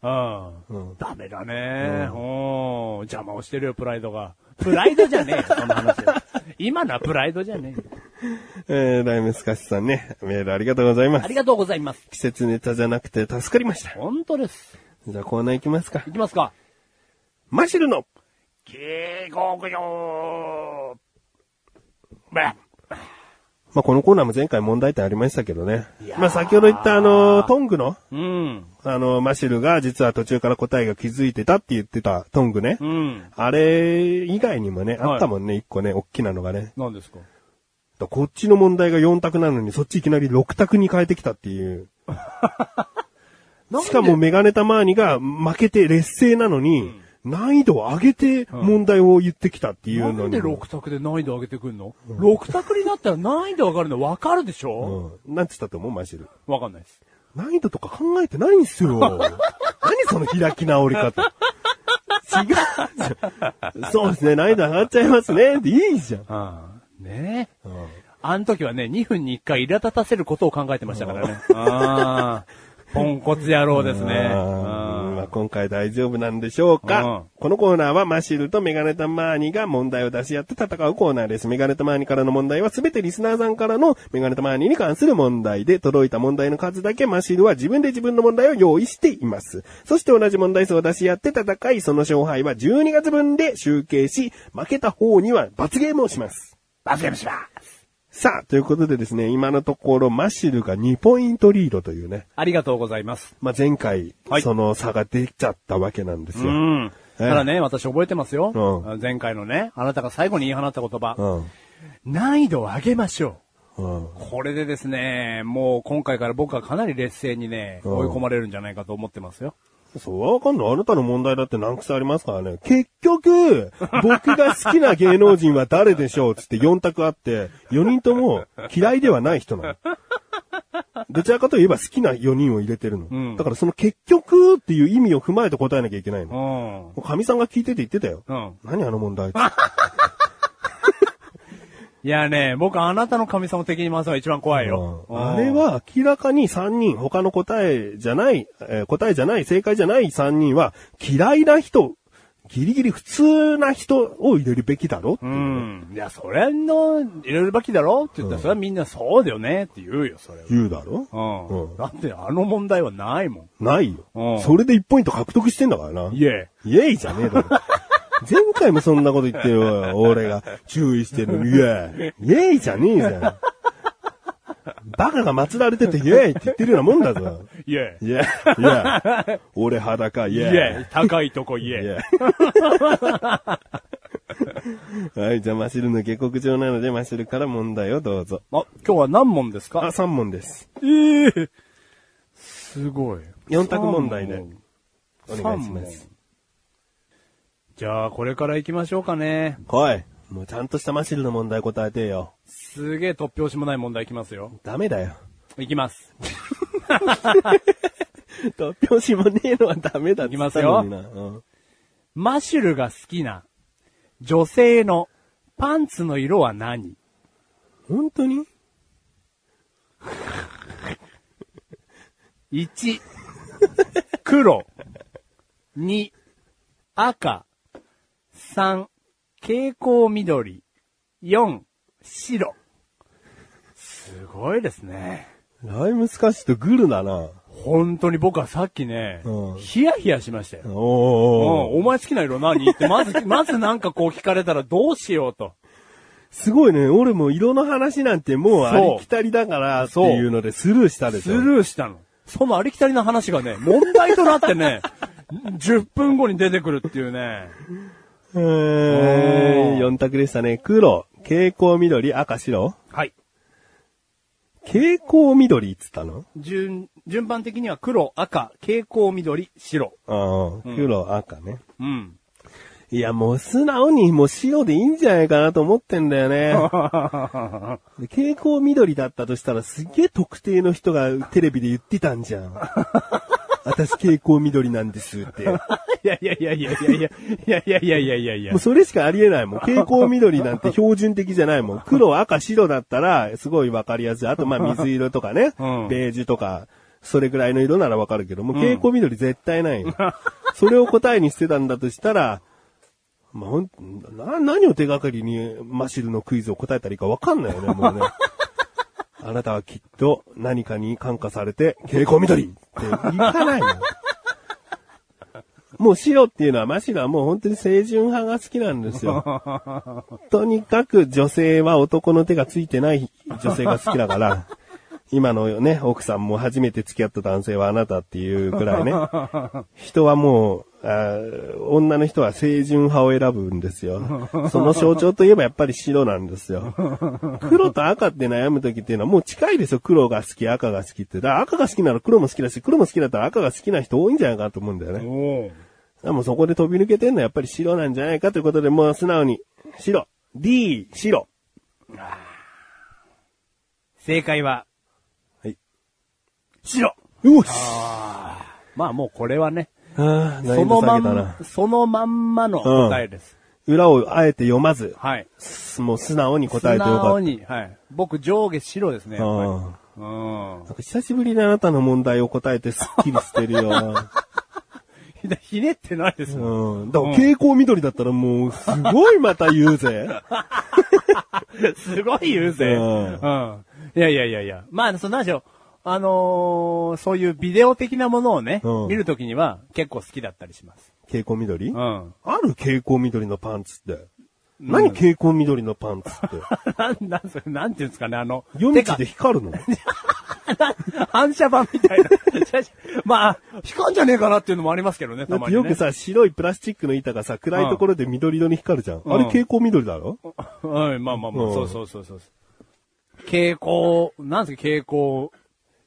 [SPEAKER 2] うん
[SPEAKER 3] うん
[SPEAKER 2] ダメだね。うん邪魔をしてるよ、プライドが。プライドじゃねえよ、その話は。今のはプライドじゃねえよ。
[SPEAKER 3] えー、ライムスカシさんね、メールありがとうございま
[SPEAKER 2] あ
[SPEAKER 3] す
[SPEAKER 2] り。がとうございます。
[SPEAKER 3] 季節ネタじゃなくて助かりました。
[SPEAKER 2] 本当です。
[SPEAKER 3] じゃあコーナー行きますか
[SPEAKER 2] い。きますか。
[SPEAKER 3] マシルの
[SPEAKER 2] 警告よーば
[SPEAKER 3] まあ、このコーナーも前回問題点ありましたけどね
[SPEAKER 2] いや。ー
[SPEAKER 3] まあ、先ほど言ったあの、トングの、
[SPEAKER 2] うん。
[SPEAKER 3] あの、マシルが実は途中から答えが気づいてたって言ってたトングね。
[SPEAKER 2] うん。
[SPEAKER 3] あれ以外にもね、
[SPEAKER 2] はい
[SPEAKER 3] あったもんね、一個ね、大きなのがね。
[SPEAKER 2] 何ですか
[SPEAKER 3] だこっちの問題が4択なのに、そっちいきなり6択に変えてきたっていう。しかもメガネタマーニが負けて劣勢なのに、難易度を上げて問題を言ってきたっていうのに。
[SPEAKER 2] なんで6択で難易度上げてくんの、?6 択になったら難易度上がるの分かるでしょ
[SPEAKER 3] うん。なんつったと思う、マシル。
[SPEAKER 2] 分かんないです。
[SPEAKER 3] 難易度とか考えてないんすよ。何その開き直り方。違う。そうですね、難易度上がっちゃいますね。でいいじゃん。
[SPEAKER 2] うん。ねえ。
[SPEAKER 3] うん
[SPEAKER 2] あの時はね、2分に1回苛立たせることを考えてましたからね。ああ。ポンコツ野郎ですね。
[SPEAKER 3] あー
[SPEAKER 2] うん
[SPEAKER 3] まあ、今回大丈夫なんでしょうか、
[SPEAKER 2] うん
[SPEAKER 3] このコーナーはマシルとメガネタマーニが問題を出し合って戦うコーナーです。メガネタマーニからの問題はすべてリスナーさんからのメガネタマーニに関する問題で届いた問題の数だけマシルは自分で自分の問題を用意しています。そして同じ問題数を出し合って戦い、その勝敗は12月分で集計し、負けた方には罰ゲームをします。
[SPEAKER 1] バズゲームします。
[SPEAKER 3] さあ、ということでですね、今のところマシルが2ポイントリードというね。
[SPEAKER 2] ありがとうございます。
[SPEAKER 3] まあ、前回、
[SPEAKER 2] はい
[SPEAKER 3] その差が出ちゃったわけなんですよ。
[SPEAKER 2] うん。
[SPEAKER 3] ええ
[SPEAKER 2] ただね、私覚えてますよ。
[SPEAKER 3] う
[SPEAKER 2] 前回のね、あなたが最後に言い放った言
[SPEAKER 3] う
[SPEAKER 2] 葉。
[SPEAKER 3] ん。
[SPEAKER 2] 難易度を上げましょう。
[SPEAKER 3] うん。
[SPEAKER 2] これでですね、もう今回から僕はかなり劣勢にね、
[SPEAKER 3] うん
[SPEAKER 2] 追い込まれるんじゃないかと思ってますよ。
[SPEAKER 3] そう、わかんない。あなたの問題だって難癖ありますからね。結 局、僕が好きな芸能人は誰でしょうつって4択あって、4人とも嫌いではない人なの。どちらかといえば好きな4人を入れてるの。
[SPEAKER 2] うん
[SPEAKER 3] だからその結局っていう意味を踏まえて答えなきゃいけないの。
[SPEAKER 2] うん。
[SPEAKER 3] 神さんが聞いてて言ってたよ。
[SPEAKER 2] うん
[SPEAKER 3] 何あの問題って。
[SPEAKER 2] いやね、僕あなたの神様的に回すのが一番怖いよ。
[SPEAKER 3] うんあれは明らかに3人、他の答えじゃない、えー答えじゃない、正解じゃない3人は嫌いな人、ギリギリ普通な人を入れるべきだろっていううね
[SPEAKER 2] ん。いや、それの、入れるべきだろって言ったら、それはみんなそうだよねって言うよ、それ
[SPEAKER 3] 言うだろ、
[SPEAKER 2] は。う
[SPEAKER 3] うん
[SPEAKER 2] ん。だってあの問題はないも
[SPEAKER 3] ないよ、
[SPEAKER 2] うん
[SPEAKER 3] それで1ポイント獲得してんだからな。
[SPEAKER 2] ん。いえ。
[SPEAKER 3] イエイじゃねえ だろ。前回もそんなこと言ってよ、俺が注意してるのに、イエイ。イエイじゃねえじゃん。バカが祀られててイエイって言ってるようなもんだぞ。
[SPEAKER 2] いえ。
[SPEAKER 3] イエイ、イエイ。俺裸、イ
[SPEAKER 2] い
[SPEAKER 3] エイ。
[SPEAKER 2] え。高いとこい
[SPEAKER 3] い
[SPEAKER 2] え。
[SPEAKER 3] や はい、じゃあマシルの下克上なので、マシルから問題をどうぞ。
[SPEAKER 2] あ、今日は何問です
[SPEAKER 3] あ、
[SPEAKER 2] か
[SPEAKER 3] 3問です。
[SPEAKER 2] ええ。すごい。
[SPEAKER 3] 四択問題で
[SPEAKER 2] 三問
[SPEAKER 3] お願いします。
[SPEAKER 2] じゃあ、これから行きましょうかね。
[SPEAKER 3] 来い。もうちゃんとしたマシルの問題答えてよ。
[SPEAKER 2] すげえ突拍子もない問題いきますよ。
[SPEAKER 3] ダメだよ。
[SPEAKER 2] いきます。
[SPEAKER 3] 突拍子もねえのはダメだって言ったのにな。うん
[SPEAKER 2] マシュルが好きな女性のパンツの色は何
[SPEAKER 3] 本当に
[SPEAKER 2] ?1、黒。2、赤。3、蛍光緑。4、白。すごいですね。
[SPEAKER 3] ライムスカッシュとグルだな。
[SPEAKER 2] 本当に僕はさっきね、
[SPEAKER 3] うん
[SPEAKER 2] ヒヤヒヤしましたよ。うん
[SPEAKER 3] おー。
[SPEAKER 2] お前好きな色何って、まず、 まずなんかこう聞かれたらどうしようと。
[SPEAKER 3] すごいね。俺も色の話なんてもうありきたりだからって
[SPEAKER 2] そう
[SPEAKER 3] いうのでスルーしたでし
[SPEAKER 2] ス
[SPEAKER 3] ょ。
[SPEAKER 2] ルーしたの。そのありきたりな話がね、問題となってね、10分後に出てくるっていうね。
[SPEAKER 3] えー、4択でしたね。黒、蛍光緑、赤、白。
[SPEAKER 2] はい。
[SPEAKER 3] 蛍光緑っつったの
[SPEAKER 2] 順、順番的には黒、赤、蛍光緑、白。
[SPEAKER 3] ああ、黒、赤ね。
[SPEAKER 2] うん。
[SPEAKER 3] いや、もう素直にもう白でいいんじゃないかなと思ってんだ よね。蛍光緑だったとしたらすげえ特定の人がテレビで言ってたんじ ゃん。私蛍光緑なんですって。も
[SPEAKER 2] いやいやいやいやいやいや、いやいやいやいやいやいう
[SPEAKER 3] それしかありえないもん。蛍光緑なんて標準的じゃないもん。黒、赤、白だったらすごいわかりやすい。あとまあ水色とかね、
[SPEAKER 2] うん
[SPEAKER 3] ベージュとか、それぐらいの色ならわかるけども、蛍光緑絶対ないよ。それを答えにしてたんだとしたら、まあ、ほん、な、何を手がかりにマシルのクイズを答えたらいいかわかんないよね、もうね。あなたはきっと何かに感化されて、蛍光緑って言かないの。もう白っていうのは、マシルはもう本当に清純派が好きなんですよ。とにかく女性は男の手がついてない女性が好きだから、今のね、奥さんも初めて付き合った男性はあなたっていうくらいね。人はもう、あー女の人は清純派を選ぶんですよ。その象徴といえばやっぱり白なんですよ。黒と赤って悩む時っていうのはもう近いですよ。黒が好き、赤が好きって。だから赤が好きなら黒も好きだし、黒も好きだったら赤が好きな人多いんじゃないかなと思うんだよね。
[SPEAKER 2] おう
[SPEAKER 3] でもそこで飛び抜けてんのはやっぱり白なんじゃないかということで、もう素直に、白。D、白。
[SPEAKER 2] 正解は、
[SPEAKER 3] はい。
[SPEAKER 2] 白。
[SPEAKER 3] よし
[SPEAKER 2] まあもうこれはね、
[SPEAKER 3] ああ、
[SPEAKER 2] そ
[SPEAKER 3] そ
[SPEAKER 2] のま
[SPEAKER 3] のま
[SPEAKER 2] んま
[SPEAKER 3] ま、、
[SPEAKER 2] そのまんまの答えです。
[SPEAKER 3] 裏をあえて読まず、
[SPEAKER 2] はい。
[SPEAKER 3] もう素直に答え
[SPEAKER 2] 素
[SPEAKER 3] てよか
[SPEAKER 2] 直
[SPEAKER 3] っ
[SPEAKER 2] に、はい。僕上下白ですね、
[SPEAKER 3] た。
[SPEAKER 2] やっぱり
[SPEAKER 3] うん
[SPEAKER 2] うん。
[SPEAKER 3] なんか久しぶりにあなたの問題を答えてスッキリしてるよ。
[SPEAKER 2] ひひねってないですもん。
[SPEAKER 3] うん。だから蛍光緑だったらもう、すごいまた言うぜ。
[SPEAKER 2] すごい言うぜ。
[SPEAKER 3] う
[SPEAKER 2] うんん。いやいやいやいや。まあ、その話を、あのーそういうビデオ的なものをね、
[SPEAKER 3] うん
[SPEAKER 2] 見るときには結構好きだったりします。
[SPEAKER 3] 蛍光緑、
[SPEAKER 2] うん。
[SPEAKER 3] ある蛍光緑のパンツって。何蛍光緑のパンツって。
[SPEAKER 2] なん、なんそれ、なんていうんですかね、あの、
[SPEAKER 3] 夜道
[SPEAKER 2] て
[SPEAKER 3] で光るの
[SPEAKER 2] か 反射板みたいな。 まあ、光んじゃねえかなっていうのもありますけどね、
[SPEAKER 3] だ
[SPEAKER 2] た
[SPEAKER 3] っ
[SPEAKER 2] ま
[SPEAKER 3] て
[SPEAKER 2] に、
[SPEAKER 3] よ
[SPEAKER 2] ね。
[SPEAKER 3] くさ、白いプラスチックの板がさ、暗いところで緑色に光るじゃん。
[SPEAKER 2] ん
[SPEAKER 3] あれ蛍光緑だろ
[SPEAKER 2] うん、まあまあまあ、
[SPEAKER 3] うん
[SPEAKER 2] そうそうそうそう。蛍光、なんすか、蛍光、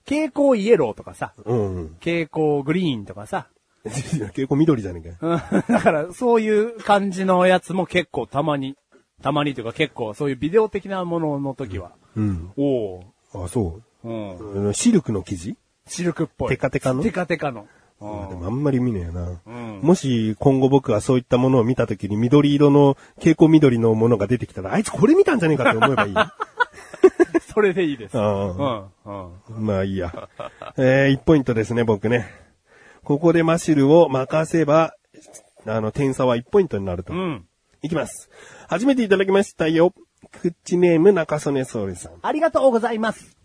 [SPEAKER 2] 蛍光イエローとかさ、
[SPEAKER 3] うんうん。
[SPEAKER 2] 蛍光グリーンとかさ、
[SPEAKER 3] いや蛍光緑じゃねえかよ。
[SPEAKER 2] うんだから、そういう感じのやつも結構たまに、たまにというか結構そういうビデオ的なものの時は。
[SPEAKER 3] うん。
[SPEAKER 2] おお、
[SPEAKER 3] あ、そうう。
[SPEAKER 2] ん。
[SPEAKER 3] うんシルクの生地
[SPEAKER 2] シルクっぽい。
[SPEAKER 3] テカテカの
[SPEAKER 2] テカテカの。 う
[SPEAKER 3] あで
[SPEAKER 2] ん
[SPEAKER 3] もあんまり見ねえな。
[SPEAKER 2] うん
[SPEAKER 3] もし今後僕がそういったものを見た時に緑色の蛍光緑のものが出てきたら、あいつこれ見たんじゃねえかって 思えばいい。
[SPEAKER 2] それでいいです。
[SPEAKER 3] う
[SPEAKER 2] うんん。うん。
[SPEAKER 3] まあいいや。えー、1ポイントですね、僕ね。ここでマシルを任せば、あの、点差は1ポイントになると。
[SPEAKER 2] うん。
[SPEAKER 3] いきます。初めていただきましたよ。クッチネーム中曽根総理さん。
[SPEAKER 2] ありがとうございます。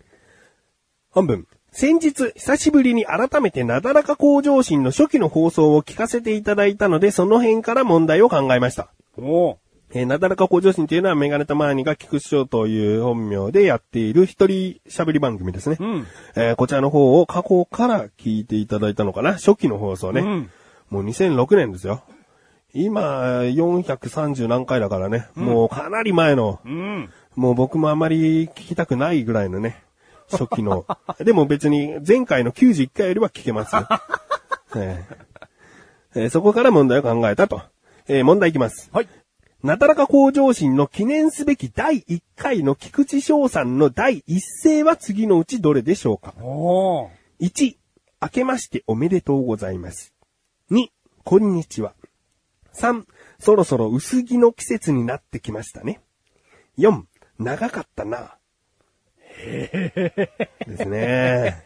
[SPEAKER 3] 本文。先日、久しぶりに改めてなだらか向上心の初期の放送を聞かせていただいたので、その辺から問題を考えました。
[SPEAKER 2] お
[SPEAKER 3] えーなだらか向上心というのはメガネたまーにが菊師匠という本名でやっている一人喋り番組ですね。
[SPEAKER 2] ん
[SPEAKER 3] えーこちらの方を過去から聞いていただいたのかな初期の放送ね。
[SPEAKER 2] ん
[SPEAKER 3] もう2006年ですよ。今、430何回だからね。もうかなり前の、
[SPEAKER 2] うん。
[SPEAKER 3] もう僕もあまり聞きたくないぐらいのね、初期の。 でも別に前回の91回よりは聞けますよ。えーえーそこから問題を考えたと。えー問題いきます。
[SPEAKER 2] はい。
[SPEAKER 3] なだらか向上心の記念すべき第1回の菊池翔さんの第一声は次のうちどれでしょうか
[SPEAKER 2] おお。
[SPEAKER 3] ?1、明けましておめでとうございます。2、こんにちは。3、そろそろ薄着の季節になってきましたね。4、長かったな。ですね。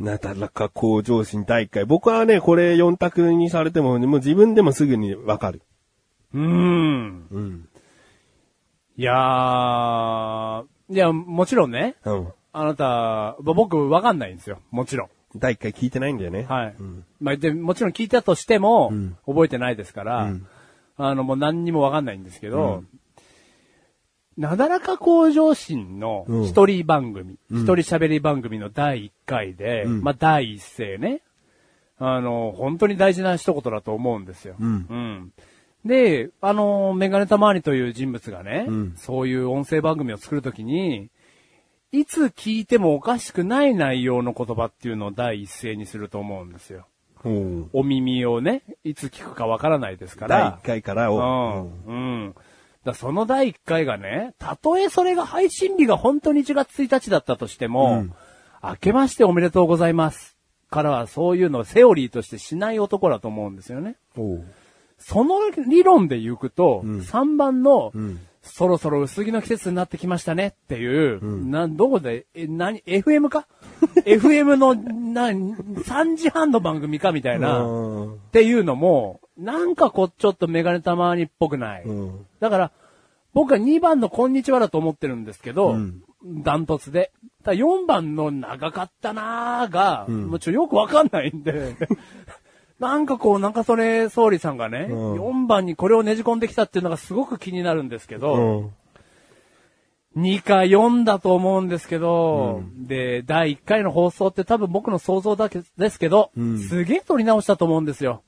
[SPEAKER 3] なだらか向上心第1回。僕はね、これ4択にされても、もう自分でもすぐにわかる。
[SPEAKER 2] うん。
[SPEAKER 3] うん。
[SPEAKER 2] いやー、いや、もちろんね、
[SPEAKER 3] うん。
[SPEAKER 2] あなた、ぼ僕わかんないんですよ。もちろん。
[SPEAKER 3] 第1回聞いてないんだよね。
[SPEAKER 2] はい。
[SPEAKER 3] うん
[SPEAKER 2] まあ、で、もちろん聞いたとしても、
[SPEAKER 3] ん
[SPEAKER 2] 覚えてないですから、あの、もう何にもわかんないんですけど、なだらか向上心の
[SPEAKER 3] うん
[SPEAKER 2] 一人番組、一人喋り番組の第一回で、
[SPEAKER 3] ん
[SPEAKER 2] まあ、第一声ね、あの、本当に大事な一言だと思うんですよ。
[SPEAKER 3] ん
[SPEAKER 2] で、あの、メガネたまわりという人物がね、
[SPEAKER 3] ん
[SPEAKER 2] そういう音声番組を作るときに、いつ聞いてもおかしくない内容の言葉っていうのを第一声にすると思うんですよ。
[SPEAKER 3] うん。
[SPEAKER 2] お耳をね、いつ聞くかわからないですか
[SPEAKER 3] 第
[SPEAKER 2] ら
[SPEAKER 3] 1。回から
[SPEAKER 2] う
[SPEAKER 3] を。
[SPEAKER 2] ん。うん。だその第1回がね、たとえそれが配信日が本当に1月1日だったとしても、明けましておめでとうございます。からはそういうのをセオリーとしてしない男だと思うんですよね。その理論で行くと、3番の、そろそろ薄着の季節になってきましたねっていう、なんどこで、え、何、FM か ?FM の、な、3時半の番組かみたいな、
[SPEAKER 3] うん
[SPEAKER 2] っていうのも、なんかこう、ちょっとメガネたまにっぽくない。
[SPEAKER 3] うん
[SPEAKER 2] だから、僕は2番のこんにちはだと思ってるんですけど、ダントツで。ただ4番の長かったなーが、もうちょ、よくわかんないんで、 なんかこう、なんかそれ、総理さんがね、
[SPEAKER 3] うん
[SPEAKER 2] 4番にこれをねじ込んできたっていうのがすごく気になるんですけ
[SPEAKER 3] う
[SPEAKER 2] ど、
[SPEAKER 3] ん。
[SPEAKER 2] 2か4だと思うんですけど、で、第1回の放送って多分僕の想像だけですけど、すげえ撮り直したと思うんですよ。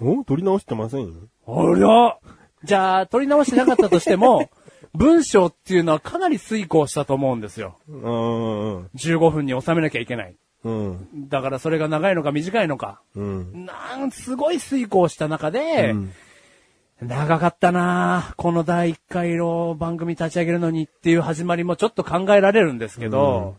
[SPEAKER 3] うん取り直してませんよ。
[SPEAKER 2] あらじゃあ、取り直してなかったとしても、 文章っていうのはかなり遂行したと思うんですよ。
[SPEAKER 3] うん。
[SPEAKER 2] 15分に収めなきゃいけない。
[SPEAKER 3] うん。
[SPEAKER 2] だからそれが長いのか短いのか。
[SPEAKER 3] うん。
[SPEAKER 2] なん、すごい遂行した中で、長かったなあこの第1回の番組立ち上げるのにっていう始まりもちょっと考えられるんですけど、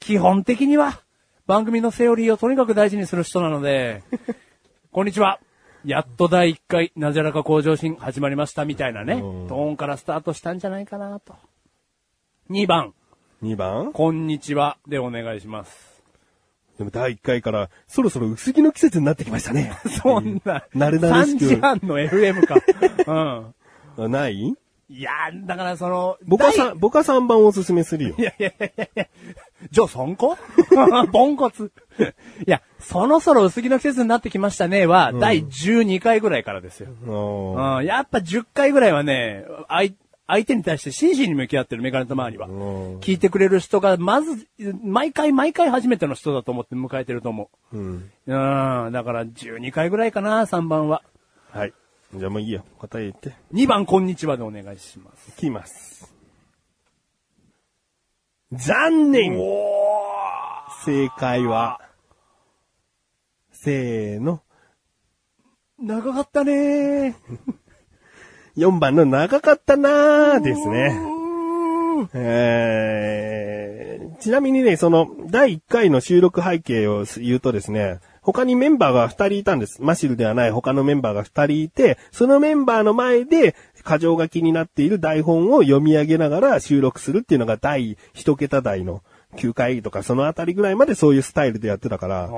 [SPEAKER 2] 基本的には番組のセオリーをとにかく大事にする人なので、 こんにちは。やっと第1回、なぜらか向上心始まりましたみたいなね、
[SPEAKER 3] うん
[SPEAKER 2] トーンからスタートしたんじゃないかなと。2番、
[SPEAKER 3] 2番
[SPEAKER 2] こんにちはでお願いします。
[SPEAKER 3] でも第1回から、そろそろ薄着の季節になってきまし たね。
[SPEAKER 2] そんな。
[SPEAKER 3] 慣れ慣れしく
[SPEAKER 2] 3時半の FM か。
[SPEAKER 3] あない
[SPEAKER 2] うん。いやー、だからその、
[SPEAKER 3] 僕は
[SPEAKER 2] 第
[SPEAKER 3] さ、僕は3番をおすすめするよ
[SPEAKER 2] い。やいやいやいやじゃあ3個 ポンコツ。いや、そろそろ薄着の季節になってきましたねは、第12回ぐらいからですよ。
[SPEAKER 3] あー
[SPEAKER 2] うん、やっぱ10回ぐらいはね、あい相手に対して真摯に向き合ってるメガネと周りは。
[SPEAKER 3] ん
[SPEAKER 2] 聞いてくれる人が、まず、毎回毎回初めての人だと思って迎えてると思う。
[SPEAKER 3] うん。
[SPEAKER 2] うん、だから12回ぐらいかな、3番は。
[SPEAKER 3] はい。じゃあもういいよ。答え言って。
[SPEAKER 2] 2番、こんにちはでお願いします。
[SPEAKER 3] いきます。残念正解は、せーの、
[SPEAKER 2] 長かった ね
[SPEAKER 3] 4番の長かったなーですね。
[SPEAKER 2] ー。
[SPEAKER 3] えーちなみにね、その、第1回の収録背景を言うとですね、他にメンバーが2人いたんです。マシルではない他のメンバーが2人いて、そのメンバーの前で、過剰書きになっている台本を読み上げながら収録するっていうのが第1桁台の9回とかそのあたりぐらいまでそういうスタイルでやってたから、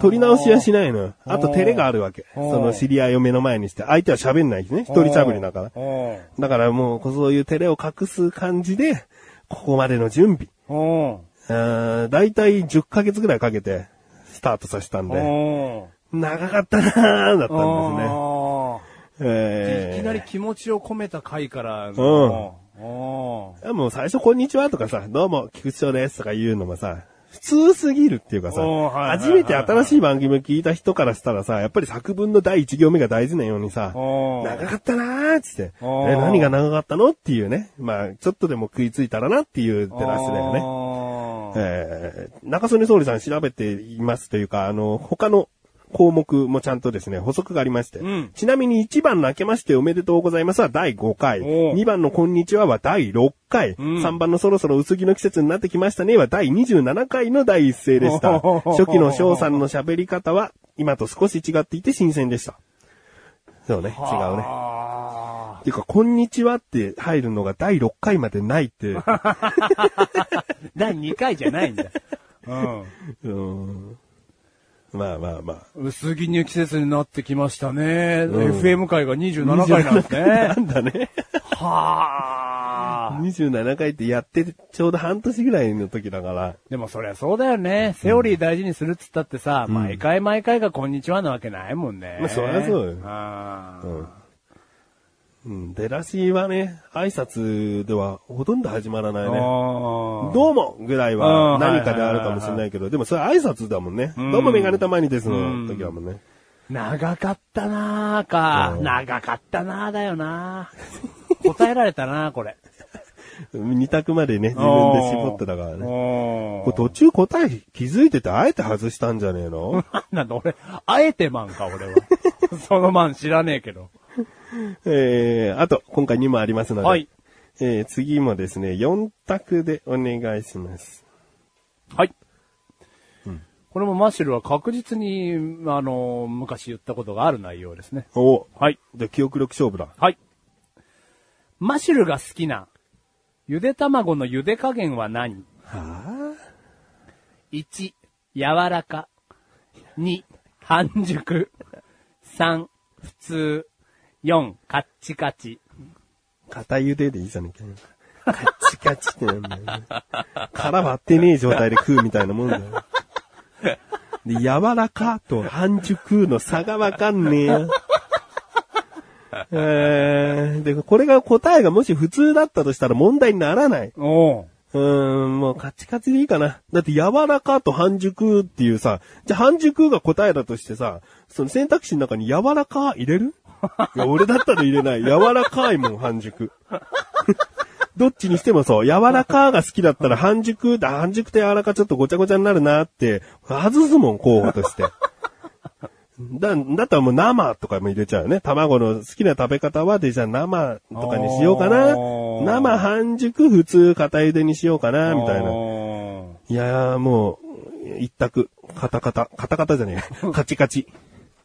[SPEAKER 3] 取り直しはしないのよ。あと照れがあるわけ。
[SPEAKER 2] おー
[SPEAKER 3] その知り合いを目の前にして、相手は喋んないですね。一人喋りだから。
[SPEAKER 2] お
[SPEAKER 3] だからもう、こうそういう照れを隠す感じで、ここまでの準備。
[SPEAKER 2] ーお
[SPEAKER 3] あーだいたい10ヶ月ぐらいかけて、スタートさせたん
[SPEAKER 2] ー
[SPEAKER 3] で、
[SPEAKER 2] おー
[SPEAKER 3] 長かったなーだったんですね。
[SPEAKER 2] あー
[SPEAKER 3] えー
[SPEAKER 2] いきなり気持ちを込めた回からの、おー
[SPEAKER 3] いやもう最初、こんにちはとかさ、どうも、菊池翔ですとか言うのもさ、普通すぎるっていうかさ、
[SPEAKER 2] おーはいはいはいはい
[SPEAKER 3] 初めて新しい番組を聞いた人からしたらさ、やっぱり作文の第一行目が大事なようにさ、
[SPEAKER 2] おー
[SPEAKER 3] 長かったなーっつって、え
[SPEAKER 2] おー
[SPEAKER 3] 何が長かったのっていうね、まあ、ちょっとでも食いついたらなっていう照らしだよね。
[SPEAKER 2] よ。
[SPEAKER 3] えー中曽根総理さん調べていますというか、あの、他の項目もちゃんとですね、補足がありまして。
[SPEAKER 2] うん
[SPEAKER 3] ちなみに1番の明けましておめでとうございますは第5回。
[SPEAKER 2] おう
[SPEAKER 3] 2番のこんにちはは第6回。
[SPEAKER 2] ん
[SPEAKER 3] 3番のそろそろ薄着の季節になってきましたねは第27回の第一声でした。
[SPEAKER 2] おほほほ
[SPEAKER 3] 初期の翔さんの喋り方は今と少し違っていて新鮮でした。そうね、違うね。
[SPEAKER 2] あ
[SPEAKER 3] っていうか、こんにちはって入るのが第6回までない って、
[SPEAKER 2] ー第2回じゃないんだ。うん。
[SPEAKER 3] うんまあまあまあ。
[SPEAKER 2] 薄着に季節になってきましたね。FM 回が27回なんです
[SPEAKER 3] な
[SPEAKER 2] ね。
[SPEAKER 3] んだね。
[SPEAKER 2] はあ。
[SPEAKER 3] 27回ってやっててちょうど半年ぐらいの時だから。
[SPEAKER 2] でもそりゃそうだよね。セオリー大事にするっつったってさ、毎回毎回がこんにちはなわけないもんね。
[SPEAKER 3] まあそりゃそうよ
[SPEAKER 2] あー
[SPEAKER 3] うん。うん、出だしはね、挨拶ではほとんど始まらないね。
[SPEAKER 2] あー
[SPEAKER 3] どうもぐらい
[SPEAKER 2] あ
[SPEAKER 3] は
[SPEAKER 2] ー
[SPEAKER 3] 何かであるかもしれないけど、でもそれ挨拶だもんね。どうもメガネたまにですの時はもんね。
[SPEAKER 2] 長かったなーか。長かったなーだよなー答えられたなー、これ。
[SPEAKER 3] 二択までね、自分で絞ってたからね。
[SPEAKER 2] ね
[SPEAKER 3] これ途中答え気づいててあえて外したんじゃねえ の
[SPEAKER 2] なんだ、俺、あえてマンか、俺は。 そのマン知らねえけど。
[SPEAKER 3] えー、あと、今回2もありますので。
[SPEAKER 2] はい。
[SPEAKER 3] えー、次もですね、4択でお願いします。
[SPEAKER 2] はい。これもマッシュルは確実に、あの、昔言ったことがある内容ですね。
[SPEAKER 3] お
[SPEAKER 2] はい。
[SPEAKER 3] じゃあ記憶力勝負だ。
[SPEAKER 2] はい。マッシュルが好きな、ゆで卵のゆで加減は何
[SPEAKER 3] は
[SPEAKER 2] ?1、柔らか。2、半熟。3、普通。4、カッチカチ。
[SPEAKER 3] ぁ片茹ででいいじゃねえかよ。カチカチってなんだよね。殻割ってねえ状態で食うみたいなもんだよ。で、柔らかと半熟の差がわかんねえよ。えー、で、これが答えがもし普通だったとしたら問題にならない。
[SPEAKER 2] おう
[SPEAKER 3] うーん、もうカチカチでいいかな。だって柔らかと半熟っていうさ、じゃあ半熟が答えだとしてさ、その選択肢の中に柔らか入れるいや、俺だったら入れない。柔らかいもん、半熟。 どっちにしてもそう、柔らかが好きだったら半熟だ、半熟と柔らかちょっとごちゃごちゃになるなって、外すもん、候補として。だ、だったらもう生とかも入れちゃうよね。卵の好きな食べ方は、で、じゃあ生とかにしようかな。
[SPEAKER 2] あー
[SPEAKER 3] 生半熟普通片茹でにしようかな、みたいな。
[SPEAKER 2] おう
[SPEAKER 3] いやーもう、一択。カタカタ。カタカタじゃね え。カチカチ。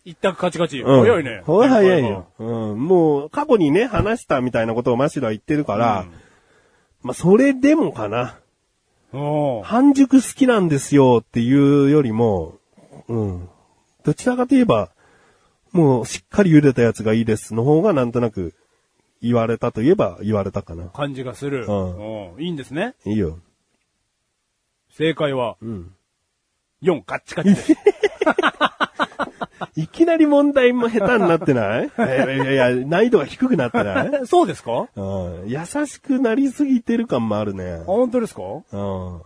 [SPEAKER 2] 一択カチカチ。
[SPEAKER 3] うん
[SPEAKER 2] 早いね。
[SPEAKER 3] ほら早いよ。うん。もう、過去にね、話したみたいなことをマシロは言ってるから、まあ、それでもかな。
[SPEAKER 2] おー
[SPEAKER 3] 半熟好きなんですよっていうよりも、うん。どちらかといえば、もうしっかり茹でたやつがいいですの方がなんとなく言われたといえば言われたかな。
[SPEAKER 2] 感じがする。
[SPEAKER 3] う
[SPEAKER 2] うんいいんですね。
[SPEAKER 3] いいよ。
[SPEAKER 2] 正解は、
[SPEAKER 3] ん
[SPEAKER 2] 4、カッチカチです。
[SPEAKER 3] いきなり問題も下手になって ないいやいやいや、難易度が低くなってない、
[SPEAKER 2] えそうですか
[SPEAKER 3] うん、優しくなりすぎてる感もあるね。
[SPEAKER 2] 本当ですか
[SPEAKER 3] うん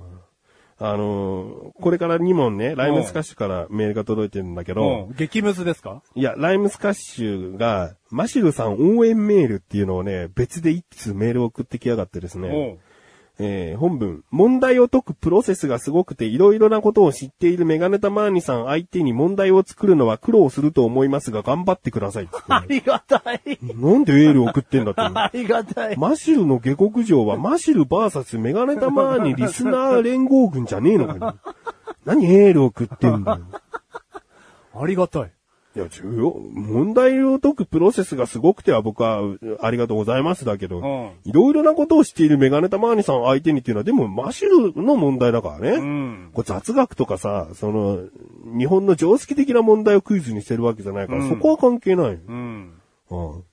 [SPEAKER 3] あのーこれから2問ね、ライムスカッシュからメールが届いてるんだけど、
[SPEAKER 2] うん。激ムズですか
[SPEAKER 3] いや、ライムスカッシュが、マシルさん応援メールっていうのをね、別で一通メールを送ってきやがってですね、
[SPEAKER 2] うん。
[SPEAKER 3] えー本文、問題を解くプロセスがすごくて、いろいろなことを知っているメガネタマーニさん相手に問題を作るのは苦労すると思いますが、頑張ってくださいって言
[SPEAKER 2] あ
[SPEAKER 3] ってね。
[SPEAKER 2] りがたい。
[SPEAKER 3] なんでエール送ってんだっていう。
[SPEAKER 2] ありがたい。
[SPEAKER 3] マシルの下克上はマシルバーサスメガネタマーニリスナー連合軍じゃねえのかよ。何エールを食ってんだよ。
[SPEAKER 2] ありがたい。
[SPEAKER 3] いや、重要。問題を解くプロセスがすごくては僕はうありがとうございますだけど、
[SPEAKER 2] う
[SPEAKER 3] いろいろなことをしているメガネタマーニさん相手にっていうのはでもマシルの問題だからね。
[SPEAKER 2] ん
[SPEAKER 3] これ雑学とかさ、その、日本の常識的な問題をクイズにしてるわけじゃないから、そこは関係ないよ。
[SPEAKER 2] うん。
[SPEAKER 3] うん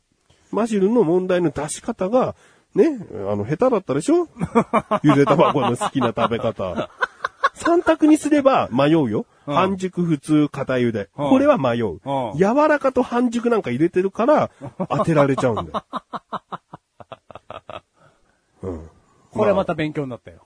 [SPEAKER 3] マシルの問題の出し方が、ね、あの、下手だったで しょゆで卵の好きな食べ方。三択にすれば迷うよ。半熟、普通、片茹で。
[SPEAKER 2] うん
[SPEAKER 3] これは迷う
[SPEAKER 2] う。ん
[SPEAKER 3] 柔らかと半熟なんか入れてる から、当てられちゃうんだよ。
[SPEAKER 2] これはまた勉強になったよ。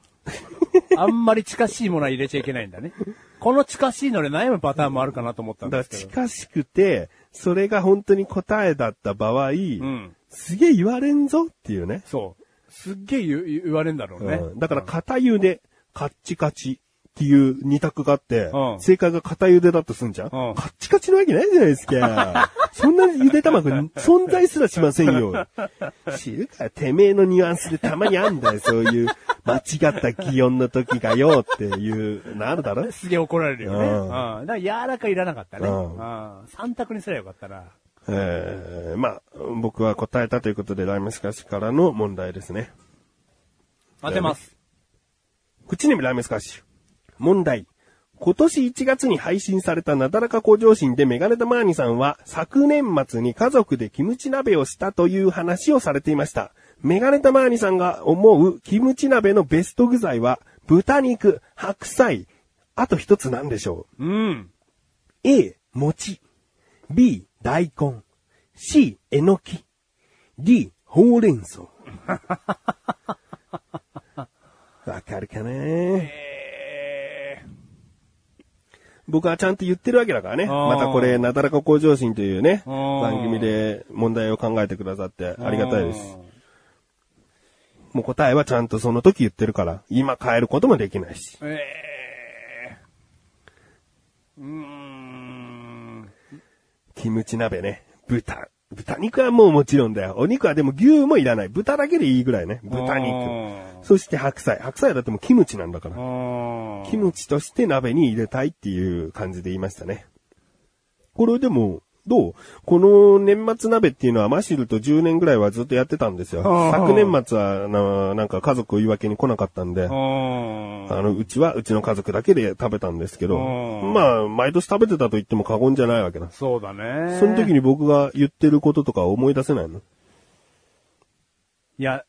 [SPEAKER 2] あんまり近しいものは入れちゃいけないんだね。この近しいので悩むパターンもあるかなと思った
[SPEAKER 3] だ
[SPEAKER 2] んで
[SPEAKER 3] から
[SPEAKER 2] すけど。
[SPEAKER 3] 近しくて、それが本当に答えだった場合、
[SPEAKER 2] うん。
[SPEAKER 3] すげえ言われんぞっていうね。
[SPEAKER 2] そう。すっげえ言う言われんだろうね。
[SPEAKER 3] うんだから、片茹で、カッチカチっていう二択があって、
[SPEAKER 2] うん
[SPEAKER 3] 正解が片茹でだとすんじゃん、
[SPEAKER 2] うん
[SPEAKER 3] カッチカチなわけないじゃないで すか。そんな茹で卵 存在すらしませんよ。知るか、てめえのニュアンスでたまにあんだよ、そういう間違った擬音の時がよっていう、なるだろ
[SPEAKER 2] すげえ怒られるよね。
[SPEAKER 3] う
[SPEAKER 2] うんん。だから柔らかいらなかったね。
[SPEAKER 3] う
[SPEAKER 2] うんん。三択にすればよかったな。
[SPEAKER 3] えー、まあ、僕は答えたということで、ライムスカッシュからの問題ですね。
[SPEAKER 2] 当てます。
[SPEAKER 3] 口にもラーメンスカッシュ。問題。今年1月に配信されたなだらか向上心でメガネタマーニさんは昨年末に家族でキムチ鍋をしたという話をされていました。メガネタマーニさんが思うキムチ鍋のベスト具材は豚肉、白菜、あと一つなんでしょ
[SPEAKER 2] うん。
[SPEAKER 3] う ?A、餅。B、大根。C、えのき。D、ほうれん 草。わかるかな
[SPEAKER 2] え
[SPEAKER 3] 僕はちゃんと言ってるわけだからね。
[SPEAKER 2] あー
[SPEAKER 3] またこれ、なだらか向上心というね、
[SPEAKER 2] あー
[SPEAKER 3] 番組で問題を考えてくださって
[SPEAKER 2] ー
[SPEAKER 3] ありがたいです。。もう答えはちゃんとその時言ってるから、今変えることもできないし。
[SPEAKER 2] ええー。うーん。
[SPEAKER 3] キムチ鍋ね。豚。豚肉はもうもちろんだよ。お肉はでも牛もいらない。豚だけでいいぐらいね。豚肉。
[SPEAKER 2] あ
[SPEAKER 3] そして白菜。白菜だってもうキムチなんだから。
[SPEAKER 2] ー
[SPEAKER 3] キムチとして鍋に入れたいっていう感じで言いましたね。これでも、どうこの年末鍋っていうのはマシルと10年ぐらいはずっとやってたんですよ。
[SPEAKER 2] ああ
[SPEAKER 3] 昨年末はな、なんか家族を言い訳に来なかったんで
[SPEAKER 2] あ、ー
[SPEAKER 3] あの、うちはうちの家族だけで食べたんですけど、
[SPEAKER 2] ああ
[SPEAKER 3] まあ、毎年食べてたと言っても過言じゃないわけだ。
[SPEAKER 2] そうだね。
[SPEAKER 3] その時に僕が言ってることとか思い出せないの
[SPEAKER 2] いや、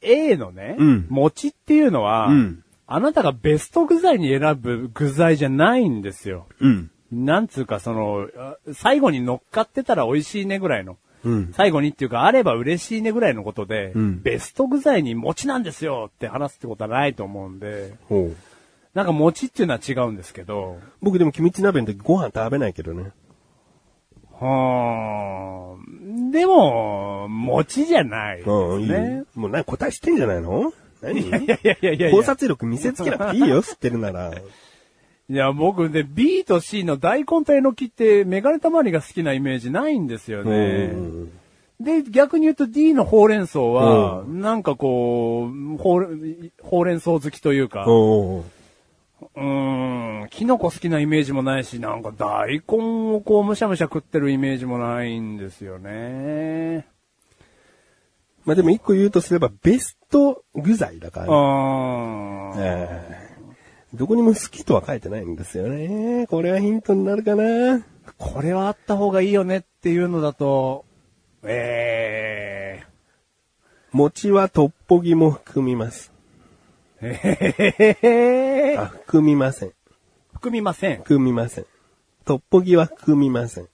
[SPEAKER 2] A のね、
[SPEAKER 3] うん
[SPEAKER 2] 餅っていうのは、
[SPEAKER 3] うん
[SPEAKER 2] あなたがベスト具材に選ぶ具材じゃないんですよ。
[SPEAKER 3] うん。
[SPEAKER 2] なんつうか、その、あ最後に乗っかってたら美味しいねぐらいの。
[SPEAKER 3] うん。
[SPEAKER 2] 最後にっていうか、あれば嬉しいねぐらいのことで、
[SPEAKER 3] うん
[SPEAKER 2] ベスト具材に餅なんですよって話すってことはないと思うんで、
[SPEAKER 3] ほう
[SPEAKER 2] なんか餅っていうのは違うんですけど、
[SPEAKER 3] 僕でもキムチ鍋の時ご飯食べないけどね。
[SPEAKER 2] はーでも、餅じゃないです
[SPEAKER 3] うん、いいよ
[SPEAKER 2] ね。
[SPEAKER 3] もう何答えしてんじゃないの何
[SPEAKER 2] いやいやいやいやい
[SPEAKER 3] 考
[SPEAKER 2] や。
[SPEAKER 3] 察力見せつけなくていいよ、知ってる なら。
[SPEAKER 2] いや、僕ね、B と C の大根とえのきって、メガネたまりが好きなイメージないんですよね。で、逆に言うと D のほうれん草は、なんかこう、ほうれ、ほうれん草好きというか、う
[SPEAKER 3] おー
[SPEAKER 2] ーん、キノコ好きなイメージもないし、なんか大根をこう、むしゃむしゃ食ってるイメージもないんですよね。
[SPEAKER 3] まあでも一個言うとすれば、ベスト具材だから、ね
[SPEAKER 2] あー
[SPEAKER 3] えーどこにも好きとは書いてないんですよね。これはヒントになるかな。
[SPEAKER 2] これはあった方がいいよねっていうのだと、え
[SPEAKER 3] 餅はトッポギも含みます。
[SPEAKER 2] ー、えへ
[SPEAKER 3] あ、含みません。
[SPEAKER 2] 含みません。
[SPEAKER 3] 含みません。トッポギは含みません。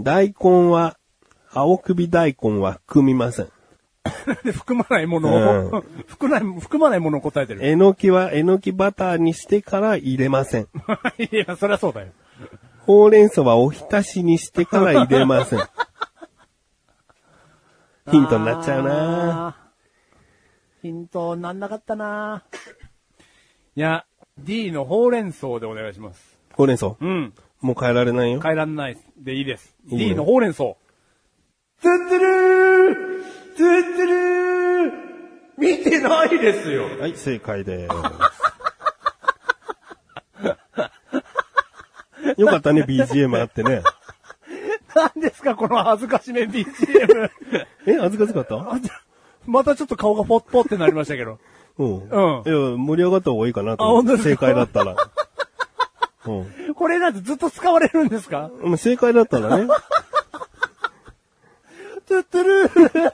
[SPEAKER 3] 大根は、青首大根は含みません。
[SPEAKER 2] なんで含まないものを、含まない、含まないものを答えてる。
[SPEAKER 3] えのきはえのきバターにしてから入れません。
[SPEAKER 2] いや、そりゃそうだよ。
[SPEAKER 3] ほうれん草はおひたしにしてから入れま せん。ヒントになっちゃうな
[SPEAKER 2] あーヒントなんなかったないや、D のほうれん草でお願いします。
[SPEAKER 3] ほうれん草。
[SPEAKER 2] うん。
[SPEAKER 3] もう変えられないよ。
[SPEAKER 2] 変えらんないでいいです。
[SPEAKER 3] いいね
[SPEAKER 2] D のほうれん草。
[SPEAKER 1] ツンツルーツンツルー見てないですよ
[SPEAKER 3] はい、正解です。 よかったね、BGM あってね。
[SPEAKER 2] 何ですか、この恥ずかしめ BGM。
[SPEAKER 3] え、恥ずかしかった
[SPEAKER 2] またちょっと顔がポッポってなりましたけど。
[SPEAKER 3] うん。うん
[SPEAKER 2] ん
[SPEAKER 3] いや、盛り上がった方がいいかなと
[SPEAKER 2] あ本
[SPEAKER 3] 思
[SPEAKER 2] 当
[SPEAKER 3] っ
[SPEAKER 2] で
[SPEAKER 3] て。
[SPEAKER 2] す
[SPEAKER 3] 正
[SPEAKER 2] か
[SPEAKER 3] 解だったら。うん。
[SPEAKER 2] これなんてずっと使われるんですか
[SPEAKER 3] まあ正解だっ たらね。
[SPEAKER 2] トゥットゥルー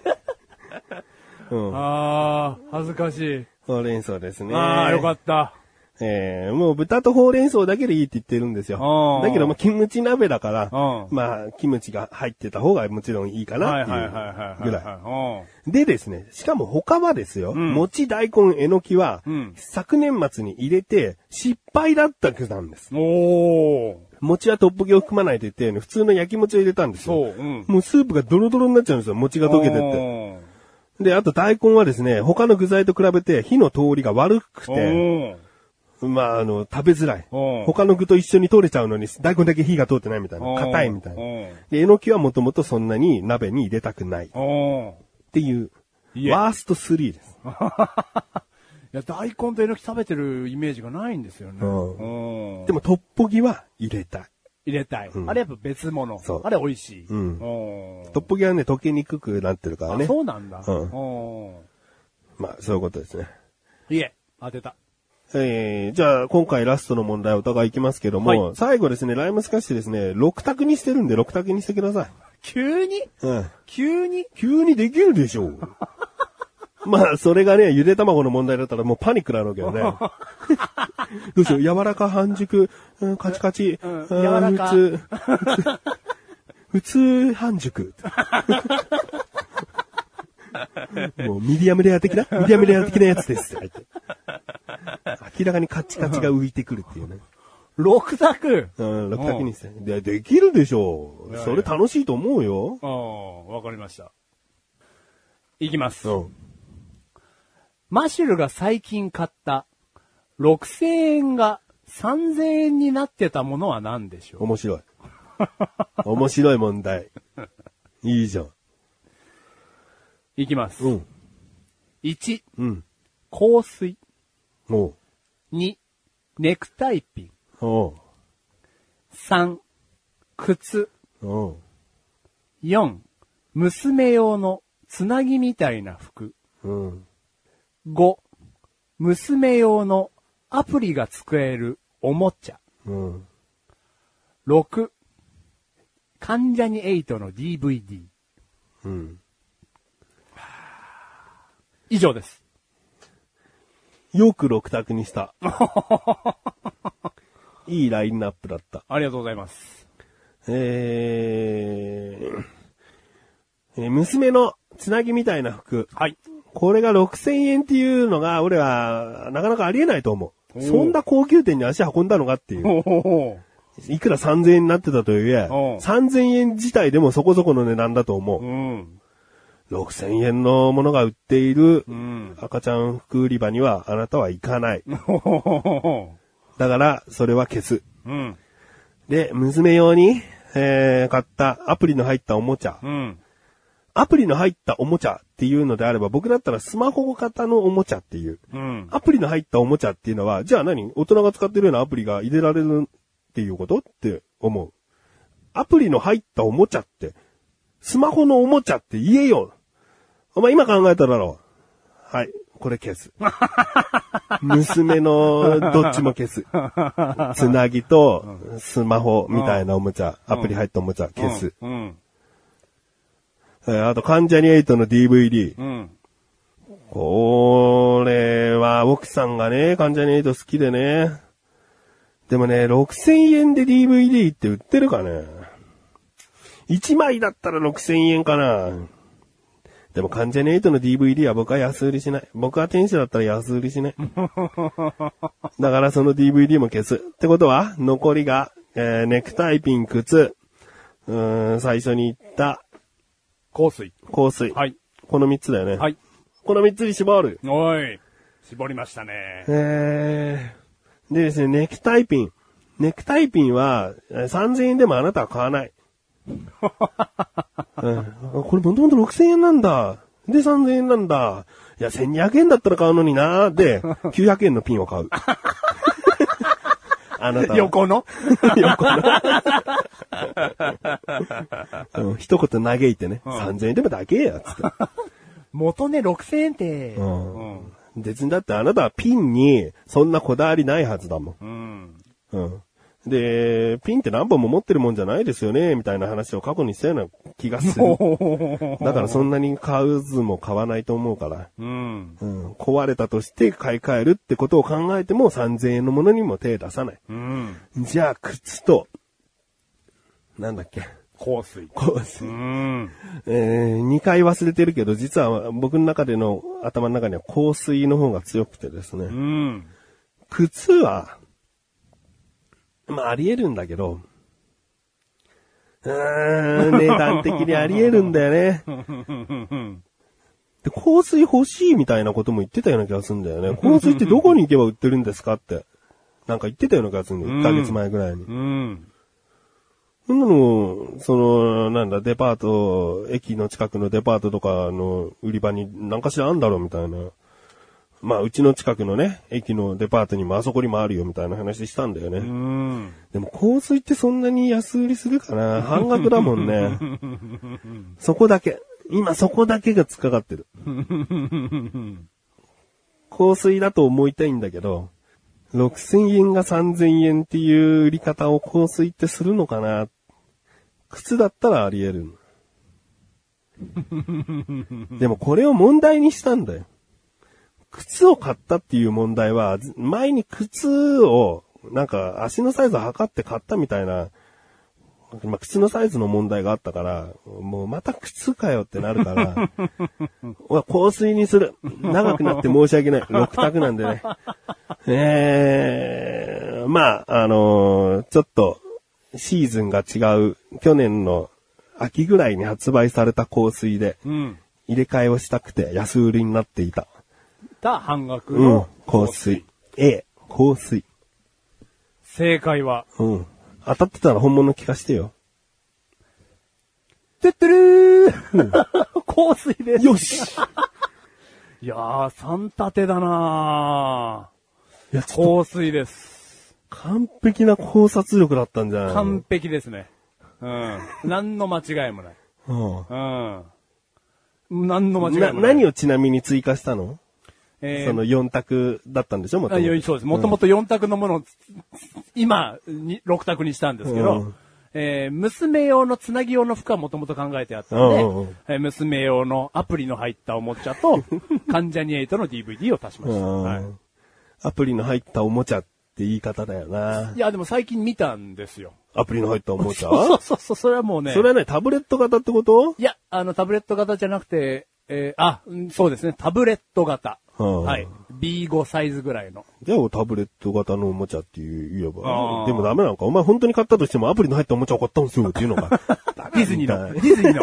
[SPEAKER 3] うん。
[SPEAKER 2] あー、恥ずかしい。
[SPEAKER 3] ほうれん草ですね。
[SPEAKER 2] あー、よかった。
[SPEAKER 3] ええもう豚とほうれん草だけでいいって言ってるんです
[SPEAKER 2] う
[SPEAKER 3] よ
[SPEAKER 2] ん。
[SPEAKER 3] だけど、まあ、キムチ鍋だから
[SPEAKER 2] うん、
[SPEAKER 3] まあ、キムチが入ってた方がもちろんいいか
[SPEAKER 2] はい
[SPEAKER 3] なっ
[SPEAKER 2] はいはいはい
[SPEAKER 3] て
[SPEAKER 2] はい。
[SPEAKER 3] いうぐら
[SPEAKER 2] うん
[SPEAKER 3] い。でですね、しかも他はですよ、
[SPEAKER 2] ん
[SPEAKER 3] 餅、大根、えのきは、
[SPEAKER 2] うん
[SPEAKER 3] 昨年末に入れて失敗だった具なんです。
[SPEAKER 2] おー。
[SPEAKER 3] 餅はトッポギを含まないと言ったように、普通の焼き餅を入れたんですよ。
[SPEAKER 2] そううん
[SPEAKER 3] もうスープがドロドロになっちゃうんですよ、餅が 溶けてって。
[SPEAKER 2] て。
[SPEAKER 3] で、あと大根はですね、他の具材と比べて火の通りが悪く
[SPEAKER 2] お
[SPEAKER 3] て、
[SPEAKER 2] ー
[SPEAKER 3] まあ、あの、食べづらい。
[SPEAKER 2] うん
[SPEAKER 3] 他の具と一緒に取れちゃうのに、大根だけ火が通ってないみたいな。硬いみたいな。
[SPEAKER 2] お
[SPEAKER 3] で、えのきはもともとそんなに鍋に入れたくない。っ
[SPEAKER 2] ー。
[SPEAKER 3] ていう、
[SPEAKER 2] いえ
[SPEAKER 3] ワースト3です。
[SPEAKER 2] いや、大根とえのき食べてるイメージがないんですよね。
[SPEAKER 3] うん
[SPEAKER 2] うん
[SPEAKER 3] でも、トッポギは入れたい。
[SPEAKER 2] 入れたい。
[SPEAKER 3] ん
[SPEAKER 2] あれやっぱ別物
[SPEAKER 3] そう。
[SPEAKER 2] あれ美味しい。
[SPEAKER 3] うん
[SPEAKER 2] おー
[SPEAKER 3] トッポギはね、溶けにくくなってるから
[SPEAKER 2] あ
[SPEAKER 3] ね。
[SPEAKER 2] そうなんだ。
[SPEAKER 3] うん
[SPEAKER 2] お
[SPEAKER 3] まあ、そういうことですね。
[SPEAKER 2] ーいえ、当てた。
[SPEAKER 3] えー、じゃあ、今回ラストの問題お互いいきますけども、
[SPEAKER 2] は
[SPEAKER 3] 最後ですね、ライムスカッシュですね、6択にしてるんで6択にしてください。
[SPEAKER 2] 急に
[SPEAKER 3] うん。
[SPEAKER 2] 急に
[SPEAKER 3] 急にできるでしょ う。まあ、それがね、ゆで卵の問題だったらもうパニックなのけ どね。どうしよう、柔らか半熟、うんカチカチ、
[SPEAKER 2] ん
[SPEAKER 3] うん
[SPEAKER 2] 柔らか
[SPEAKER 3] 普通、 普通半 熟。もうミディアムレア的なミディアムレア的なやつですって書いて。明らかにカチカチが浮いてくるっていうね。
[SPEAKER 2] 六択
[SPEAKER 3] うん、6択にして。で、できるでしょう。
[SPEAKER 2] やいや
[SPEAKER 3] それ楽しいと思うよ。
[SPEAKER 2] ああ、わかりました。いきます。
[SPEAKER 3] うん。
[SPEAKER 2] マシュルが最近買った、6000円が3000円になってたものは何でしょう
[SPEAKER 3] 面白い。面白い問題。いいじゃん。
[SPEAKER 2] いきます。
[SPEAKER 3] うん。
[SPEAKER 2] 1、
[SPEAKER 3] うん。
[SPEAKER 2] 香水。
[SPEAKER 3] おう。
[SPEAKER 2] 2、ネクタイピン。
[SPEAKER 3] おう。
[SPEAKER 2] 3、靴。
[SPEAKER 3] おう。
[SPEAKER 2] 4、娘用のつなぎみたいな服。
[SPEAKER 3] うん。
[SPEAKER 2] 5、娘用のアプリが使えるおもちゃ。
[SPEAKER 3] うん。
[SPEAKER 2] 6、関ジャニ8の DVD。
[SPEAKER 3] うん。
[SPEAKER 2] 以上です。
[SPEAKER 3] よく6択にした。いいラインナップだった。
[SPEAKER 2] ありがとうございます。
[SPEAKER 3] えー、えー娘のつなぎみたいな服。
[SPEAKER 2] はい。
[SPEAKER 3] これが6000円っていうのが、俺は、なかなかありえないと思う。そんな高級店に足運んだのかっていう。
[SPEAKER 2] おお
[SPEAKER 3] いくら3000円になってたというえ、
[SPEAKER 2] うん
[SPEAKER 3] 3000円自体でもそこそこの値段だと思う。
[SPEAKER 2] うん。
[SPEAKER 3] 6000円のものが売っている
[SPEAKER 2] ん
[SPEAKER 3] 赤ちゃん服売り場にはあなたは行かない。
[SPEAKER 2] ほほほほ
[SPEAKER 3] だから、それは消す。
[SPEAKER 2] うん。
[SPEAKER 3] で、娘用に、えー、買ったアプリの入ったおもちゃ。
[SPEAKER 2] うん。
[SPEAKER 3] アプリの入ったおもちゃっていうのであれば、僕だったらスマホ型のおもちゃっていう。
[SPEAKER 2] うん。
[SPEAKER 3] アプリの入ったおもちゃっていうのは、じゃあ何大人が使ってるようなアプリが入れられるっていうことって思う。アプリの入ったおもちゃって、スマホのおもちゃって言えよお前今考えただろう。はい。これ消す。娘のどっちも消す。つなぎとスマホみたいなおもちゃ、アプリ入ったおもちゃ消す。
[SPEAKER 2] うん。
[SPEAKER 3] えーあと、関ジャニエイトの DVD。
[SPEAKER 2] うん。
[SPEAKER 3] これは、奥さんがね、関ジャニエイト好きでね。でもね、6000円で DVD って売ってるかね。1枚だったら6000円かな。でも、関ジャニエイトの DVD は僕は安売りしない。僕は天使だったら安売 りしない。だからその DVD も消す。ってことは、残りが、えーネクタイピン、靴、うーん、最初に言った
[SPEAKER 2] 香水。
[SPEAKER 3] 香水。
[SPEAKER 2] はい。
[SPEAKER 3] この3つだよね。
[SPEAKER 2] はい。
[SPEAKER 3] この3つに絞る。
[SPEAKER 2] おい。絞りましたね。
[SPEAKER 3] えー、でですね、ネクタイピン。ネクタイピンは、えー3000円でもあなたは買 わない。うんあこれもともと6000円なんだ。で、3000円なんだ。いや、1200円だったら買うのになーで、900円のピンを買う。 あなたは。
[SPEAKER 2] 横の
[SPEAKER 3] 横のうん一言嘆いてね、3000円でもだけや、つって。
[SPEAKER 2] 元ね、6000円って。
[SPEAKER 3] うん別にだってあなたはピンにそんなこだわりないはずだもん。
[SPEAKER 2] うん。
[SPEAKER 3] うん。で、ピンって何本も持ってるもんじゃないですよね、みたいな話を過去にしたような気がする。だからそんなに買うずも買わないと思うから、
[SPEAKER 2] うん。
[SPEAKER 3] うん、壊れたとして買い替えるってことを考えても3000円のものにも手出さない。
[SPEAKER 2] うん。
[SPEAKER 3] じゃあ、靴と、なんだっけ、
[SPEAKER 2] 香水。
[SPEAKER 3] こうす
[SPEAKER 2] うん。
[SPEAKER 3] えー、2回忘れてるけど、実は僕の中での頭の中には香水の方が強くてですね。
[SPEAKER 2] うん。
[SPEAKER 3] 靴は、まあ、あり得るんだけど、うーん、値段的にあり得るんだよね。で、香水欲しいみたいなことも言ってたような気がするんだよね。香水ってどこに行けば売ってるんですかって。なんか言ってたような気がするんだよ。1ヶ月前ぐらいに。
[SPEAKER 2] うん。
[SPEAKER 3] そんなの、その、なんだ、デパート、駅の近くのデパートとかの売り場に何かしらあんだろうみたいな。まあ、うちの近くのね、駅のデパートにもあそこにもあるよみたいな話したんだよね。
[SPEAKER 2] うん。
[SPEAKER 3] でも香水ってそんなに安売りするかな半額だもんね。そこだけ。今そこだけが突っかかってる。香水だと思いたいんだけど、6000円が3000円っていう売り方を香水ってするのかな靴だったらあり得る。でもこれを問題にしたんだよ。靴を買ったっていう問題は、ず前に靴を、なんか足のサイズを測って買ったみたいな、まあ、靴のサイズの問題があったから、もうまた靴かよってなるから、うわ香水にする。長くなって申し訳ない。6択なんでね。えー、まあ、あのーちょっと、シーズンが違う、去年の秋ぐらいに発売された香水で、
[SPEAKER 2] うん。
[SPEAKER 3] 入れ替えをしたくて安売りになっていた。
[SPEAKER 2] た半額
[SPEAKER 3] うん
[SPEAKER 2] の。
[SPEAKER 3] 香水。A、香水。
[SPEAKER 2] 正解は、
[SPEAKER 3] うん。当たってたら本物聞かしてよ。
[SPEAKER 2] てってるー香水です。
[SPEAKER 3] よし
[SPEAKER 2] いやー、三立てだない
[SPEAKER 3] や、
[SPEAKER 2] ー
[SPEAKER 3] こ
[SPEAKER 2] 香
[SPEAKER 3] う、
[SPEAKER 2] 水です。
[SPEAKER 3] 完璧な考察力だったんじゃないの
[SPEAKER 2] 完璧ですね。うん。何の間違いもない。
[SPEAKER 3] うん
[SPEAKER 2] うん。何の間違い
[SPEAKER 3] な
[SPEAKER 2] もない。
[SPEAKER 3] 何
[SPEAKER 2] を、
[SPEAKER 3] をちなみに追加したの、
[SPEAKER 2] えー、
[SPEAKER 3] その4択だったんでしょもと
[SPEAKER 2] あ
[SPEAKER 3] も
[SPEAKER 2] い
[SPEAKER 3] と
[SPEAKER 2] やそうです。もともと4択のものを、今、に6択にしたんですけど、
[SPEAKER 3] うん
[SPEAKER 2] えー娘用のつなぎ用の服はもともと考えてあった
[SPEAKER 3] うんうん
[SPEAKER 2] の
[SPEAKER 3] う
[SPEAKER 2] で
[SPEAKER 3] ん、
[SPEAKER 2] えー娘用のアプリの入ったおもちゃ と、関ジャニエイトの DVD を足しま
[SPEAKER 3] う
[SPEAKER 2] した。
[SPEAKER 3] ん
[SPEAKER 2] はい、。
[SPEAKER 3] アプリの入ったおもちゃって言い方だよない
[SPEAKER 2] や、でも最近見たんですよ。
[SPEAKER 3] アプリの入ったおもちゃ
[SPEAKER 2] そうそうそう、それはもうね、
[SPEAKER 3] それはね、タブレット型ってこと
[SPEAKER 2] いや、あの、タブレット型じゃなくて、えーあ、うんそうですね、タブレット型。
[SPEAKER 3] うん
[SPEAKER 2] はい。B5 サイズぐらいの。
[SPEAKER 3] じゃあタブレット型のおもちゃって言え
[SPEAKER 2] あ
[SPEAKER 3] ば。
[SPEAKER 2] ー
[SPEAKER 3] でもダメなのか。お前本当に買ったとしてもアプリの入ったおもちゃを買ったんですよっていうのが。
[SPEAKER 2] ディズニーの、ディズニ ーの、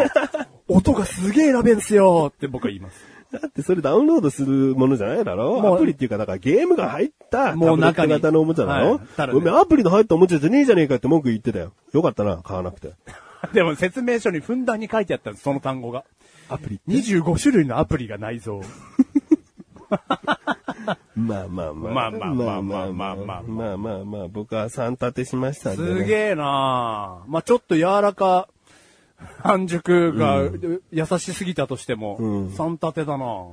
[SPEAKER 2] 音がすげえ選べんすよって僕は言います。
[SPEAKER 3] だってそれダウンロードするものじゃないだろ
[SPEAKER 2] もう
[SPEAKER 3] アプリっていうか、だからゲームが入ったタブレ
[SPEAKER 2] もう
[SPEAKER 3] ッ
[SPEAKER 2] 中
[SPEAKER 3] ト
[SPEAKER 2] に
[SPEAKER 3] 型のおもちゃだろ
[SPEAKER 2] はいただね
[SPEAKER 3] お前アプリの入ったおもちゃじゃねえじゃねえかって文句言ってたよ。よかったな、買わなくて。
[SPEAKER 2] でも説明書にふんだんに書いてあったんです、その単語が。
[SPEAKER 3] アプリ
[SPEAKER 2] 25種類のアプリが内蔵。
[SPEAKER 3] まあまあまあ。
[SPEAKER 2] まあまあまあまあまあまあ
[SPEAKER 3] まあまあまあ僕は3立てしましたんで、ね。
[SPEAKER 2] すげえなあまあちょっと柔らか、半熟が優しすぎたとしても
[SPEAKER 3] ん、
[SPEAKER 2] 三立てだな。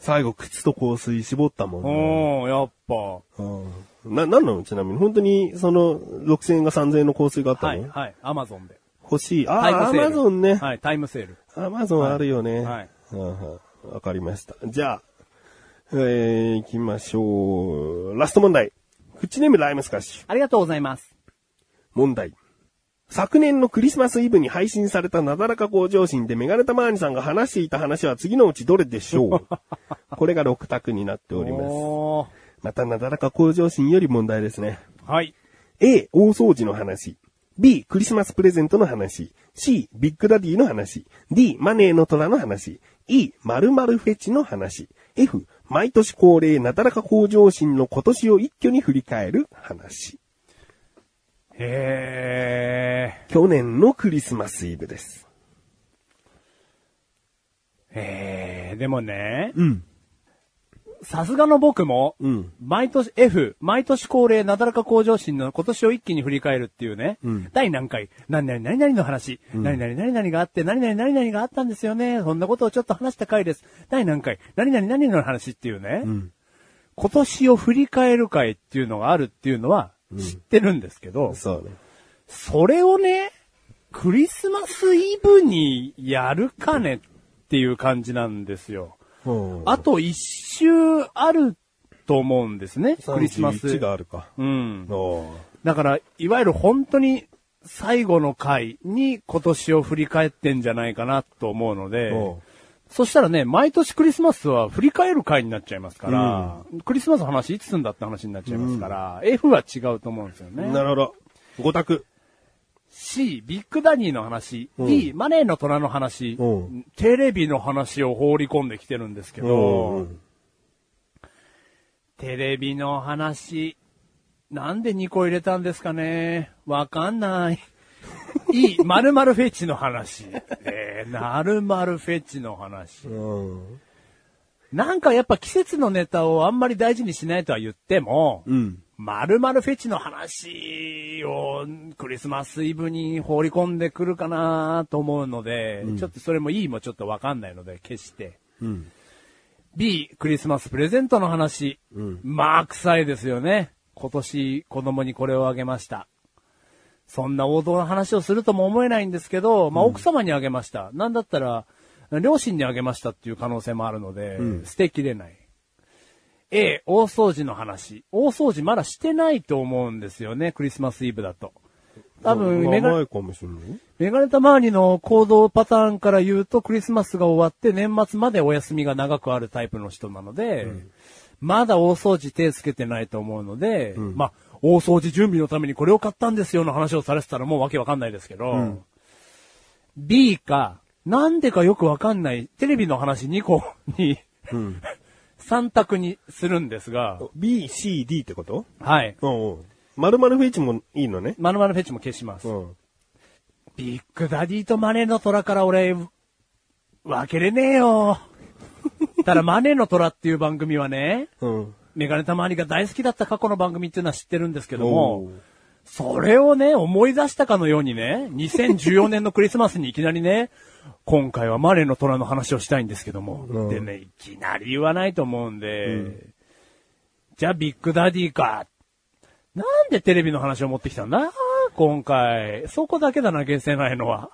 [SPEAKER 3] 最後、靴と香水絞ったもんね。
[SPEAKER 2] うん、やっぱ。
[SPEAKER 3] うんな、なんなのちなみに。本当に、その、6000円が3000円の香水があったの、
[SPEAKER 2] はい、はい。アマゾンで。
[SPEAKER 3] 欲しい。あ
[SPEAKER 2] タイム
[SPEAKER 3] あ、ア
[SPEAKER 2] セール。
[SPEAKER 3] マゾンね。
[SPEAKER 2] はい、タイムセール。
[SPEAKER 3] アマゾンあるよね。
[SPEAKER 2] はい
[SPEAKER 3] うんうんわかりました。じゃあ、えー、行きましょう。ラスト問題。口ネームライムスカッシュ。
[SPEAKER 2] ありがとうございます。
[SPEAKER 3] 問題。昨年のクリスマスイブに配信されたなだらか向上心でメガネタマーニさんが話していた話は次のうちどれでし ょうこれが6択になっております。
[SPEAKER 2] おー
[SPEAKER 3] またなだらか向上心より問題ですね。
[SPEAKER 2] はい。
[SPEAKER 3] A、大掃除の話。B、クリスマスプレゼントの話。C、ビッグダディの話。D、マネーの虎の話。E、〇〇フェチの話。F、毎年恒例なだらか向上心の今年を一挙に振り返る話。
[SPEAKER 2] へー。
[SPEAKER 3] 去年のクリスマスイブです。
[SPEAKER 2] えー、でもね、
[SPEAKER 3] ん
[SPEAKER 2] さすがの僕も、
[SPEAKER 3] ん
[SPEAKER 2] 毎年 F、毎年恒例なだらか向上心の今年を一気に振り返るっていうね、第何回、何々何々の話、何々何々があって、何々何々があったんですよね、そんなことをちょっと話した回です。第何回、何々何々の話っていうね、今年を振り返る回っていうのがあるっていうのは知ってるんですけど、
[SPEAKER 3] そうね。
[SPEAKER 2] それをね、クリスマスイブにやるかねっていう感じなんですよ。
[SPEAKER 3] あ、
[SPEAKER 2] あと一周あると思うんですね、クリ
[SPEAKER 3] クリ
[SPEAKER 2] ス
[SPEAKER 3] ス
[SPEAKER 2] マ
[SPEAKER 3] マ
[SPEAKER 2] ス。
[SPEAKER 3] ス。があるか。
[SPEAKER 2] うん。
[SPEAKER 3] おー
[SPEAKER 2] だから、いわゆる本当に最後の回に今年を振り返ってんじゃないかなと思うので
[SPEAKER 3] おう、
[SPEAKER 2] そしたらね、毎年クリスマスは振り返る回になっちゃいますから、クリスマスの話いつすんだって話になっちゃいますから、F は違うと思うんですよね。
[SPEAKER 3] なるほど。五択。
[SPEAKER 2] C、ビッグダディの話、
[SPEAKER 3] うん
[SPEAKER 2] D、マネーの虎の話、
[SPEAKER 3] うん
[SPEAKER 2] テレビの話を放り込んできてるんですけど、
[SPEAKER 3] うん
[SPEAKER 2] テレビの話、なんで2個入れたんですかねわかんない。E、〇〇フェチの話。えー、〇〇フェチの話。
[SPEAKER 3] うん。
[SPEAKER 2] なんかやっぱ季節のネタをあんまり大事にしないとは言っても、
[SPEAKER 3] うん。
[SPEAKER 2] 〇〇フェチの話をクリスマスイブに放り込んでくるかなと思うので、ちょっとそれもいいもちょっとわかんないので消して。
[SPEAKER 3] うん。
[SPEAKER 2] B、クリスマスプレゼントの話。まあ、臭いですよね。今年子供にこれをあげました。そんな王道の話をするとも思えないんですけど、まあ奥様にあげました。なんだったら、両親にあげましたっていう可能性もあるので、捨てきれない。A、大掃除の話。大掃除まだしてないと思うんですよね、クリスマスイブだと。多分、
[SPEAKER 3] まあ
[SPEAKER 2] メガ
[SPEAKER 3] 甘いかもしれない。
[SPEAKER 2] メガネた周りの行動パターンから言うと、クリスマスが終わって年末までお休みが長くあるタイプの人なので、まだ大掃除手つけてないと思うので、まあ、大掃除準備のためにこれを買ったんですよの話をされてたらもうわけわかんないですけど、B か、なんでかよくわかんない、テレビの話2個に、3択にするんですが、
[SPEAKER 3] B、C、D ってこと
[SPEAKER 2] はい。
[SPEAKER 3] うんうん。〇〇フェイチもいいのね。
[SPEAKER 2] まるまるフェッチも消します。
[SPEAKER 3] うん。
[SPEAKER 2] ビッグダディとマネーの虎から俺、分けれねえよ。ただ、マネーの虎っていう番組はね、
[SPEAKER 3] うん。
[SPEAKER 2] メガネたまわりが大好きだった過去の番組っていうのは知ってるんですけど
[SPEAKER 3] お
[SPEAKER 2] も
[SPEAKER 3] ー、
[SPEAKER 2] それをね、思い出したかのようにね、2014年のクリスマスにいきなりね、今回はマネーの虎の話をしたいんですけども、
[SPEAKER 3] うん
[SPEAKER 2] でね、いきなり言わないと思うんで、じゃあビッグダディか。なんでテレビの話を持ってきたんだ今回。そこだけだな、消せないのは。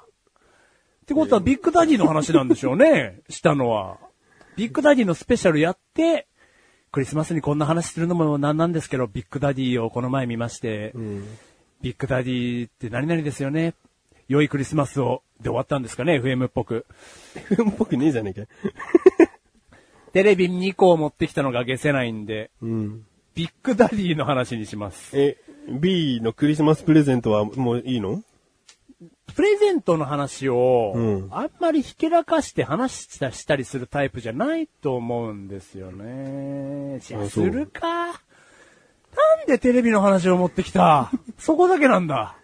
[SPEAKER 2] ってことは、ビッグダディの話なんでしょうね。 したのは。ビッグダディのスペシャルやって、クリスマスにこんな話するのもなんなんですけど、ビッグダディをこの前見まして、ビッグダディって何々ですよね。良いクリスマスを、で終わったんですかね、FM っぽく。
[SPEAKER 3] っ ぽくねえじゃねえか。
[SPEAKER 2] テレビ2個を持ってきたのが消せないんで、
[SPEAKER 3] うん。
[SPEAKER 2] ビッグダディの話にします。
[SPEAKER 3] え、B のクリスマスプレゼントはもういいの
[SPEAKER 2] プレゼントの話を、
[SPEAKER 3] うん
[SPEAKER 2] あんまりひけらかして話したしたりするタイプじゃないと思うんですよね。じゃあ
[SPEAKER 3] あ
[SPEAKER 2] す
[SPEAKER 3] そう
[SPEAKER 2] るか。なんでテレビの話を持ってきたそこだけなんだ。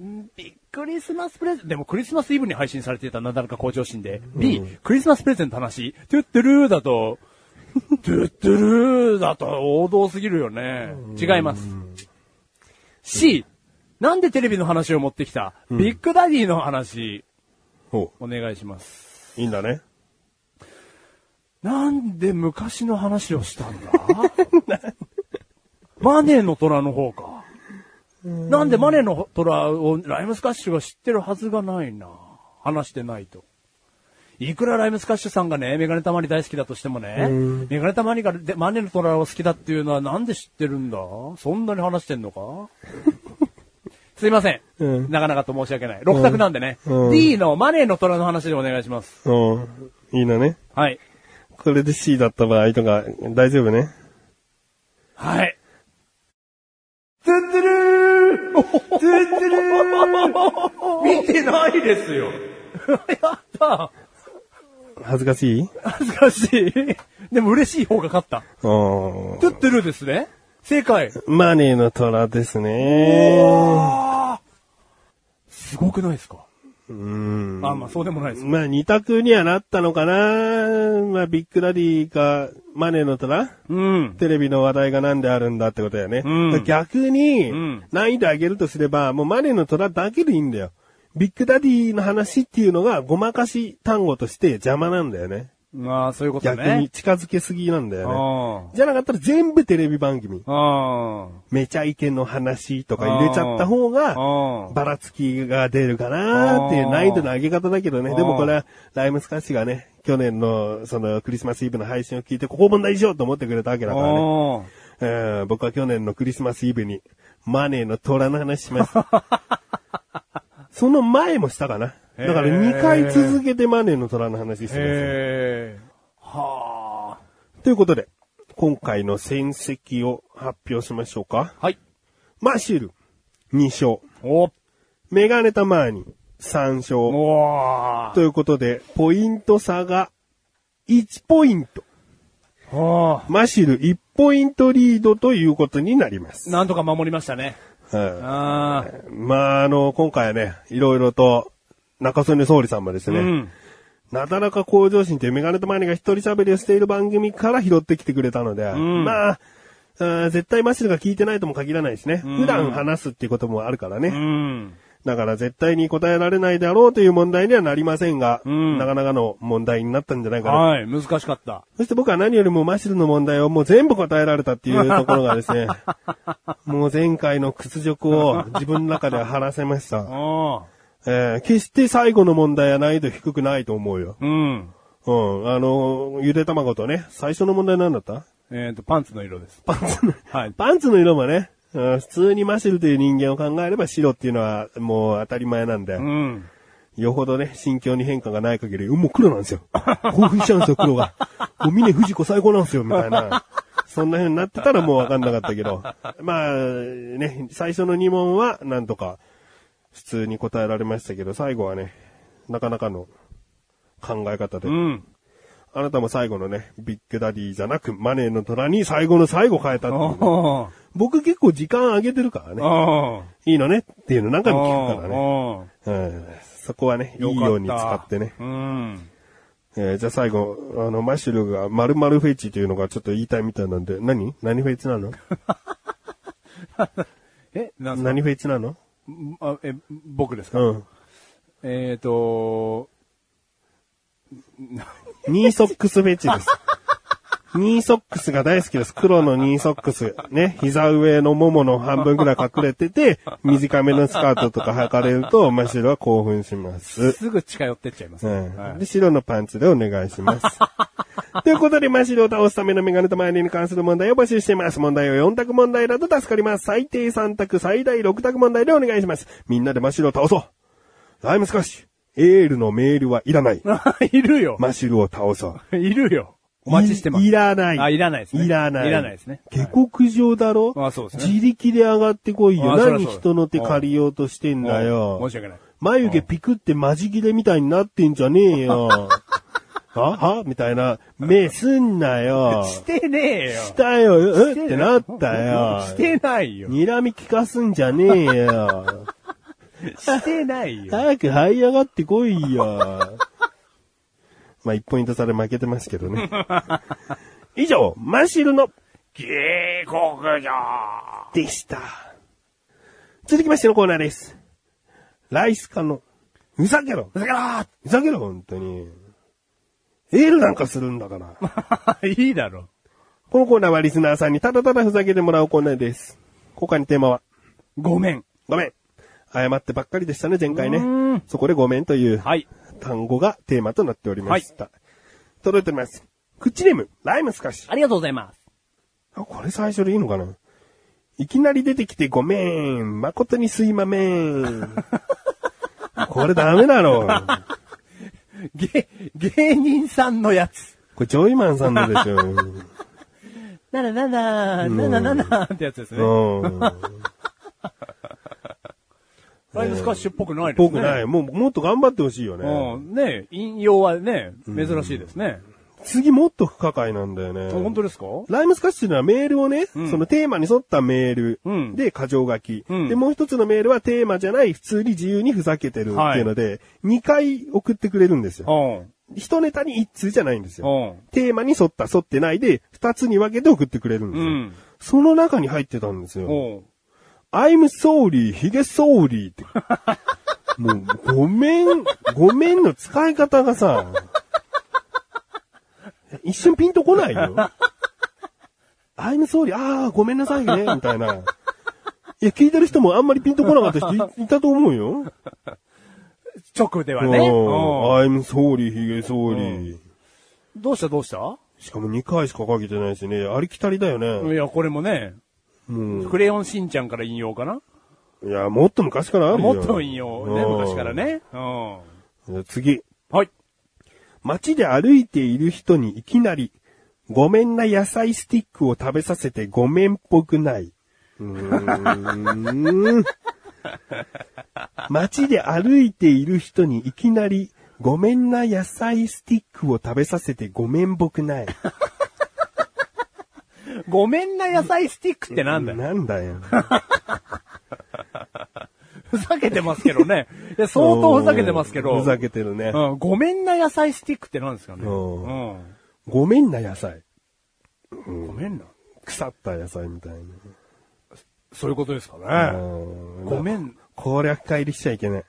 [SPEAKER 2] んびっくりスマスプレゼント、でもクリスマスイブに配信されていたなだらか向上心で、B、クリスマスプレゼントの話、トゥットゥルーだと、トゥットゥルーだと王道すぎるよね。違います。C、なんでテレビの話を持ってきた、ビッグダディの話、
[SPEAKER 3] ほ
[SPEAKER 2] お願いします。
[SPEAKER 3] う。いいんだね。
[SPEAKER 2] なんで昔の話をしたんだ マネーの虎の方か。なんでマネーの虎をライムスカッシュが知ってるはずがないな。話してないと。いくらライムスカッシュさんがね、メガネたまり大好きだとしてもね、メガネたまりがでマネーの虎を好きだっていうのはなんで知ってるんだそんなに話してんのか すいません,、なかなかと申し訳ない。六択なんでね、D のマネーの虎の話でお願いします。
[SPEAKER 3] うん。いいんだね。
[SPEAKER 2] はい。
[SPEAKER 3] これで C だった場合とか、大丈夫ね。
[SPEAKER 2] はい。
[SPEAKER 5] ツンツルーツンツルー
[SPEAKER 2] 見てないですよ。やった
[SPEAKER 3] 恥ずかしい
[SPEAKER 2] 恥ずかしい。でも嬉しい方が勝った。
[SPEAKER 3] うん。
[SPEAKER 2] トゥットゥルーですね。正解。
[SPEAKER 3] マネーの虎ですね。
[SPEAKER 2] すごくないですか
[SPEAKER 3] うん。
[SPEAKER 2] あ、まあそうでもないです。
[SPEAKER 3] まあ、二択にはなったのかな。まあ、ビッグダディか、マネーの虎
[SPEAKER 2] うん。
[SPEAKER 3] テレビの話題が何であるんだってことだよね。
[SPEAKER 2] うん
[SPEAKER 3] 逆に
[SPEAKER 2] ん、
[SPEAKER 3] 難易度上げるとすれば、もうマネーの虎だけでいいんだよ。ビッグダディの話っていうのがごまかし単語として邪魔なんだよね。
[SPEAKER 2] まあそういうことね。
[SPEAKER 3] 逆に近づけすぎなんだ
[SPEAKER 2] う
[SPEAKER 3] よね。
[SPEAKER 2] ん。
[SPEAKER 3] じゃなかったら全部テレビ番組。
[SPEAKER 2] うん。
[SPEAKER 3] めちゃイケの話とか入れちゃった方が、
[SPEAKER 2] うん。
[SPEAKER 3] ばらつきが出るかなーっていう難易度の上げ方だけどね。
[SPEAKER 2] ー
[SPEAKER 3] でもこれは、ライムスカッシュがね、去年のそのクリスマスイブの配信を聞いて、ここ問題しようと思ってくれたわけだからね。
[SPEAKER 2] うん
[SPEAKER 3] えー僕は去年のクリスマスイブに、マネーの虎の話し ました。その前もしたかな。だから2回続けてマネーの虎の話してますよ。
[SPEAKER 2] へえ。は
[SPEAKER 3] ということで、今回の戦績を発表しましょうか。
[SPEAKER 2] あ。はい。
[SPEAKER 3] マシュル、2勝。
[SPEAKER 2] お、
[SPEAKER 3] メガネタマーニ、3勝。
[SPEAKER 2] おー。
[SPEAKER 3] ということで、ポイント差が1ポイント。
[SPEAKER 2] はあ。
[SPEAKER 3] マシュル1ポイントリードということになります。
[SPEAKER 2] なんとか守りましたね。
[SPEAKER 3] はい
[SPEAKER 2] ああ。
[SPEAKER 3] まあ、あの、今回はね、いろいろと、中曽根総理さんもです
[SPEAKER 2] う
[SPEAKER 3] ね、
[SPEAKER 2] ん。
[SPEAKER 3] なだらか向上心というメガネとマネが一人喋りをしている番組から拾ってきてくれたので、
[SPEAKER 2] ん
[SPEAKER 3] まあ、あー絶対マシルが聞いてないとも限らないしね、普段話すっていうこともあるからね、
[SPEAKER 2] うん。
[SPEAKER 3] だから絶対に答えられないだろうという問題にはなりませんが、
[SPEAKER 2] うん
[SPEAKER 3] なかなかの問題になったんじゃないかなと
[SPEAKER 2] はい。難しかった。
[SPEAKER 3] そして僕は何よりもマシルの問題をもう全部答えられたっていうところがです ね、もう前回の屈辱を自分の中では晴らせまし
[SPEAKER 2] う
[SPEAKER 3] た。
[SPEAKER 2] ん。
[SPEAKER 3] えー決して最後の問題は難易度低くないと思うよ。
[SPEAKER 2] うん。
[SPEAKER 3] うん。あの、ゆで卵とね、最初の問題なんだった
[SPEAKER 2] えっ、と、パンツの色です。
[SPEAKER 3] パンツの、
[SPEAKER 2] はい。
[SPEAKER 3] パンツの色もね、うん普通にマシルという人間を考えれば白っていうのはもう当たり前なんで、
[SPEAKER 2] うん。
[SPEAKER 3] よほどね、心境に変化がない限り、うんもう黒なんですよ。興奮しちゃうんですよ、黒が。もう峰富士子最高なんですよ、みたいな。そんな風になってたらもうわかんなかったけど。まあ、ね、最初の2問は、なんとか、普通に答えられましたけど、最後はね、なかなかの考え方で。
[SPEAKER 2] うん。
[SPEAKER 3] あなたも最後のね、ビッグダディじゃなく、マネーの虎に最後の最後変えたっていうね
[SPEAKER 2] あ
[SPEAKER 3] 僕結構時間あげてるから
[SPEAKER 2] あ。
[SPEAKER 3] ね。
[SPEAKER 2] あ
[SPEAKER 3] いいのねっていうの何回も聞くからね。
[SPEAKER 2] あ。
[SPEAKER 3] うんそこはね、いいように使ってね。
[SPEAKER 2] うん。
[SPEAKER 3] えーじゃあ最後、あの、マシュルが〇〇フェチというのがちょっと言いたいみたいなんで、何何フェチなの
[SPEAKER 2] え、なんすか
[SPEAKER 3] 何フェチなの
[SPEAKER 2] あえ、僕ですか、
[SPEAKER 3] うん。
[SPEAKER 2] えっ、と、
[SPEAKER 3] ニーソックスフェチです。ニーソックスが大好きです。黒のニーソックス。ね、膝上のももの半分ぐらい隠れてて、短めのスカートとか履かれると、マシュルは興奮します。
[SPEAKER 2] すぐ近寄ってっちゃいます。
[SPEAKER 3] うん
[SPEAKER 2] はい
[SPEAKER 3] で、白のパンツでお願いし ます。ということで、マシルを倒すためのメガネとマイネに関する問題を募集しています。問題を4択問題だと助かります。最低3択、最大6択問題でお願いします。みんなでマシルを倒そうライムスカッシュエールのメールはいらない。
[SPEAKER 2] い るよ。
[SPEAKER 3] マシルを倒そう。
[SPEAKER 2] いるよ。お待ちしてます。
[SPEAKER 3] いいらない。
[SPEAKER 2] あいらないですね
[SPEAKER 3] いらない。
[SPEAKER 2] いらないですね
[SPEAKER 3] 下克上だろ、
[SPEAKER 2] あそうですね
[SPEAKER 3] 自力で上がってこいよ。
[SPEAKER 2] あそりゃそう
[SPEAKER 3] 何人の手借りようとしてんだよ。
[SPEAKER 2] 申し訳ない。
[SPEAKER 3] 眉毛ピクってマジ切れみたいになってんじゃねえ よ。ははみたいな。目すんなよ。
[SPEAKER 2] してねえよ。
[SPEAKER 3] したよ。えってなったよ。
[SPEAKER 2] してないよ。
[SPEAKER 3] 睨み聞かすんじゃねえよ。
[SPEAKER 2] してないよ。
[SPEAKER 3] 早く這い上がってこいよ。まあ、1ポイント差で負けてますけど ね。以上、マシルの
[SPEAKER 2] 警告状
[SPEAKER 3] でした。続きましてのコーナーです。ライス缶の、ふざけろ
[SPEAKER 2] だか
[SPEAKER 3] ふざけろ、本当に。エールなんかするんだから。
[SPEAKER 2] ら いいだろ。
[SPEAKER 3] このコーナーはリスナーさんにただただふざけてもらうコーナーです。今回のテーマは、
[SPEAKER 2] ごめん。
[SPEAKER 3] ごめん。謝ってばっかりでしたね、前回
[SPEAKER 2] う
[SPEAKER 3] ね
[SPEAKER 2] ん。
[SPEAKER 3] そこでごめんという
[SPEAKER 2] はい。
[SPEAKER 3] 単語がテーマとなっておりました。届いております。クッチネーム、ライムスカシ。
[SPEAKER 2] ありがとうございます。
[SPEAKER 3] あこれ最初でいいのかないきなり出てきてごめん。誠にすいま めん。これダメだろう。
[SPEAKER 2] げ、芸人さんのやつ。
[SPEAKER 3] これジョイマンさんので しょ。
[SPEAKER 2] ならなら、ならならってやつですね。
[SPEAKER 3] うん。
[SPEAKER 2] ライムスカッシュっぽくないですね。
[SPEAKER 3] 僕ない。もう、もっと頑張ってほしいよね。
[SPEAKER 2] うん。ね引用はね、珍しいですね。
[SPEAKER 3] 次もっと不可解なんだよね。
[SPEAKER 2] あ本当ですか
[SPEAKER 3] ライムスカッシュのはメールをね、
[SPEAKER 2] ん
[SPEAKER 3] そのテーマに沿ったメール
[SPEAKER 2] うん
[SPEAKER 3] で箇条書き、
[SPEAKER 2] うん
[SPEAKER 3] で、もう一つのメールはテーマじゃない、普通に自由にふざけてるっていうので、2回送ってくれるんですよ。
[SPEAKER 2] うん。
[SPEAKER 3] 一ネタに1通じゃないんですよ。
[SPEAKER 2] うん。
[SPEAKER 3] テーマに沿った、沿ってないで、2つに分けて送ってくれるんです
[SPEAKER 2] う
[SPEAKER 3] よ。
[SPEAKER 2] ん。
[SPEAKER 3] その中に入ってたんですよ。
[SPEAKER 2] うん。
[SPEAKER 3] I'm sorry, ヒゲ sorry って。もう、ごめん、ごめんの使い方がさ、一瞬ピンとこないよ。I'm sorry, ああ、ごめんなさいね、みたいな。いや、聞いてる人もあんまりピンとこなかった人 いいたと思うよ。
[SPEAKER 2] 直では
[SPEAKER 3] うん
[SPEAKER 2] ね。うん
[SPEAKER 3] I'm sorry, ヒゲ sorry。
[SPEAKER 2] どうしたどうした
[SPEAKER 3] しかも2回しかかけてないしね、ありきたりだよ
[SPEAKER 2] い
[SPEAKER 3] ね。
[SPEAKER 2] や、これもね、
[SPEAKER 3] もう
[SPEAKER 2] クレヨンしんちゃんから引用かない
[SPEAKER 3] や、もっと昔からあるよ。
[SPEAKER 2] もっと引用ね、
[SPEAKER 3] うん
[SPEAKER 2] 昔から。ね。うん。
[SPEAKER 3] じゃあ次。
[SPEAKER 2] はい。
[SPEAKER 3] 街で歩いている人にいきなり、ごめんな野菜スティックを食べさせてごめんっぽくない。うーん街で歩いている人にいきなり、ごめんな野菜スティックを食べさせてごめんぼくない。
[SPEAKER 2] ごめんな野菜スティックってなんだよ。
[SPEAKER 3] なんだよ。
[SPEAKER 2] ふざけてますけどね。いや、 相当ふざけてますけど。
[SPEAKER 3] ふざけてるね。
[SPEAKER 2] うん。ごめんな野菜スティックってなんですかね。う
[SPEAKER 3] うん
[SPEAKER 2] ん。
[SPEAKER 3] ごめんな野菜。
[SPEAKER 2] ごめんな。
[SPEAKER 3] 腐った野菜みたいな。
[SPEAKER 2] そういうことですか
[SPEAKER 3] う
[SPEAKER 2] ね。
[SPEAKER 3] ん
[SPEAKER 2] ごめん。
[SPEAKER 3] 攻略会入りしちゃ いけない。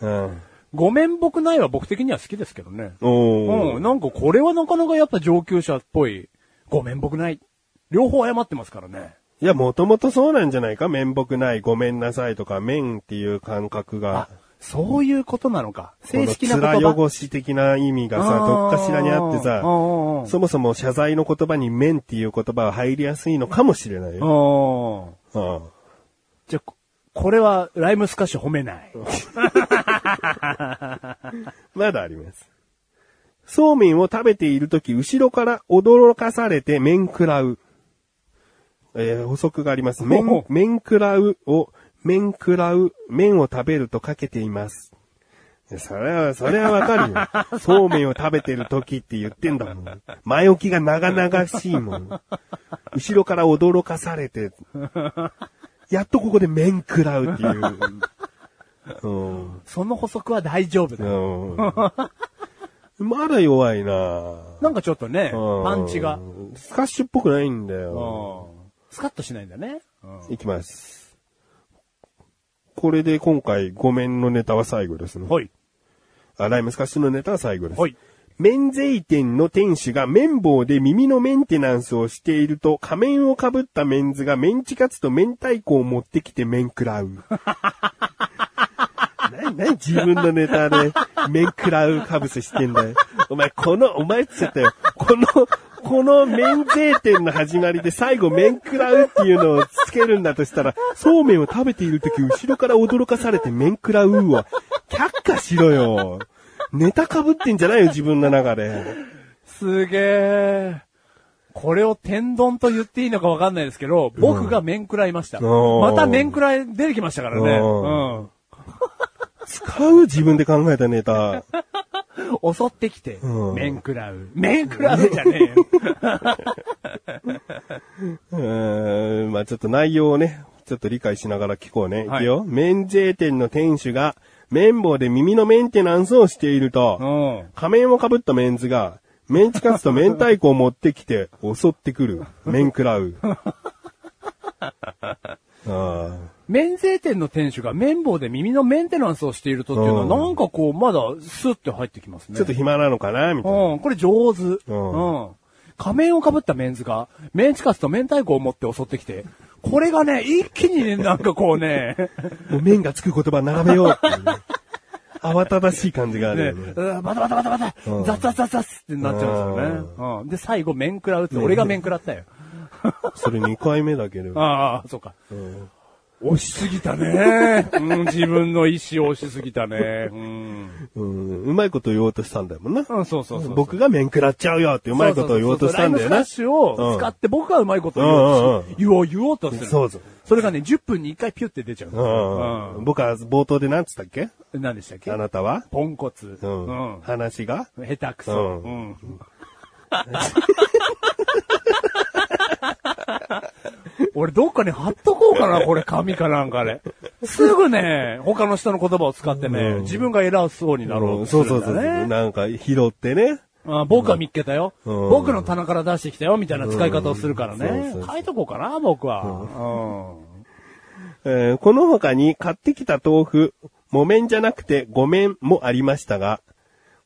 [SPEAKER 3] うん
[SPEAKER 2] ごめん僕ないは僕的には好きですけどね。
[SPEAKER 3] お
[SPEAKER 2] うん。なんかこれはなかなかやっぱ上級者っぽい。ごめん僕ない。両方謝ってますからね。
[SPEAKER 3] いや、もともとそうなんじゃないか面目ない、ごめんなさいとか、面っていう感覚
[SPEAKER 2] あ
[SPEAKER 3] が。、
[SPEAKER 2] そういうことなのか。
[SPEAKER 3] この
[SPEAKER 2] 正式な言
[SPEAKER 3] 面
[SPEAKER 2] 葉。
[SPEAKER 3] 汚し的な意味がさ、
[SPEAKER 2] あー
[SPEAKER 3] どっかしらにあってさ、
[SPEAKER 2] うんうんうん
[SPEAKER 3] そもそも謝罪の言葉に面っていう言葉は入りやすいのかもしれないよ。
[SPEAKER 2] うん。
[SPEAKER 3] うん
[SPEAKER 2] じゃあ、ここれはライムスカッシュ褒めない。
[SPEAKER 3] まだあります。そうめんを食べているとき、後ろから驚かされて面食らう。えー補足があります。
[SPEAKER 2] ほ
[SPEAKER 3] 面
[SPEAKER 2] う、
[SPEAKER 3] 面食らうを、面食らう、麺を食べるとかけています。いやそれは、それはわか るよ。そうめんを食べてるときって言ってんだもん。前置きが長々しいもん。後ろから驚かさ れて。やっとここで面食らうっていう。うん
[SPEAKER 2] その補足は大丈夫だ。
[SPEAKER 3] うん。 まだ弱いな
[SPEAKER 2] なんかちょっとね、
[SPEAKER 3] うん
[SPEAKER 2] パンチが。うん。
[SPEAKER 3] スカッシュっぽくないんだよ。
[SPEAKER 2] スカッとしないんだね。うん
[SPEAKER 3] いきます。これで今回、ごめんのネタは最後ですね。
[SPEAKER 2] はい。
[SPEAKER 3] あ、ライムスカッシュのネタは最後です。
[SPEAKER 2] はい。
[SPEAKER 3] 免税店の店主が綿棒で耳のメンテナンスをしていると、仮面をかぶったメンズがメンチカツと明太子を持ってきて面食らう。な、な、自分のネタで面食らうかぶせしてんだよ。お前、この、お前って言っちゃったよ。この、この免税店の始まりで最後面食らうっていうのをつけるんだとしたら、そうめんを食べているとき後ろから驚かされて面食らうわ。却下しろよ。ネタ被ってんじゃないよ、自分の中で。
[SPEAKER 2] すげえ。これを天丼と言っていいのかわかんないですけど、僕が面食らいました。
[SPEAKER 3] おー
[SPEAKER 2] また面食らい出てきましたからね。
[SPEAKER 3] お
[SPEAKER 2] う
[SPEAKER 3] 使う自分で考えたネタ。
[SPEAKER 2] ん。襲ってきて、
[SPEAKER 3] うん
[SPEAKER 2] 面食らう。面食らうじゃね えよ。
[SPEAKER 3] うーん、まあちょっと内容をね、ちょっと理解しながら聞こうね。
[SPEAKER 2] はい
[SPEAKER 3] い、くよ。免税店の店主が、綿棒で耳のメンテナンスをしていると、
[SPEAKER 2] うん。
[SPEAKER 3] 仮面をかぶったメンズが、メンチカツと明太子を持ってきて、 襲ってくる。面食らう。ああ。
[SPEAKER 2] 免税店の店主が綿棒で耳のメンテナンスをしているとっていうのは、
[SPEAKER 3] うん
[SPEAKER 2] なんかこう、まだスッて入ってきますね。
[SPEAKER 3] ちょっと暇なのかなみたいな。
[SPEAKER 2] うん、これ上手。うんん。仮面をかぶったメンズが、メンチカツと明太子を持って襲ってきて、これがね、一気にね、なんかこう ね、
[SPEAKER 3] もう面がつく言葉並べようっていうね、 慌ただしい感じがある
[SPEAKER 2] ね、
[SPEAKER 3] よね。
[SPEAKER 2] うんバタバタバタバタ、ザッザッザッザッってなっちゃうんですよね。うん。で、最後、面食らうって、俺が面食らったよ。
[SPEAKER 3] それ2回目だけど。
[SPEAKER 2] ああ、そうか。押しすぎたね。うん、自分の意思を押しすぎたね。うん。
[SPEAKER 3] うん、うまいこと言おうとしたんだもんな。
[SPEAKER 2] うん、そうそうそう。
[SPEAKER 3] 僕が面食らっちゃうよってう
[SPEAKER 2] う
[SPEAKER 3] まいことを言おうとしたんだよ
[SPEAKER 2] ライム
[SPEAKER 3] な。
[SPEAKER 2] スカッシュを使って僕はうまいことを言おうとし言おう、言おうとする。
[SPEAKER 3] そうそう。
[SPEAKER 2] それがね、10分に1回ピュって出ちゃうんです
[SPEAKER 3] う
[SPEAKER 2] よ。
[SPEAKER 3] ん。僕は冒頭で何つったっけ
[SPEAKER 2] うん。何でしたっけ
[SPEAKER 3] あなたは
[SPEAKER 2] ポンコツ。
[SPEAKER 3] う
[SPEAKER 2] うん
[SPEAKER 3] ん。。話が
[SPEAKER 2] 下手くそ。
[SPEAKER 3] う
[SPEAKER 2] うん。俺どっかに貼っとこうかな、これ紙かなんかで。すぐね、他の人の言葉を使ってね、自分が偉そうになろう
[SPEAKER 3] う
[SPEAKER 2] と
[SPEAKER 3] ん
[SPEAKER 2] する
[SPEAKER 3] そうんそう
[SPEAKER 2] だ
[SPEAKER 3] そう。
[SPEAKER 2] ね。
[SPEAKER 3] なんか拾ってね。
[SPEAKER 2] あ僕は見っけたよ、
[SPEAKER 3] うん
[SPEAKER 2] 僕の棚から出してきたよ、みたいな使い方をするから
[SPEAKER 3] うんそ
[SPEAKER 2] ね
[SPEAKER 3] うそう。そう
[SPEAKER 2] 書いとこうかな、僕は。
[SPEAKER 3] えーこの他に買ってきた豆腐、木綿じゃなくてごめんもありましたが、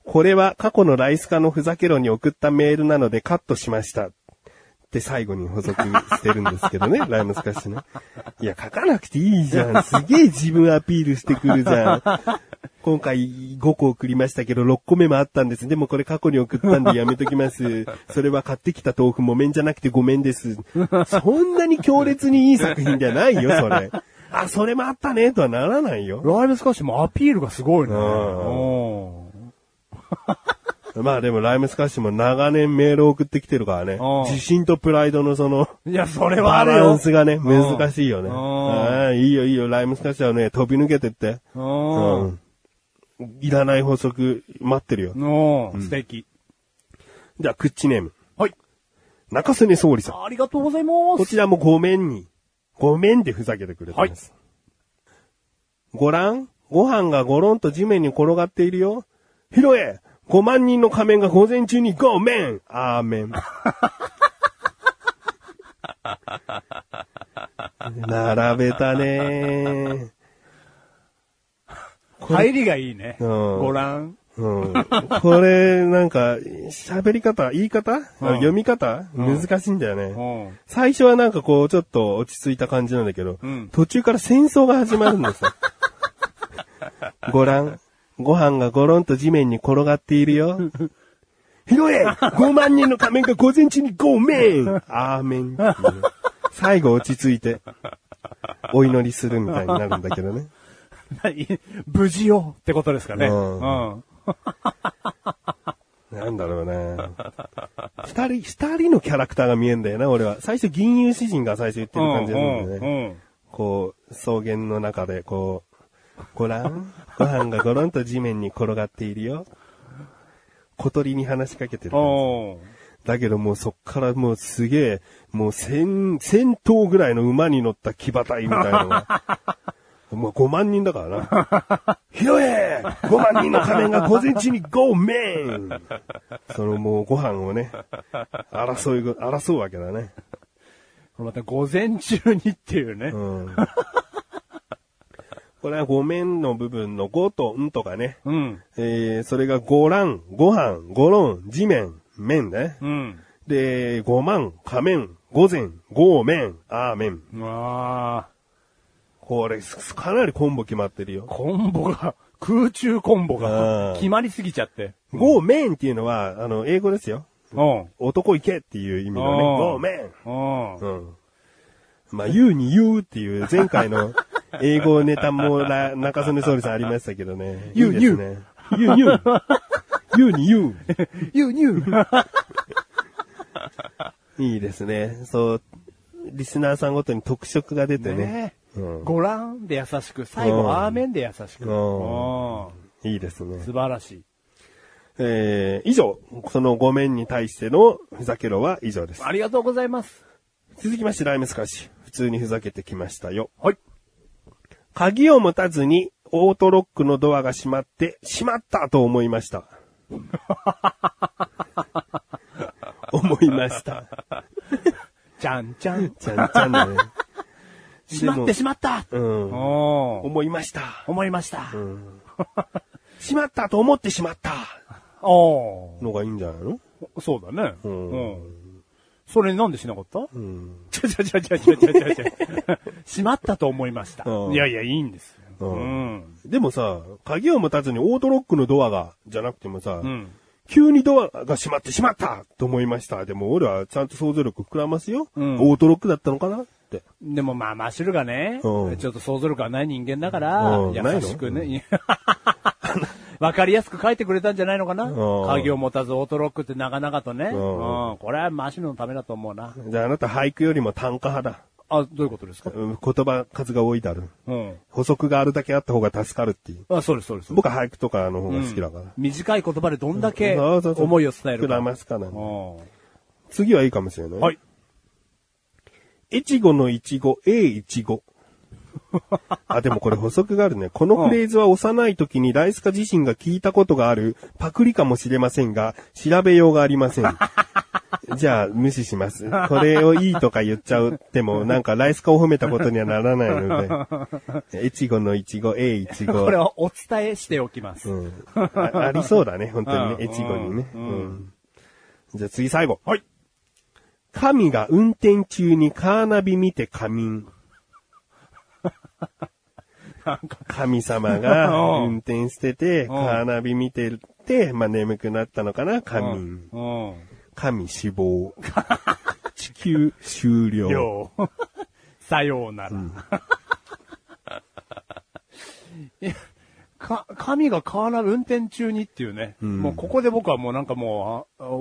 [SPEAKER 3] これは過去のライスカのふざけろに送ったメールなのでカットしました。って最後に補足してるんですけどね、 ライムスカッシュね。いや、書かなくていいじゃん。すげえ自分アピールしてくるじゃん。今回5個送りましたけど、6個目もあったんです。でもこれ過去に送ったんでやめときます。それは買ってきた豆腐木綿じゃなくてごめんです。そんなに強烈にいい作品じゃないよ、それ。あ、それもあったね、とはならないよ。
[SPEAKER 2] うんライブスカッシュもアピールがすごいね。
[SPEAKER 3] うん
[SPEAKER 2] うん
[SPEAKER 3] まあでもライムスカッシュも長年メールを送ってきてるからね
[SPEAKER 2] うん。
[SPEAKER 3] 自信とプライドの その、
[SPEAKER 2] いや、それはあ
[SPEAKER 3] バ
[SPEAKER 2] る
[SPEAKER 3] ラ
[SPEAKER 2] よ
[SPEAKER 3] ン。スがね、難しいよね。
[SPEAKER 2] うん
[SPEAKER 3] あーいいよいいよ、ライムスカッシュはね、飛び抜けてって。
[SPEAKER 2] うん。
[SPEAKER 3] うんいらない法則待ってるよ。
[SPEAKER 2] うん素敵。
[SPEAKER 3] じゃあ、クッチネーム。
[SPEAKER 2] はい。
[SPEAKER 3] 中曽根総理さん。
[SPEAKER 2] ありがとうございま
[SPEAKER 3] こ
[SPEAKER 2] す。
[SPEAKER 3] ちらもごめんに、ごめんでふざけてくれてます。ご覧ご飯がごろんと地面に転がっているよ。ひろえ !5 万人の仮面が午前中にごめんアーメン。 並べたね
[SPEAKER 2] 入りがいいね。
[SPEAKER 3] うん
[SPEAKER 2] ご覧。
[SPEAKER 3] うん、これ、なんか、喋り方、言い方、読み方、難しいんだよね。
[SPEAKER 2] うん。
[SPEAKER 3] 最初はなんかこう、ちょっと落ち着いた感じなんだけど、
[SPEAKER 2] うん
[SPEAKER 3] 途中から戦争が始まるんで すよ。ご覧。ご飯がゴロンと地面に転がっているよ。ひろえ !5 万人の仮面が午前中にごめんアーメンっていうね。最後落ち着いて、お祈りするみたいになるんだけどね。
[SPEAKER 2] 何無事よってことですかね。う
[SPEAKER 3] うん
[SPEAKER 2] ん。
[SPEAKER 3] なんだろうね。二人、二人のキャラクターが見えんだよな、俺は。最初、銀融詩人が最初言ってる感じなんだよね。
[SPEAKER 2] うん。
[SPEAKER 3] こう、草原の中で、こう、ごらん、ご飯がごろんと地面に転がっているよ。小鳥に話しかけてる
[SPEAKER 2] う。ん。うん
[SPEAKER 3] だけどもうそっからもうすげえ、もう千、千頭ぐらいの馬に乗った騎馬隊みたいなのが。もう5万人だからな。ひろえ !5 万人の仮面が午前中にごめんそのもうご飯をね、争い、争うわけだね。
[SPEAKER 2] また午前中にっていうね。
[SPEAKER 3] うん。これはごめんの部分のごとんとかね。
[SPEAKER 2] うん。
[SPEAKER 3] えー、それがごらん、ご飯、ごろん、地面、面ね。
[SPEAKER 2] うん。
[SPEAKER 3] で、ごまん、仮面、午前、ごめん、あーめん。
[SPEAKER 2] うわ
[SPEAKER 3] これ、すかなりコンボ決まってる
[SPEAKER 2] ー
[SPEAKER 3] よ。
[SPEAKER 2] コンボが、空中コンボが
[SPEAKER 3] うん
[SPEAKER 2] 決まりすぎちゃって。
[SPEAKER 3] ごめんっていうのは、あの、英語ですよ。
[SPEAKER 2] うん。
[SPEAKER 3] 男行けっていう意味
[SPEAKER 2] うん
[SPEAKER 3] のね。ごめん。
[SPEAKER 2] うん。
[SPEAKER 3] うん。まあ、言うに言うっていう前回の英語ネタもら中曽根総理さんありましたけどね。
[SPEAKER 2] 言う
[SPEAKER 3] いいですね。言う言う。言うに言う。
[SPEAKER 2] You knew!
[SPEAKER 3] いいですね。そう、リスナーさんごとに特色が出てね。
[SPEAKER 2] ね
[SPEAKER 3] うん
[SPEAKER 2] ご覧で優しく、最
[SPEAKER 3] う
[SPEAKER 2] 後、
[SPEAKER 3] ん
[SPEAKER 2] アーメンで優しく。うん
[SPEAKER 3] うんいいですね。
[SPEAKER 2] 素晴らしい。
[SPEAKER 3] えー、以上、そのごめんに対してのふざけろは以上です。
[SPEAKER 2] ありがとうございます。
[SPEAKER 3] 続きまして、ライムスカッシュ。普通にふざけてきましたよ。
[SPEAKER 2] はい。
[SPEAKER 3] 鍵を持たずに、オートロックのドアが閉まって、閉まったと思い ました。思いました。
[SPEAKER 2] じゃんじゃん。
[SPEAKER 3] ちゃんちゃんだね。
[SPEAKER 2] しまってしまった
[SPEAKER 3] うん。
[SPEAKER 2] おー
[SPEAKER 3] 思いました。
[SPEAKER 2] 思いました。
[SPEAKER 3] しまったと思ってしまった
[SPEAKER 2] お
[SPEAKER 3] のがいいんじゃないの
[SPEAKER 2] ーそうだね。
[SPEAKER 3] ん
[SPEAKER 2] うん。それになんでしなかった
[SPEAKER 3] うん。
[SPEAKER 2] ちょちょちょちょちょちょちょちょ。しまったと思いました。
[SPEAKER 3] うん
[SPEAKER 2] いやいや、いいんですよ。
[SPEAKER 3] う
[SPEAKER 2] うん。
[SPEAKER 3] でもさ、鍵を持たずにオートロックのドアが、じゃなくてもさ、
[SPEAKER 2] うん。
[SPEAKER 3] 急にドアが閉まってしまったと思いました。でも俺はちゃんと想像力膨らますよ。
[SPEAKER 2] うん
[SPEAKER 3] オートロックだったのかなって。
[SPEAKER 2] でもまあ、マッシュルがね、ち
[SPEAKER 3] う
[SPEAKER 2] ょ
[SPEAKER 3] ん
[SPEAKER 2] っと想像力がない人間だから
[SPEAKER 3] う、ん
[SPEAKER 2] 優しくね、いや わかりやすく書いてくれたんじゃないのかな
[SPEAKER 3] うん
[SPEAKER 2] 鍵を持たずオートロックって長々とね。うん
[SPEAKER 3] ん。
[SPEAKER 2] これはマッシュルのためだと思うな。
[SPEAKER 3] じゃああなた俳句よりも単価派だ。
[SPEAKER 2] あ、どういうことですか
[SPEAKER 3] うん言葉数が多いだろ。
[SPEAKER 2] うん。
[SPEAKER 3] 補足があるだけあった方が助かるっていう。
[SPEAKER 2] あ、そうです、そうです。
[SPEAKER 3] 僕は俳句とかの方が好きだから。
[SPEAKER 2] 短い言葉でどんだけ
[SPEAKER 3] そうそうそう
[SPEAKER 2] 思いを伝える
[SPEAKER 3] 膨
[SPEAKER 2] から
[SPEAKER 3] ますかな。
[SPEAKER 2] う
[SPEAKER 3] 次はいいかもしれない。
[SPEAKER 2] んはい。。
[SPEAKER 3] いちごのいちご、えい ちご。あ、でもこれ補足があるね。このフレーズは幼い時にライスカ自身が聞いたことがあるパクリかもしれませんが、調べようがありま せん。じゃあ、無視します。これをいいとか言っちゃう。でも、なんか、ライスカを褒めたことにはならないの で。いちごのいちご、えいちご。
[SPEAKER 2] これはお伝えしておきます。
[SPEAKER 3] うんあ。 ありそうだね、本当にね。
[SPEAKER 2] うん
[SPEAKER 3] 越後にね。
[SPEAKER 2] う
[SPEAKER 3] うん。じゃあ次最後。
[SPEAKER 2] はい。
[SPEAKER 3] 神が運転中にカーナビ見て仮眠。神様が
[SPEAKER 2] うん
[SPEAKER 3] 運転してて、カーナビ見てて、まあ眠くなったのかな、仮眠。
[SPEAKER 2] うん。
[SPEAKER 3] 神 死亡。地球終了。
[SPEAKER 2] よう。 さようなら。 いやか、神がカーナル運転中にっていうね。もうここで僕はもうなんかもう、あおーお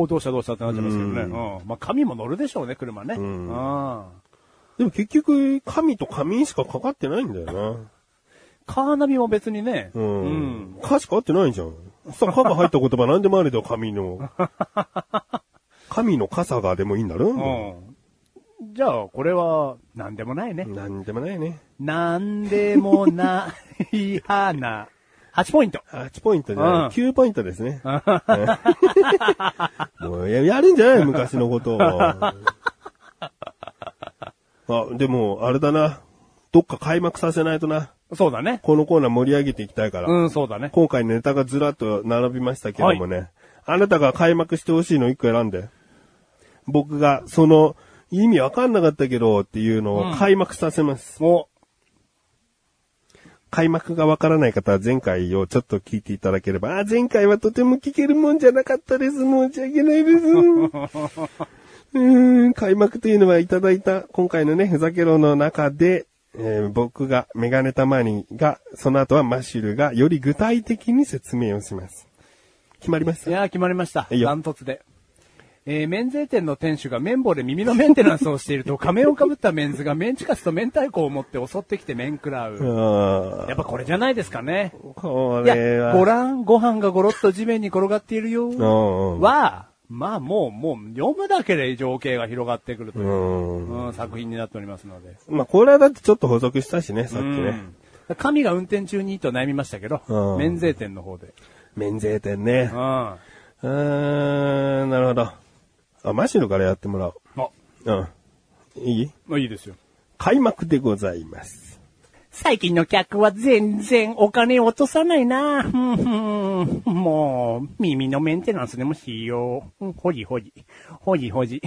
[SPEAKER 2] ーおーどうしたどうしたってなっちゃいますけどね。うん。まあ神も乗るでしょうね、車ね。うん。
[SPEAKER 3] でも結局、神と仮眠しかかかってないんだよな。
[SPEAKER 2] カーナビも別にね。
[SPEAKER 3] う
[SPEAKER 2] うん
[SPEAKER 3] ん。かしか合ってないじゃん。さ、かが入った言葉何でもあるだよ、神 の。神の傘がでもいいんだろ、
[SPEAKER 2] うん。じゃあ、これは、なんでもないね。
[SPEAKER 3] なんでもないね。
[SPEAKER 2] なんでもない 花。8ポイント。
[SPEAKER 3] 8ポイントじゃない、
[SPEAKER 2] うん
[SPEAKER 3] 9ポイントですね。もうややるんじゃない昔の ことを。あ、でも、あれだな。どっか開幕させないとな。
[SPEAKER 2] そうだね。
[SPEAKER 3] このコーナー盛り上げていきたいから。
[SPEAKER 2] うん、そうだね。
[SPEAKER 3] 今回ネタがずらっと並びましたけどもね。あなたが開幕してほしいの一個選んで。僕が、その、意味わかんなかったけどっていうのを開幕させます。
[SPEAKER 2] も
[SPEAKER 3] 開幕がわからない方は前回をちょっと聞いていただければ、あー前回はとても聞けるもんじゃなかったです。申し訳ないです。うーん、開幕というのはいただいた、今回のね、ふざけろの中で、えー僕が、メガネたまにが、その後はマッシュルが、より具体的に説明をします。決まりまし
[SPEAKER 2] う、い
[SPEAKER 3] た
[SPEAKER 2] やー、決まりました。
[SPEAKER 3] いいよ
[SPEAKER 2] ダントツで。えー、免税店の店主が綿棒で耳のメンテナンスをしていると、 仮面をかぶったメンズがメンチカツと明太子を持って襲ってきて面食ら
[SPEAKER 3] う
[SPEAKER 2] う。
[SPEAKER 3] ー
[SPEAKER 2] やっぱこれじゃないですかね。
[SPEAKER 3] ん。こ
[SPEAKER 2] い
[SPEAKER 3] れ
[SPEAKER 2] や、ご
[SPEAKER 3] は。
[SPEAKER 2] 覧、ご飯がごろっと地面に転がっているよ。
[SPEAKER 3] うんうん
[SPEAKER 2] は、まあもう、もう読むだけで情景が広がってくるというう、
[SPEAKER 3] ーん。
[SPEAKER 2] うん作品になっておりますので。
[SPEAKER 3] まあ、これはだってちょっと補足したしね、さっきね。
[SPEAKER 2] うん神が運転中にと悩みましたけど、
[SPEAKER 3] うん
[SPEAKER 2] 免税店の方で。
[SPEAKER 3] 免税店ね
[SPEAKER 2] うん。。あ、
[SPEAKER 3] うーん、なるほど。あ、マシロからやってもらおう。
[SPEAKER 2] ま
[SPEAKER 3] うん。いい
[SPEAKER 2] あいいですよ。
[SPEAKER 3] 開幕でございます。
[SPEAKER 2] 最近の客は全然お金落とさないな。 ふんふんもう、耳のメンテナンスでもしよう。ほじほじ。ほじほじ。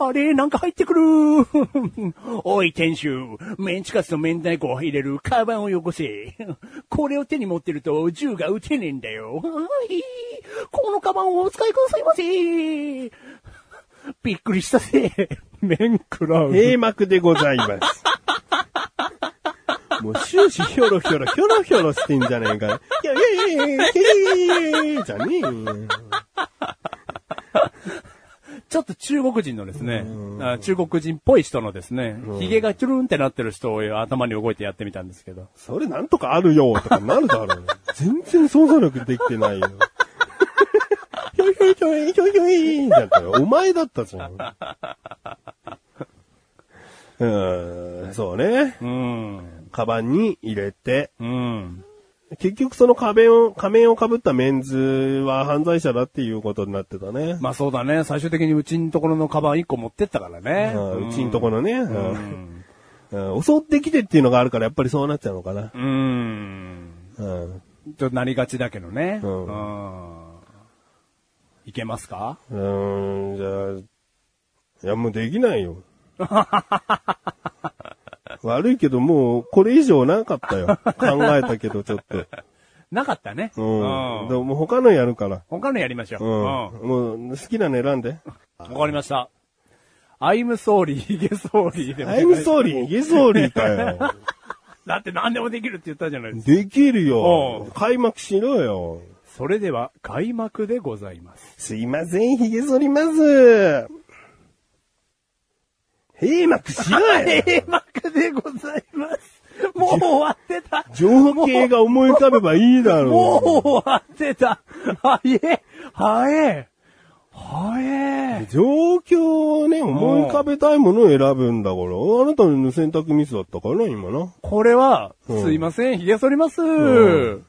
[SPEAKER 2] あれなんか入ってくる。 ふんふんおい、店主。メンチカツと明太子を入れるカバンをよこせ。これを手に持ってると銃が撃てねえんだよ。はい。このカバンをお使いくださいませ。びっくりしたぜ。 面食らう。
[SPEAKER 3] 閉幕でございます。もう終始ひょろひょろ、ひょろひょろしてんじゃねえか。いやいやいやいやいやいやじゃねえよ。
[SPEAKER 2] ちょっと中国人のですね、あ中国人っぽい人のですね、髭がチュルンってなってる人を頭に動いてやってみたんですけど。
[SPEAKER 3] それなんとかあるよ、とかなるだろう。全然想像力できてないよ。ひょいひょいひょいひょいひょいだったよ。お前だったじゃん。うーん、そうね。
[SPEAKER 2] うん。
[SPEAKER 3] カバンに入れて、
[SPEAKER 2] うん。
[SPEAKER 3] 結局その仮面を、仮面を被ったメンズは犯罪者だっていうことになってたね。
[SPEAKER 2] まあそうだね、最終的にうちのところのカバン1個持ってったからね。
[SPEAKER 3] うんうちんとこのね。うんうん、襲ってきてっていうのがあるから、やっぱりそうなっちゃうのかな。
[SPEAKER 2] うーん。
[SPEAKER 3] うん。
[SPEAKER 2] ちょっとなりがちだけどね。
[SPEAKER 3] うん
[SPEAKER 2] うんいけますか
[SPEAKER 3] うーん、じゃあ、いや、もうできない よ。悪いけど、もう、これ以上なかったよ。考えたけど、ちょっと。
[SPEAKER 2] なかったね。
[SPEAKER 3] うん。
[SPEAKER 2] うん
[SPEAKER 3] でも、もう他のやるから。
[SPEAKER 2] 他のやりましょう。
[SPEAKER 3] うん。
[SPEAKER 2] うん
[SPEAKER 3] もう、好きなの選んで。
[SPEAKER 2] わかりました。I'm sorry, ヒゲソーリーでも
[SPEAKER 3] タイムソーリ ー、イエソーリーかよ。
[SPEAKER 2] だって何でもできるって言ったじゃないですか。
[SPEAKER 3] できる
[SPEAKER 2] う
[SPEAKER 3] よ
[SPEAKER 2] ん。
[SPEAKER 3] 開幕しろよ。
[SPEAKER 2] それでは、開幕でございます。
[SPEAKER 3] すいません、ひげ剃ります。閉幕しろ よ
[SPEAKER 2] 幕でございます。もう終わってた。
[SPEAKER 3] 情景が思い浮かべばいいだろう。
[SPEAKER 2] もう終わってた。はえ、はえ、はえ。
[SPEAKER 3] 状況をね、思い浮かべたいものを選ぶんだから、あなたの選択ミスだったから、今な。
[SPEAKER 2] これは、
[SPEAKER 3] うん
[SPEAKER 2] すいません、髭剃ります。
[SPEAKER 3] う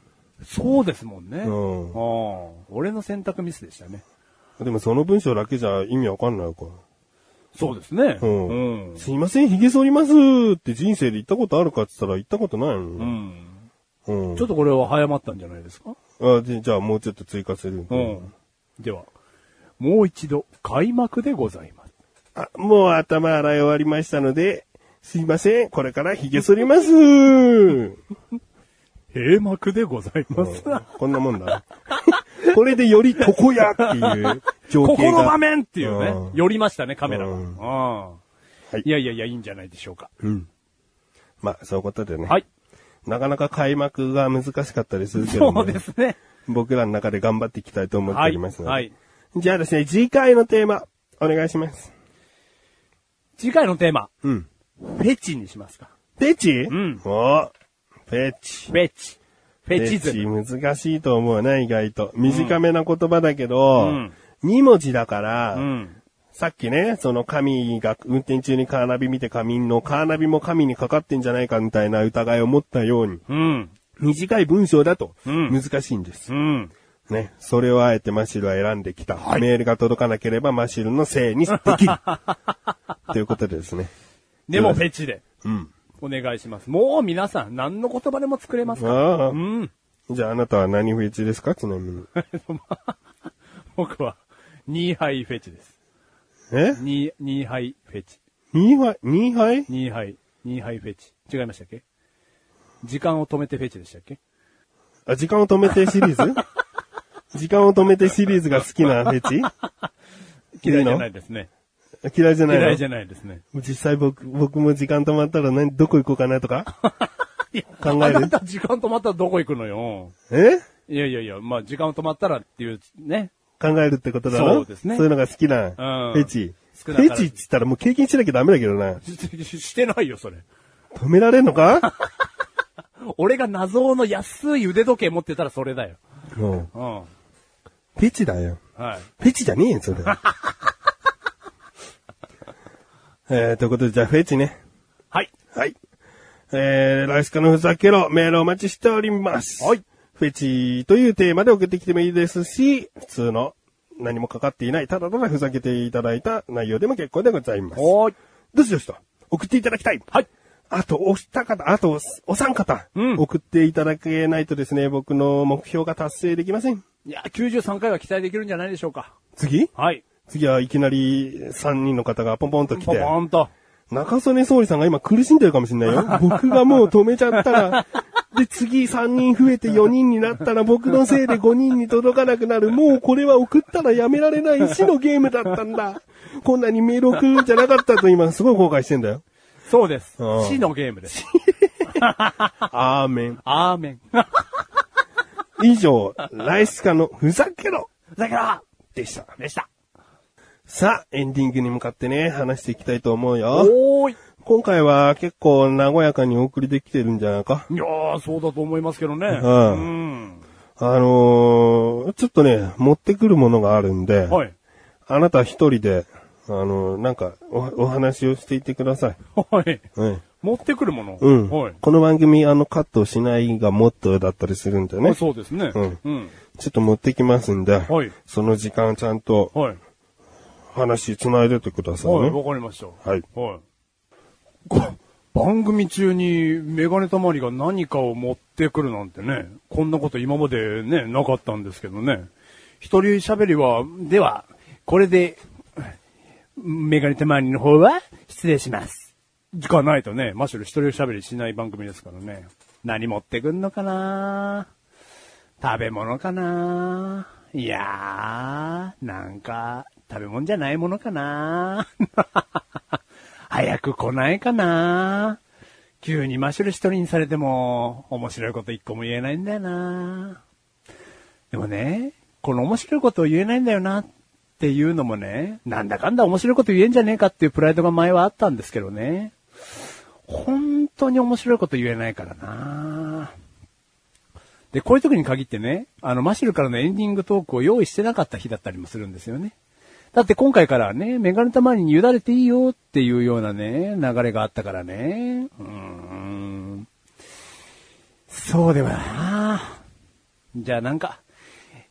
[SPEAKER 2] そうですもんね。
[SPEAKER 3] うん
[SPEAKER 2] うん俺の選択ミスでしたね。
[SPEAKER 3] でもその文章だけじゃ意味わかんないか
[SPEAKER 2] そうですね。
[SPEAKER 3] ら。うん。
[SPEAKER 2] うん
[SPEAKER 3] すいません、ひげ剃りますって人生で言ったことあるかって言ったら言ったことないの。
[SPEAKER 2] う
[SPEAKER 3] うん。
[SPEAKER 2] んちょっとこれは早まったんじゃないですか
[SPEAKER 3] あじじゃあもうちょっと追加する。
[SPEAKER 2] うん。では、もう一度、開幕でございます。
[SPEAKER 3] あ、もう頭洗い終わりましたので、すいません、これから髭剃ります。うん
[SPEAKER 2] 閉幕でございます。
[SPEAKER 3] こんな もんだ。これでより床屋っていう情
[SPEAKER 2] こ
[SPEAKER 3] 景
[SPEAKER 2] この場
[SPEAKER 3] が。
[SPEAKER 2] 面っていうね
[SPEAKER 3] う、ん
[SPEAKER 2] 寄りましたね、カメラが。
[SPEAKER 3] う
[SPEAKER 2] うんん。いやいやいや、いいんじゃないでしょうか。
[SPEAKER 3] まあ、そういうことでね。
[SPEAKER 2] はい。
[SPEAKER 3] なかなか開幕が難しかったりするけど、ね、
[SPEAKER 2] そうですね。
[SPEAKER 3] 僕らの中で頑張っていきたいと思ってお
[SPEAKER 2] はい。
[SPEAKER 3] りますので。
[SPEAKER 2] はい。
[SPEAKER 3] じゃあですね、次回のテーマ、お願いします。
[SPEAKER 2] 次回のテーマ、
[SPEAKER 3] うん。
[SPEAKER 2] フェチにしますか。
[SPEAKER 3] ペチ
[SPEAKER 2] ん
[SPEAKER 3] おペ
[SPEAKER 2] フ
[SPEAKER 3] チ。
[SPEAKER 2] ェチ。フェチズム。
[SPEAKER 3] チ難しいと思うな、意外と。短めな言葉だけど、
[SPEAKER 2] うん
[SPEAKER 3] 2文字だから、
[SPEAKER 2] うん。
[SPEAKER 3] さっきね、その神が運転中にカーナビ見て神のカーナビも神にかかってんじゃないかみたいな疑いを持ったように、
[SPEAKER 2] うん。
[SPEAKER 3] 短い文章だと
[SPEAKER 2] うん
[SPEAKER 3] 難しいんです。
[SPEAKER 2] うん。
[SPEAKER 3] ね。それをあえてマシルは選んできた。メールが届かなければマシルのせいにで きる。ということでですね。
[SPEAKER 2] でも、フェチで。
[SPEAKER 3] うん。
[SPEAKER 2] お願いします。もう皆さん、何の言葉でも作れますから。
[SPEAKER 3] あ
[SPEAKER 2] うん。
[SPEAKER 3] あ。じゃああなたは何フェチですかちなみに。
[SPEAKER 2] 僕は、ニーハイフェチです。
[SPEAKER 3] え
[SPEAKER 2] ニー、ニーハイフェチ。
[SPEAKER 3] ニーハイニーハイ
[SPEAKER 2] ニーハイ、ニーハイフェチ。違いましたっけ時間を止めてフェチでしたっけ
[SPEAKER 3] あ、時間を止めてシリ ーズ時間を止めてシリーズが好きなフェチ
[SPEAKER 2] 嫌いじゃないいですね。
[SPEAKER 3] の嫌いじゃないの
[SPEAKER 2] 嫌いじゃないですね。
[SPEAKER 3] 実際僕、僕も時間止まったら何、どこ行こうかなとか考
[SPEAKER 2] あ
[SPEAKER 3] え
[SPEAKER 2] な
[SPEAKER 3] る
[SPEAKER 2] た時間止まったらどこ行くのよ。
[SPEAKER 3] え
[SPEAKER 2] いやいやいや、まあ時間止まったらっていうね。
[SPEAKER 3] 考えるってことだろ
[SPEAKER 2] そうですね
[SPEAKER 3] そういうのが好きな、フェチ。フ
[SPEAKER 2] 少なから
[SPEAKER 3] ェチって言ったらもう経験しなきゃダメだけどな。
[SPEAKER 2] しししてないよ、それ。
[SPEAKER 3] 止められんのか
[SPEAKER 2] 俺が謎の安い腕時計持ってたらそれだよ。
[SPEAKER 3] うん
[SPEAKER 2] うん。は
[SPEAKER 3] フェチだよ。
[SPEAKER 2] い。
[SPEAKER 3] フェチじゃねえよ、それ。えー、ということで、じゃあフェチね。
[SPEAKER 2] はい。
[SPEAKER 3] はい。えー、ライスカのふざけろ、メールお待ちしております。
[SPEAKER 2] はい。
[SPEAKER 3] フェチというテーマで送ってきてもいいですし、普通の何もかかっていない、ただただふざけていただいた内容でも結構でございます。
[SPEAKER 2] おーい。
[SPEAKER 3] どしどしと送っていただきたい。
[SPEAKER 2] はい。
[SPEAKER 3] あと、お二方、あとお、お三方、
[SPEAKER 2] うん
[SPEAKER 3] 送っていただけないとですね、僕の目標が達成できません。
[SPEAKER 2] いや、93回は期待できるんじゃないでしょうか。
[SPEAKER 3] 次
[SPEAKER 2] はい。
[SPEAKER 3] 次はいきなり三人の方がポンポンと来
[SPEAKER 2] ポ
[SPEAKER 3] て、
[SPEAKER 2] ポンと。
[SPEAKER 3] 中曽根総理さんが今苦しんでるかもしれ ないよ。僕がもう止めちゃったら、で、次3人増えて4人になったら僕のせいで5人に届かなくなる。もうこれは送ったらやめられない死のゲームだったんだ。こんなにメール送るんじゃなかったと今すごい後悔してんだよ。
[SPEAKER 2] そうです。
[SPEAKER 3] うん
[SPEAKER 2] 死のゲームです。
[SPEAKER 3] アーメン。
[SPEAKER 2] アーメン。
[SPEAKER 3] 以上、ライスカのふざけろ
[SPEAKER 2] だから、
[SPEAKER 3] でした。
[SPEAKER 2] でした。
[SPEAKER 3] さあ、エンディングに向かってね、話していきたいと思うよ。
[SPEAKER 2] おーい。
[SPEAKER 3] 今回は結構和やかにお送りできてるんじゃないか
[SPEAKER 2] いやー、そうだと思いますけどね。
[SPEAKER 3] ん
[SPEAKER 2] うん。
[SPEAKER 3] あのー、ちょっとね、持ってくるものがあるんで、
[SPEAKER 2] はい。
[SPEAKER 3] あなた一人で、あのー、なんかお、お話をしていってください。
[SPEAKER 2] はい。
[SPEAKER 3] はい。
[SPEAKER 2] 持ってくるもの。
[SPEAKER 3] うん。
[SPEAKER 2] はい。
[SPEAKER 3] この番組、あの、カットしないがモットーだったりするんでね。ちょ
[SPEAKER 2] そうですね。
[SPEAKER 3] うん
[SPEAKER 2] うん。
[SPEAKER 3] っと持ってきますんで、
[SPEAKER 2] はい
[SPEAKER 3] その時間ちゃんと
[SPEAKER 2] はい。
[SPEAKER 3] 話つないでてください
[SPEAKER 2] はい、
[SPEAKER 3] ね。
[SPEAKER 2] わかりました。
[SPEAKER 3] はい。
[SPEAKER 2] はい。
[SPEAKER 3] こ
[SPEAKER 2] 番組中にメガネたまりが何かを持ってくるなんてね、こんなこと今までね、なかったんですけどね。一人喋りは、では、これで、メガネたまりの方は失礼します。がないとね、マシュル一人喋りしない番組ですからね。何持ってくんのかな食べ物かないやー、なんか、食べ物じゃないものかな 早く来ないかな急にマシュル一人にされても、面白いこと一個も言えないんだよなでもね、この面白いことを言えないんだよなっていうのもね、なんだかんだ面白いこと言えんじゃねえかっていうプライドが前はあったんですけどね。本当に面白いこと言えないからなで、こういう時に限ってね、あの、マシュルからのエンディングトークを用意してなかった日だったりもするんですよね。だって今回からはね、メガネたまりに委ねていいよっていうようなね、流れがあったからね。うーん。そうではなじゃあなんか、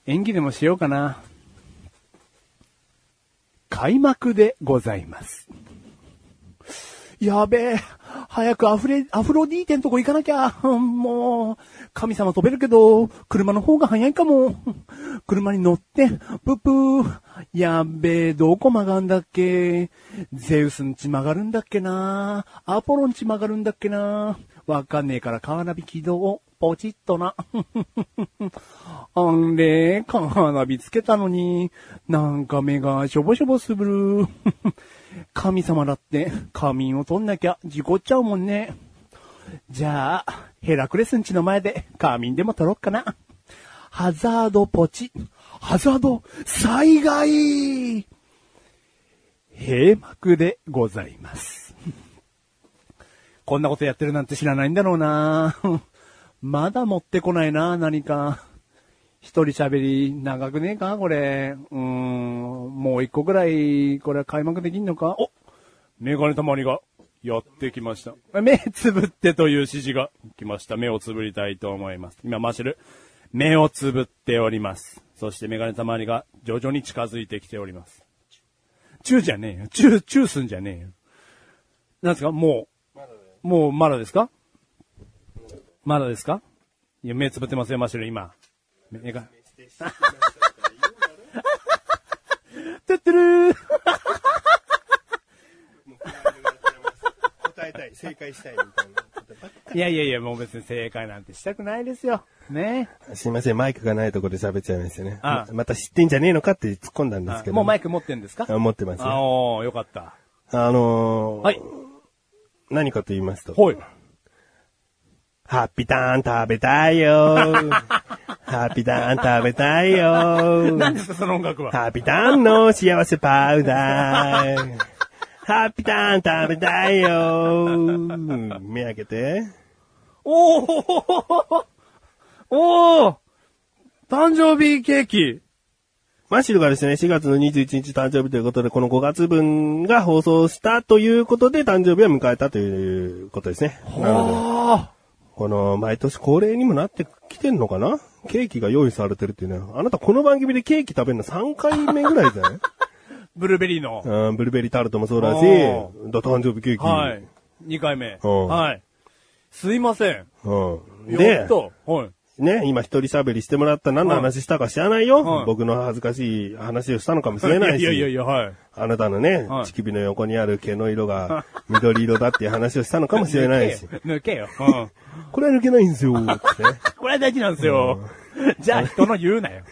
[SPEAKER 2] 演技でもしようかな。開幕でございます。やべえ、早くアフレ、アフロディーテのとこ行かなきゃ。 うんもう、神様飛べるけど、車の方が早いかも。 車に乗って、プープー。やべえ、どこ曲がんだっけ。ゼウスんち曲がるんだっけな。アポロんち曲がるんだっけな。わかんねえからカーナビ起動。ポチッとな。あんれ、カーナビつけたのに、なんか目がしょぼしょぼすぶる。 神様だって仮眠を取んなきゃ事故っちゃうもんね。じゃあ、ヘラクレスんちの前で仮眠でも取ろっかな。ハザードポチ。ハザード災害閉幕でございます。こんなことやってるなんて知らないんだろうな まだ持ってこないな何か。一人喋り長くねえかこれ。うーん。もう一個ぐらい、これは開幕できんのかおメガネたまりがやってきました。目つぶってという指示が来ました。目をつぶりたいと思います。今、マシュル、目をつぶっております。そしてメガネたまりが徐々に近づいてきております。チューじゃねえよ。チュー、チューすんじゃねえよ。なんですかもう、もうまだですかまだですかいや、目つぶってますよ、マシュル、今。目 が。てってるー
[SPEAKER 3] 答えたい、正解したいみたいなことばっか
[SPEAKER 2] いやいやいや、もう別に正解なんてしたくないですよ。ね
[SPEAKER 3] り。 すいません、マイクがないとこで喋っちゃいましたね。
[SPEAKER 2] ああ
[SPEAKER 3] また知ってんじゃねえのかって突っ込んだんですけど。
[SPEAKER 2] もうマイ
[SPEAKER 3] ク
[SPEAKER 2] ク持ってんですか
[SPEAKER 3] 持ってますよ
[SPEAKER 2] あおー、よかった。
[SPEAKER 3] あのー、
[SPEAKER 2] はい。
[SPEAKER 3] 何かと言いますと、
[SPEAKER 2] ほい。
[SPEAKER 3] ハッピーターン食べたいよーハッピーターン食べたいよー
[SPEAKER 2] 何ですか、その音楽は。
[SPEAKER 3] ハッピーターンの幸せパウダー。ハッピーターン食べたいよー。目開けて。
[SPEAKER 2] おーおー誕生日ケーキ
[SPEAKER 3] マッシュルがですね、4月の21日誕生日ということで、この5月分が放送したということで、誕生日を迎えたということですね。なので、
[SPEAKER 2] あ
[SPEAKER 3] この、毎年恒例にもなってきてんのかなケーキが用意されてるっていうね。あなたこの番組でケーキ食べるの3回目ぐらいじゃない
[SPEAKER 2] ーブルーベリーの。
[SPEAKER 3] うん、ブルーベリータルトもそうだし、だ
[SPEAKER 2] お
[SPEAKER 3] 誕生日ケーキ。
[SPEAKER 2] はい。2回目。
[SPEAKER 3] うん
[SPEAKER 2] はい。すいません。
[SPEAKER 3] うん。
[SPEAKER 2] や
[SPEAKER 3] で
[SPEAKER 2] っ、と。はい。
[SPEAKER 3] ね、今一人喋りしてもらった何の話したか知らないよ、
[SPEAKER 2] はい
[SPEAKER 3] 僕の恥ずかしい話をしたのかもしれないし。
[SPEAKER 2] やいやいや、はい。
[SPEAKER 3] あなたのね、
[SPEAKER 2] はい
[SPEAKER 3] 乳首の横にある毛の色が緑色だっていう話をしたのかもしれないし。
[SPEAKER 2] 抜けよ。抜けよ。うん。
[SPEAKER 3] これは抜けないんです よ、ってね
[SPEAKER 2] これは大事なんですよ。じゃあ人の言う なよ。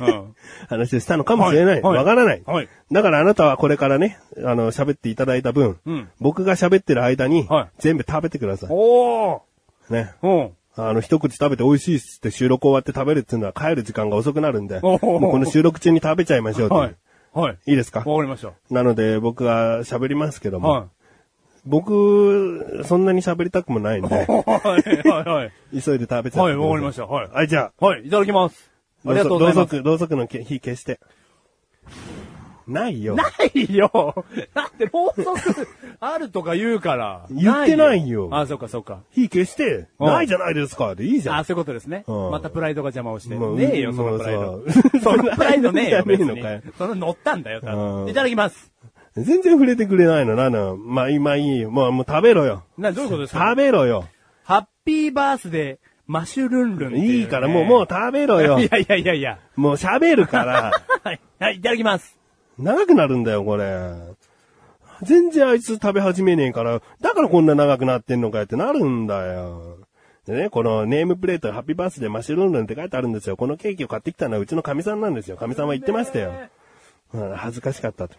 [SPEAKER 2] うん。
[SPEAKER 3] 話をしたのかもしれない。
[SPEAKER 2] はいはい
[SPEAKER 3] わからない。
[SPEAKER 2] はい
[SPEAKER 3] だからあなたはこれからね、あの、喋っていただいた分、
[SPEAKER 2] うん
[SPEAKER 3] 僕が喋ってる間に
[SPEAKER 2] はい、
[SPEAKER 3] 全部食べてください。
[SPEAKER 2] おー
[SPEAKER 3] ね。
[SPEAKER 2] うん。
[SPEAKER 3] あの、一口食べて美味しいっつって収録終わって食べるっていうのは帰る時間が遅くなるんで、
[SPEAKER 2] お
[SPEAKER 3] もう
[SPEAKER 2] ー
[SPEAKER 3] この収録中に食べちゃいましょうっていう
[SPEAKER 2] はい。はい。
[SPEAKER 3] いいですか
[SPEAKER 2] わかりました。
[SPEAKER 3] なので僕が喋りますけども、
[SPEAKER 2] はい。
[SPEAKER 3] 僕、そんなに喋りたくもないんで、
[SPEAKER 2] はい、はい、はい。
[SPEAKER 3] 急いで食べちゃってくださ
[SPEAKER 2] はい、わかりました。はい。
[SPEAKER 3] はい、じゃあ、
[SPEAKER 2] はい、いただきます。ありがとうござい
[SPEAKER 3] ろ
[SPEAKER 2] ま
[SPEAKER 3] そ
[SPEAKER 2] す。
[SPEAKER 3] く、ろうそくの火消して。ないよ。
[SPEAKER 2] ないよだって、ろうそくあるとか言うから。
[SPEAKER 3] 言ってないよ
[SPEAKER 2] あ、そうか、そうか。
[SPEAKER 3] 火消して、
[SPEAKER 2] うん
[SPEAKER 3] ないじゃないですか、でいいじゃ
[SPEAKER 2] あ、
[SPEAKER 3] ん。
[SPEAKER 2] そういうことですね。
[SPEAKER 3] うん
[SPEAKER 2] またプライドが邪魔をして。
[SPEAKER 3] もう
[SPEAKER 2] ねえよ、
[SPEAKER 3] うん
[SPEAKER 2] そのプライド
[SPEAKER 3] もう。さ
[SPEAKER 2] そのプライドねえよ、別
[SPEAKER 3] い
[SPEAKER 2] に
[SPEAKER 3] やねえのかよ。
[SPEAKER 2] その乗ったんだよ、多
[SPEAKER 3] う
[SPEAKER 2] 分。
[SPEAKER 3] ん
[SPEAKER 2] いただきます。
[SPEAKER 3] 全然触れてくれないの、なの。まあ今いいよ。まあもう食べろよ。
[SPEAKER 2] な、どういうことですか
[SPEAKER 3] 食べろよ。
[SPEAKER 2] ハッピーバースデー、マシュルンルンってうね
[SPEAKER 3] いいからもう、もう食べろよ
[SPEAKER 2] い。やいやいやいや。
[SPEAKER 3] もう喋るから。
[SPEAKER 2] はい、はい、いただきます。
[SPEAKER 3] 長くなるんだよ、これ。全然あいつ食べ始めねえから、だからこんな長くなってんのかよってなるんだよ。でね、このネームプレート、ハッピーバースデーマッシュルンルンって書いてあるんですよ。このケーキを買ってきたのはうちの神さんなんですよ。神さんは言ってましたよ。うん恥ずかしかったと。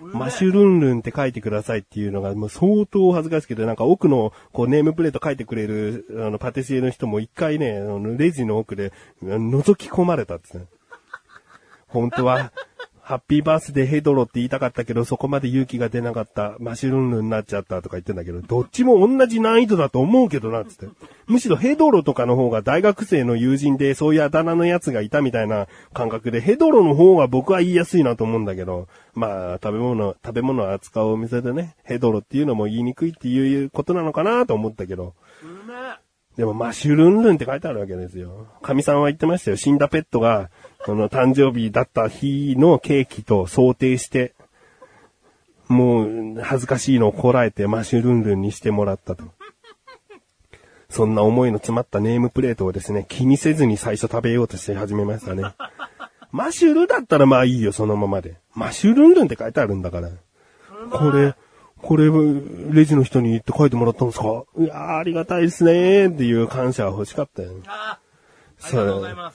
[SPEAKER 3] マッシュルンルンって書いてくださいっていうのが、もう相当恥ずかしくて、なんか奥の、こうネームプレート書いてくれる、あの、パティシエの人も一回ね、あのレジの奥で、覗き込まれたっつって、本当は、ハッピーバースデーヘドロって言いたかったけど、そこまで勇気が出なかった。マシュルンルンになっちゃったとか言ってんだけど、どっちも同じ難易度だと思うけどな、つって。むしろヘドロとかの方が大学生の友人でそういうあだ名のやつがいたみたいな感覚で、ヘドロの方が僕は言いやすいなと思うんだけど、まあ、食べ物、食べ物を扱うお店でね、ヘドロっていうのも言いにくいっていうことなのかなと思ったけど。でも、マシュルンルンって書いてあるわけですよ。神さんは言ってましたよ。死んだペットが、その誕生日だった日のケーキと想定して、もう、恥ずかしいのをこらえてマシュルンルンにしてもらったと。そんな思いの詰まったネームプレートをですね、気にせずに最初食べようとして始めましたね。マシュルだったらまあいいよ、そのままで。マシュルンルンって書いてあるんだから。これ、これ、レジの人に言って書いてもらったんですかいやーありがたいですねーっていう感謝は欲しかったよ。
[SPEAKER 2] ああ、あ
[SPEAKER 3] りがとうございま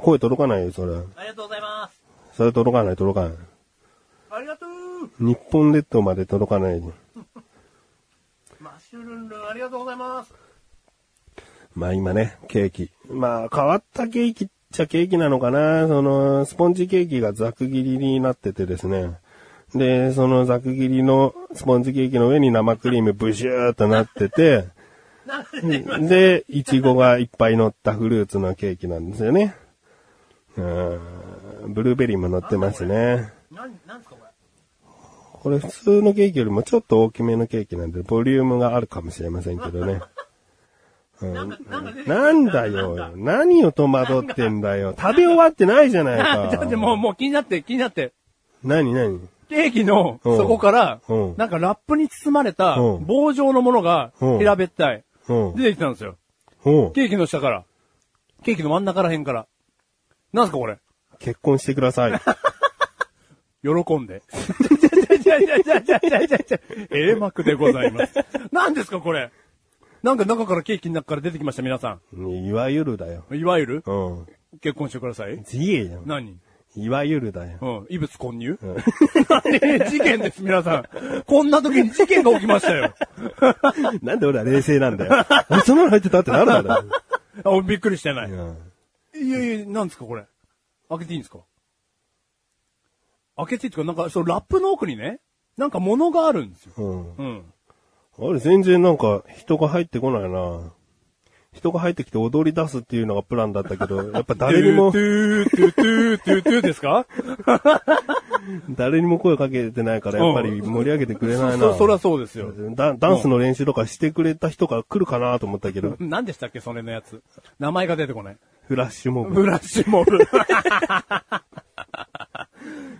[SPEAKER 3] 声届かないよ、それ。
[SPEAKER 2] ありがとうございます。
[SPEAKER 3] それ届かない、届かない。
[SPEAKER 2] ありがとう
[SPEAKER 3] 日本列島まで届かない。
[SPEAKER 2] マッシュルンルン、ありがとうございます。
[SPEAKER 3] まあ今ね、ケーキ。まあ変わったケーキっちゃケーキなのかな。その、スポンジケーキがざく切りになっててですね。で、そのざく切りのスポンジケーキの上に生クリームブシューっとなってて、で、いちごがいっぱい乗ったフルーツのケーキなんですよね。うん、ブルーベリーも乗ってますね。
[SPEAKER 2] なん、なんですかこれ。
[SPEAKER 3] これ普通のケーキよりもちょっと大きめのケーキなんで、ボリュームがあるかもしれませんけ どね。うん、なんだよ。何を戸惑ってんだよ。食べ終わってないじゃない
[SPEAKER 2] あ
[SPEAKER 3] か。
[SPEAKER 2] だってもう、もう気になって、気になって。
[SPEAKER 3] 何何
[SPEAKER 2] ケーキの、
[SPEAKER 3] うん
[SPEAKER 2] そこから
[SPEAKER 3] うん、
[SPEAKER 2] なんかラップに包まれた
[SPEAKER 3] うん
[SPEAKER 2] 棒状のものが、
[SPEAKER 3] うん
[SPEAKER 2] 平べったい。
[SPEAKER 3] うん。
[SPEAKER 2] 出てきたんですよ。
[SPEAKER 3] うん。
[SPEAKER 2] ケーキの下から。ケーキの真ん中ら辺から。なんすかこれ。
[SPEAKER 3] 結婚してください。
[SPEAKER 2] 喜ん で。じゃじゃじゃじゃじゃじゃじゃええ幕でございます。 何ですかこれ。なんか中からケーキの中から出てきました皆さ
[SPEAKER 3] いわゆるだよ。
[SPEAKER 2] ん。いわゆる
[SPEAKER 3] うん。
[SPEAKER 2] 結婚してください。
[SPEAKER 3] 自営やん。
[SPEAKER 2] 何
[SPEAKER 3] いわゆるだよ。
[SPEAKER 2] うん。異物混入、何事件です皆さん。こんな時に事件が起きましたよ。
[SPEAKER 3] なんで俺は冷静なんだよ。 あそんなの入ってたってな るだろ。
[SPEAKER 2] あ、俺びっくりしてな
[SPEAKER 3] う
[SPEAKER 2] い。
[SPEAKER 3] ん
[SPEAKER 2] いやいや、何ですかこれ。開けていいんですか開けていいっていうか、なんか、そのラップの奥にね、なんか物があるんですよ。
[SPEAKER 3] うん。
[SPEAKER 2] うん。
[SPEAKER 3] あれ全然なんか人が入ってこないな。人が入ってきて踊り出すっていうのがプランだった けど、やっぱ誰にも
[SPEAKER 2] ト、ゥートゥートゥートゥートゥーですか
[SPEAKER 3] 誰にも声かけてないから、やっぱり盛り上げてくれないな。
[SPEAKER 2] そ、そりゃそうですよ。
[SPEAKER 3] ダダンスの練習とかしてくれた人が来るかなと思ったけど、
[SPEAKER 2] 何でしたっけそれのやつ。名前が出てこない。
[SPEAKER 3] フラッシュモブ。
[SPEAKER 2] ブラッシュモブ。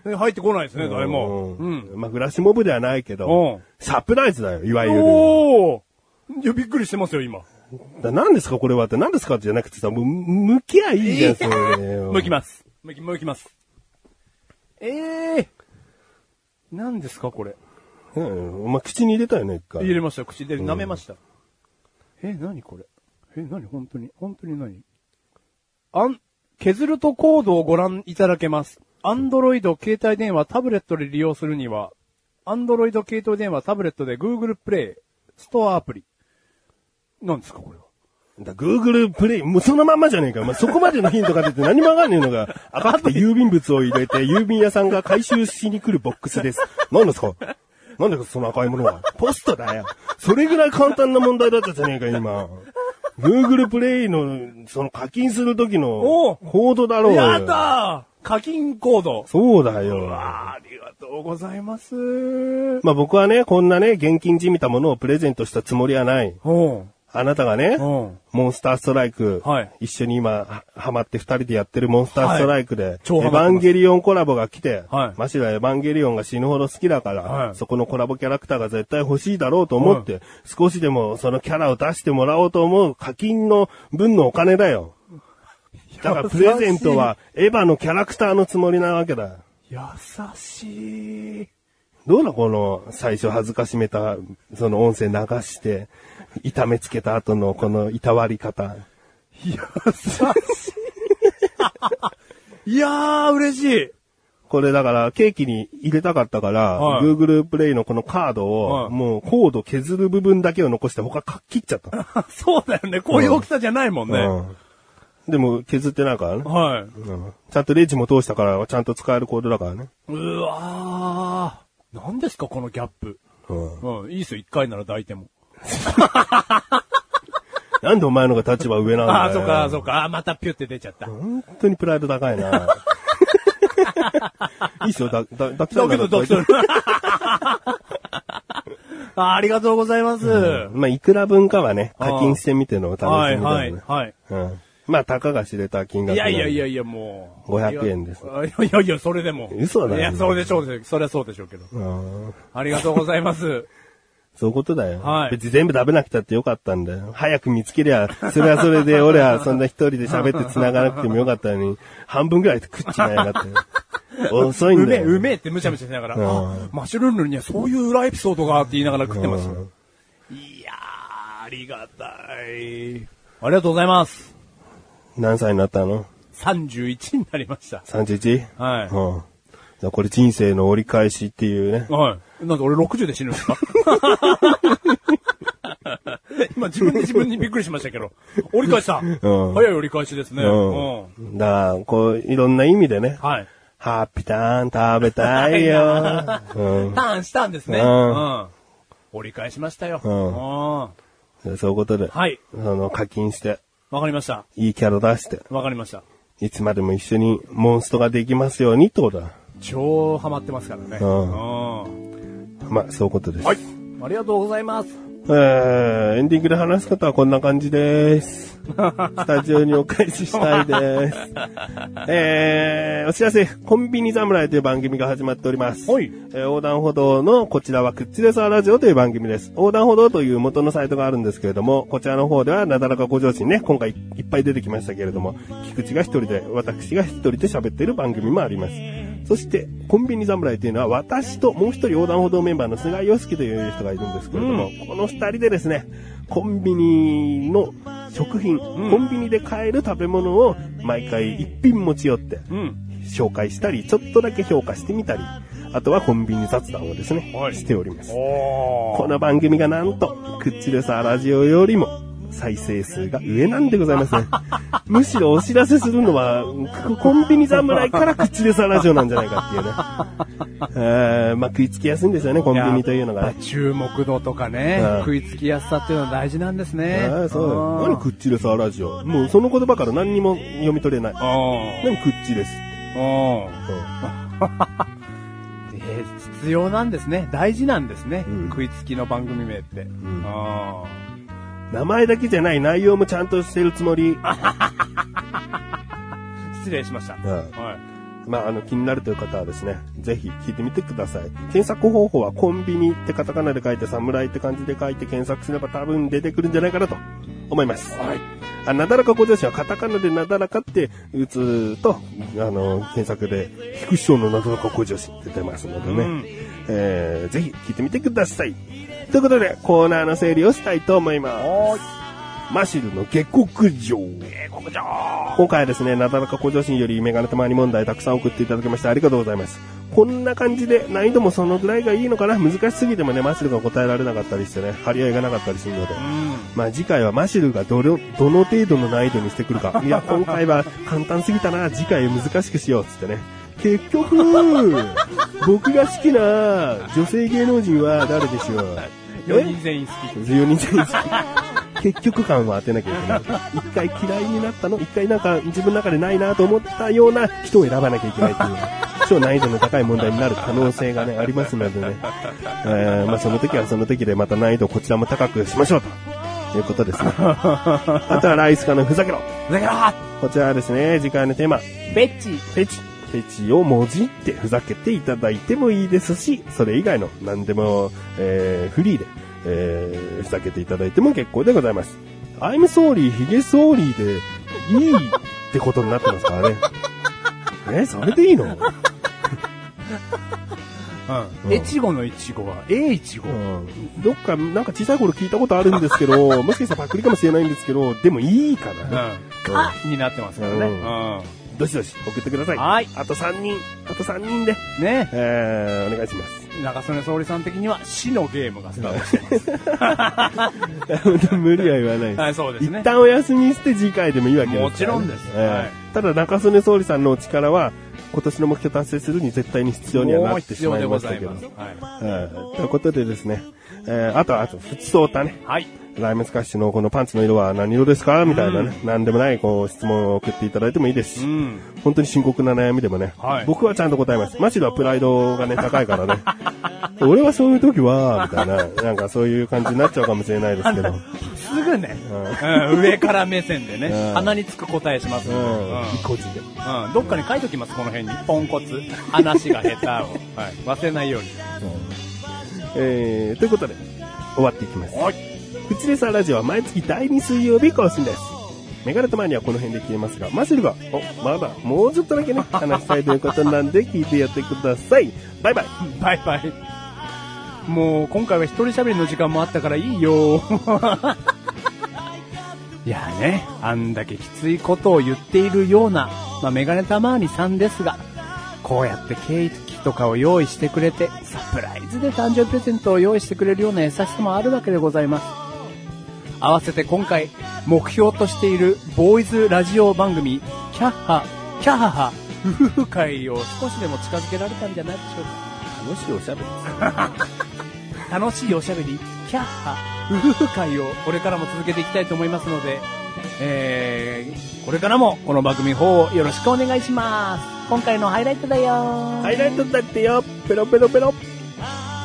[SPEAKER 2] 入ってこないですね、誰も。う
[SPEAKER 3] う
[SPEAKER 2] ん。
[SPEAKER 3] ん。まあ、フラッシュモブではないけ
[SPEAKER 2] う
[SPEAKER 3] ど
[SPEAKER 2] ん、
[SPEAKER 3] サプライズだよ、いわゆる。
[SPEAKER 2] おーいや、びっくりしてますよ、今。
[SPEAKER 3] だ何ですかこれはって、何ですかじゃなくてさ、もう、む向きゃいいじゃん、それ よ。
[SPEAKER 2] 向きます。向き、向きます。ええー。何ですか、これ。
[SPEAKER 3] うん。お前、口に入れたよね、一回。
[SPEAKER 2] 入れました、口で舐めました。え、何これえ、何本当に本当に何あん、削るとコードをご覧いただけます。アンドロイド、携帯電話、タブレットで利用するには、アンドロイド携帯電話、タブレットで Google プレイ、ストアアプリ。何ですか、これは。
[SPEAKER 3] だ Google プレイ、もうそのまんまじゃねえか。まあ、そこまでのヒントが出て何もわかんねえ のが、赤くて郵便物を入れて、郵便屋さんが回収しに来るボックスです。何ですか何ですかその赤いものは。ポストだよ。それぐらい簡単な問題だったじゃねえか、今。Google プレイの、その課金する時
[SPEAKER 2] おう
[SPEAKER 3] の、コードだろうよ。
[SPEAKER 2] やだー課金コード。
[SPEAKER 3] そうだよ。
[SPEAKER 2] ありがとうございます。う
[SPEAKER 3] まあ僕はね、こんなね、現金じみたものをプレゼントしたつもりはない。
[SPEAKER 2] ん。
[SPEAKER 3] あなたがね、
[SPEAKER 2] うん
[SPEAKER 3] モンスターストライク、
[SPEAKER 2] はい
[SPEAKER 3] 一緒に今、はハマって二人でやってるモンスターストライクで、エ
[SPEAKER 2] 超ハマ
[SPEAKER 3] ヴ
[SPEAKER 2] ってます
[SPEAKER 3] ァンゲリオンコラボが来て、
[SPEAKER 2] はい
[SPEAKER 3] マシはエヴァンゲリオンが死ぬほど好きだから、
[SPEAKER 2] はい
[SPEAKER 3] そこのコラボキャラクターが絶対欲しいだろうと思って、少しでもそのキャラを出してもらおうと思う課金の分のお金だよ。だからプレゼントはエヴァのキャラクターのつもりなわけだよ。
[SPEAKER 2] 優しい。
[SPEAKER 3] どうだこの最初恥ずかしめた、その音声流して、痛めつけた後のこのいたわり方。
[SPEAKER 2] 優しい。いやー、嬉しい。
[SPEAKER 3] これだからケーキに入れたかったから、
[SPEAKER 2] はい
[SPEAKER 3] Google プレイのこのカード
[SPEAKER 2] は
[SPEAKER 3] を、
[SPEAKER 2] い
[SPEAKER 3] もうコード削る部分だけを残して他か切っちゃった。
[SPEAKER 2] そうだよね。こういう大きさじゃないもん ね。
[SPEAKER 3] うんでも削ってないからね。
[SPEAKER 2] はい。
[SPEAKER 3] うんちゃんとレジも通したから、ちゃんと使えるコードだからね。
[SPEAKER 2] うわー。何ですか、このギャップ。
[SPEAKER 3] うん
[SPEAKER 2] うん、いいですよ。一回なら抱いても。
[SPEAKER 3] なんでお前のが立場上なん だよ。
[SPEAKER 2] ああー、そっか、そっか。あーまたピュって出ちゃった。
[SPEAKER 3] 本当にプライド高 いな。いいっすよ、だ、だ、だ、だ、
[SPEAKER 2] だけど、だけど。 あーありがとうございます。
[SPEAKER 3] まあ、いくら分かはね、課金してみてのを楽しみだ
[SPEAKER 2] はい、
[SPEAKER 3] よね。
[SPEAKER 2] はい、はい。
[SPEAKER 3] うん。まあ、たかが知れた金
[SPEAKER 2] い
[SPEAKER 3] 額な
[SPEAKER 2] や
[SPEAKER 3] んで。
[SPEAKER 2] いやいやいや、もう。
[SPEAKER 3] 500円です
[SPEAKER 2] あいやいやいや、それでも。
[SPEAKER 3] 嘘だ
[SPEAKER 2] い
[SPEAKER 3] よ
[SPEAKER 2] や、それでしょうで、それはそうでしょうけど。
[SPEAKER 3] うん。
[SPEAKER 2] ありがとうございます。
[SPEAKER 3] そういうことだよ。
[SPEAKER 2] はい
[SPEAKER 3] 別に全部食べなくたってよかったんだよ。早く見つけりゃ、それは それで、俺はそんな一人で喋って繋がなくてもよかったのに、半分ぐらい食っちまいや がって。遅い
[SPEAKER 2] うんめ
[SPEAKER 3] だ
[SPEAKER 2] え、
[SPEAKER 3] よ。
[SPEAKER 2] う
[SPEAKER 3] え。
[SPEAKER 2] めえってむちゃむちゃしながら、
[SPEAKER 3] ん
[SPEAKER 2] あ、マッシュルームにはそういう裏エピソードがあって言いながら食ってました。いやー、ありがたい。ありがとうございます。
[SPEAKER 3] 何歳になったの
[SPEAKER 2] 31になりました。
[SPEAKER 3] ?31?
[SPEAKER 2] はい
[SPEAKER 3] うん。じゃあこれ人生の折り返しっていうね。
[SPEAKER 2] はい。なんで俺60で死ぬんですか 今自分で自分にびっくりしましたけど。折り返した。
[SPEAKER 3] ん
[SPEAKER 2] 早い折り返しですね。うん。
[SPEAKER 3] うん。だから、こう、いろんな意味でね。
[SPEAKER 2] はい。
[SPEAKER 3] ハッピーターン食べたいよ。うん
[SPEAKER 2] ターンしたんですね。う
[SPEAKER 3] うん
[SPEAKER 2] ん。折り返しましたよ。
[SPEAKER 3] ん
[SPEAKER 2] うんは
[SPEAKER 3] でそういうことで、
[SPEAKER 2] い。
[SPEAKER 3] その課金して、
[SPEAKER 2] わかりました。
[SPEAKER 3] いいキャラ出して、
[SPEAKER 2] わかりました。
[SPEAKER 3] いつまでも一緒にモンストができますようにってことだ。
[SPEAKER 2] 超ハマってますからね。
[SPEAKER 3] う
[SPEAKER 2] うん。
[SPEAKER 3] まあ、そういうことです。
[SPEAKER 2] はい。ありがとうございます。
[SPEAKER 3] えー、エンディングで話すことはこんな感じです。スタジオにお返しした いです。えー、お知らせ、コンビニ侍という番組が始まっております。
[SPEAKER 2] はい
[SPEAKER 3] えー横断歩道のこちらはくっちレサーラジオという番組です。横断歩道という元のサイトがあるんですけれども、こちらの方ではなだらかご上心ね、今回いっぱい出てきましたけれども、菊池が一人で、私が一人で喋っている番組もあります。そして、コンビニ侍というのは私ともう一人横断歩道メンバーの菅井良樹という人がいるんですけれども、この二人でですね、コンビニの食品、コンビニで買える食べ物を毎回一品持ち寄って、
[SPEAKER 2] うん。
[SPEAKER 3] 紹介したり、ちょっとだけ評価してみたり、あとはコンビニ雑談をですね、
[SPEAKER 2] はい
[SPEAKER 3] しております。
[SPEAKER 2] お
[SPEAKER 3] この番組がなんと、クッチレサーラジオよりも再生数が上なんでござ いますね。むしろお知らせするのは、こコンビニ侍からクッチレサーラジオなんじゃないかっていうね。えーまあ食いつきやすいんですよね、コンビニというのがね。
[SPEAKER 2] 注目度とかね、
[SPEAKER 3] うん
[SPEAKER 2] 食いつきやすさっていうのは大事なんですね。
[SPEAKER 3] ああそうだよ
[SPEAKER 2] ん
[SPEAKER 3] 何クッチレサーラジオもうその言葉から何にも読み取れない。
[SPEAKER 2] うん
[SPEAKER 3] 何クッチです。
[SPEAKER 2] うん
[SPEAKER 3] うん
[SPEAKER 2] えー必要なんですね。大事なんですね。
[SPEAKER 3] うん
[SPEAKER 2] 食いつきの番組名って。
[SPEAKER 3] ん
[SPEAKER 2] あ
[SPEAKER 3] 名前だけじゃない内容もちゃんとしてるつもり。
[SPEAKER 2] ー失礼しました。
[SPEAKER 3] うん
[SPEAKER 2] はい。
[SPEAKER 3] まあ、あの、気になるという方はですね、ぜひ聞いてみてください。検索方法はコンビニってカタカナで書いて、侍って漢字で書いて検索すれば多分出てくるんじゃないかなと思います。はい。あ、なだらかご上司はカタカナでなだらかって打つと、あの、検索で、ヒクションのなだらかご上司って出ますのでね、
[SPEAKER 2] うん
[SPEAKER 3] えー、ぜひ聞いてみてください。ということで、コーナーの整理をしたいと思います。マシルの下克上。今回はですね、なだらか向上心よりメガネたまに問題たくさん送っていただきましてありがとうございます。こんな感じで難易度もそのぐらいがいいのかな難しすぎてもね、マシルが答えられなかったりしてね、張り合いがなかったりするので。まあ次回はマシルがどれ、どの程度の難易度にしてくる か。いや、今回は簡単すぎたな、次回難しくしよう、つってね。結 局、僕が好きな女性芸能人は誰でしょう
[SPEAKER 2] 4人全員好き。
[SPEAKER 3] 14人全員結局感は当てなきゃいけない。一回嫌いになったの一回なんか自分の中でないなと思ったような人を選ばなきゃいけないっていう。超難易度の高い問題になる可能性がね、ありますのでね。えー、まあその時はその時でまた難易度をこちらも高くしましょうと。いうことですね。あとはライスカのふざけろ。
[SPEAKER 2] ふざけろ
[SPEAKER 3] こちらはですね、次回のテーマ、
[SPEAKER 1] ベッチ。
[SPEAKER 3] フェチ。フェチをもじってふざけていただいてもいいですし、それ以外の何でも、えー、フリーで、えー、ふざけていただいても結構でございます。I'm sorry, ヒゲ sorry でいいってことになってますからね。 え、それでいいの
[SPEAKER 2] うん。越後の越後は、え越後。
[SPEAKER 3] うんどっか、なんか小さい頃聞いたことあるんですけど、 もしかしたらパクリかもしれないんですけど、でもいいか
[SPEAKER 2] う
[SPEAKER 3] な。
[SPEAKER 2] ん。か、になってますからね。う
[SPEAKER 3] どしどし送ってください。
[SPEAKER 2] はい
[SPEAKER 3] あと3人、あと3人で、
[SPEAKER 2] ん。ね
[SPEAKER 3] えー、お願いします。
[SPEAKER 2] 中曽根総理さん的には死のゲームがスター トしてる。
[SPEAKER 3] 無理は言わないです。
[SPEAKER 2] はい、そうですね
[SPEAKER 3] 一。旦お休みして次回でもいいわけですからね
[SPEAKER 2] もちろんです
[SPEAKER 3] ええ
[SPEAKER 2] はい
[SPEAKER 3] ただ中曽根総理さんのお力は、今年の目標達成するに絶対に必要にはなってしまいましたけど。
[SPEAKER 2] もう必要でございま
[SPEAKER 3] ええということでですね、ええあとは、あと、普通オタね。
[SPEAKER 2] す。はい。
[SPEAKER 3] ライムスカッシュのこのパンツの色は何色ですかみたいなね、何でもないこう質問を送っていただいてもいいですし、
[SPEAKER 2] うん。
[SPEAKER 3] 本当に深刻な悩みでもね、
[SPEAKER 2] はい
[SPEAKER 3] 僕はちゃんと答えます。マシルはプライドがね、高いから ね。俺はそういう時は、みたいな、なんかそういう感じになっちゃうかもしれないですけど、
[SPEAKER 2] すぐね、うん上から目線でね
[SPEAKER 3] うん、
[SPEAKER 2] 鼻につく答えします。う
[SPEAKER 3] うんん、意固地で。
[SPEAKER 2] うんどっかに書いときます、この辺に。ポンコツ。話が下手を。 はい忘れないように。
[SPEAKER 3] えー、ということで、終わっていきます。
[SPEAKER 2] はい。
[SPEAKER 3] フチレサラジオは毎月第2水曜日更新です。メガネとマニアはこの辺で消えますが、マシルが、お、まだ、もうちょっとだけね、話したいということなんで、聞いてやってください。バイバイ。
[SPEAKER 2] バイバイ。もう今回は一人喋りの時間もあったからいいよ。 いやね、あんだけきついことを言っているような、まあ、メガネたまーにさんですが、こうやってケーキとかを用意してくれて、サプライズで誕生日プレゼントを用意してくれるような優しさもあるわけでございます。合わせて今回、目標としているボーイズラジオ番組、キャッハ、キャッハハ、夫婦会を少しでも近づけられたんじゃないでしょうか。
[SPEAKER 3] 楽しいおしゃべりです。
[SPEAKER 2] 楽しいおしゃべり、キャッハ、夫婦会をこれからも続けていきたいと思いますので、えー、これからもこの番組の方をよろしくお願いします。今回のハイライトだよー
[SPEAKER 3] ハイライトだってよ、ペロペロペロ。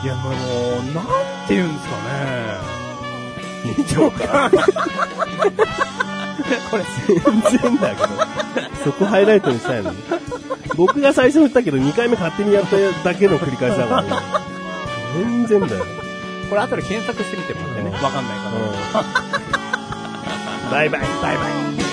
[SPEAKER 2] いや、もう、なんて言うんですかね。
[SPEAKER 3] 以上か。
[SPEAKER 2] これ、
[SPEAKER 3] 全然だけど。そこハイライトにしたいのに。僕が最初言ったけど、2回目勝手にやっただけの繰り返しだから、ね。全然だよ。
[SPEAKER 2] これ後で検索してみてもらってね、わかんないか
[SPEAKER 3] う
[SPEAKER 2] ら。
[SPEAKER 3] んバイバイ。バイバイ。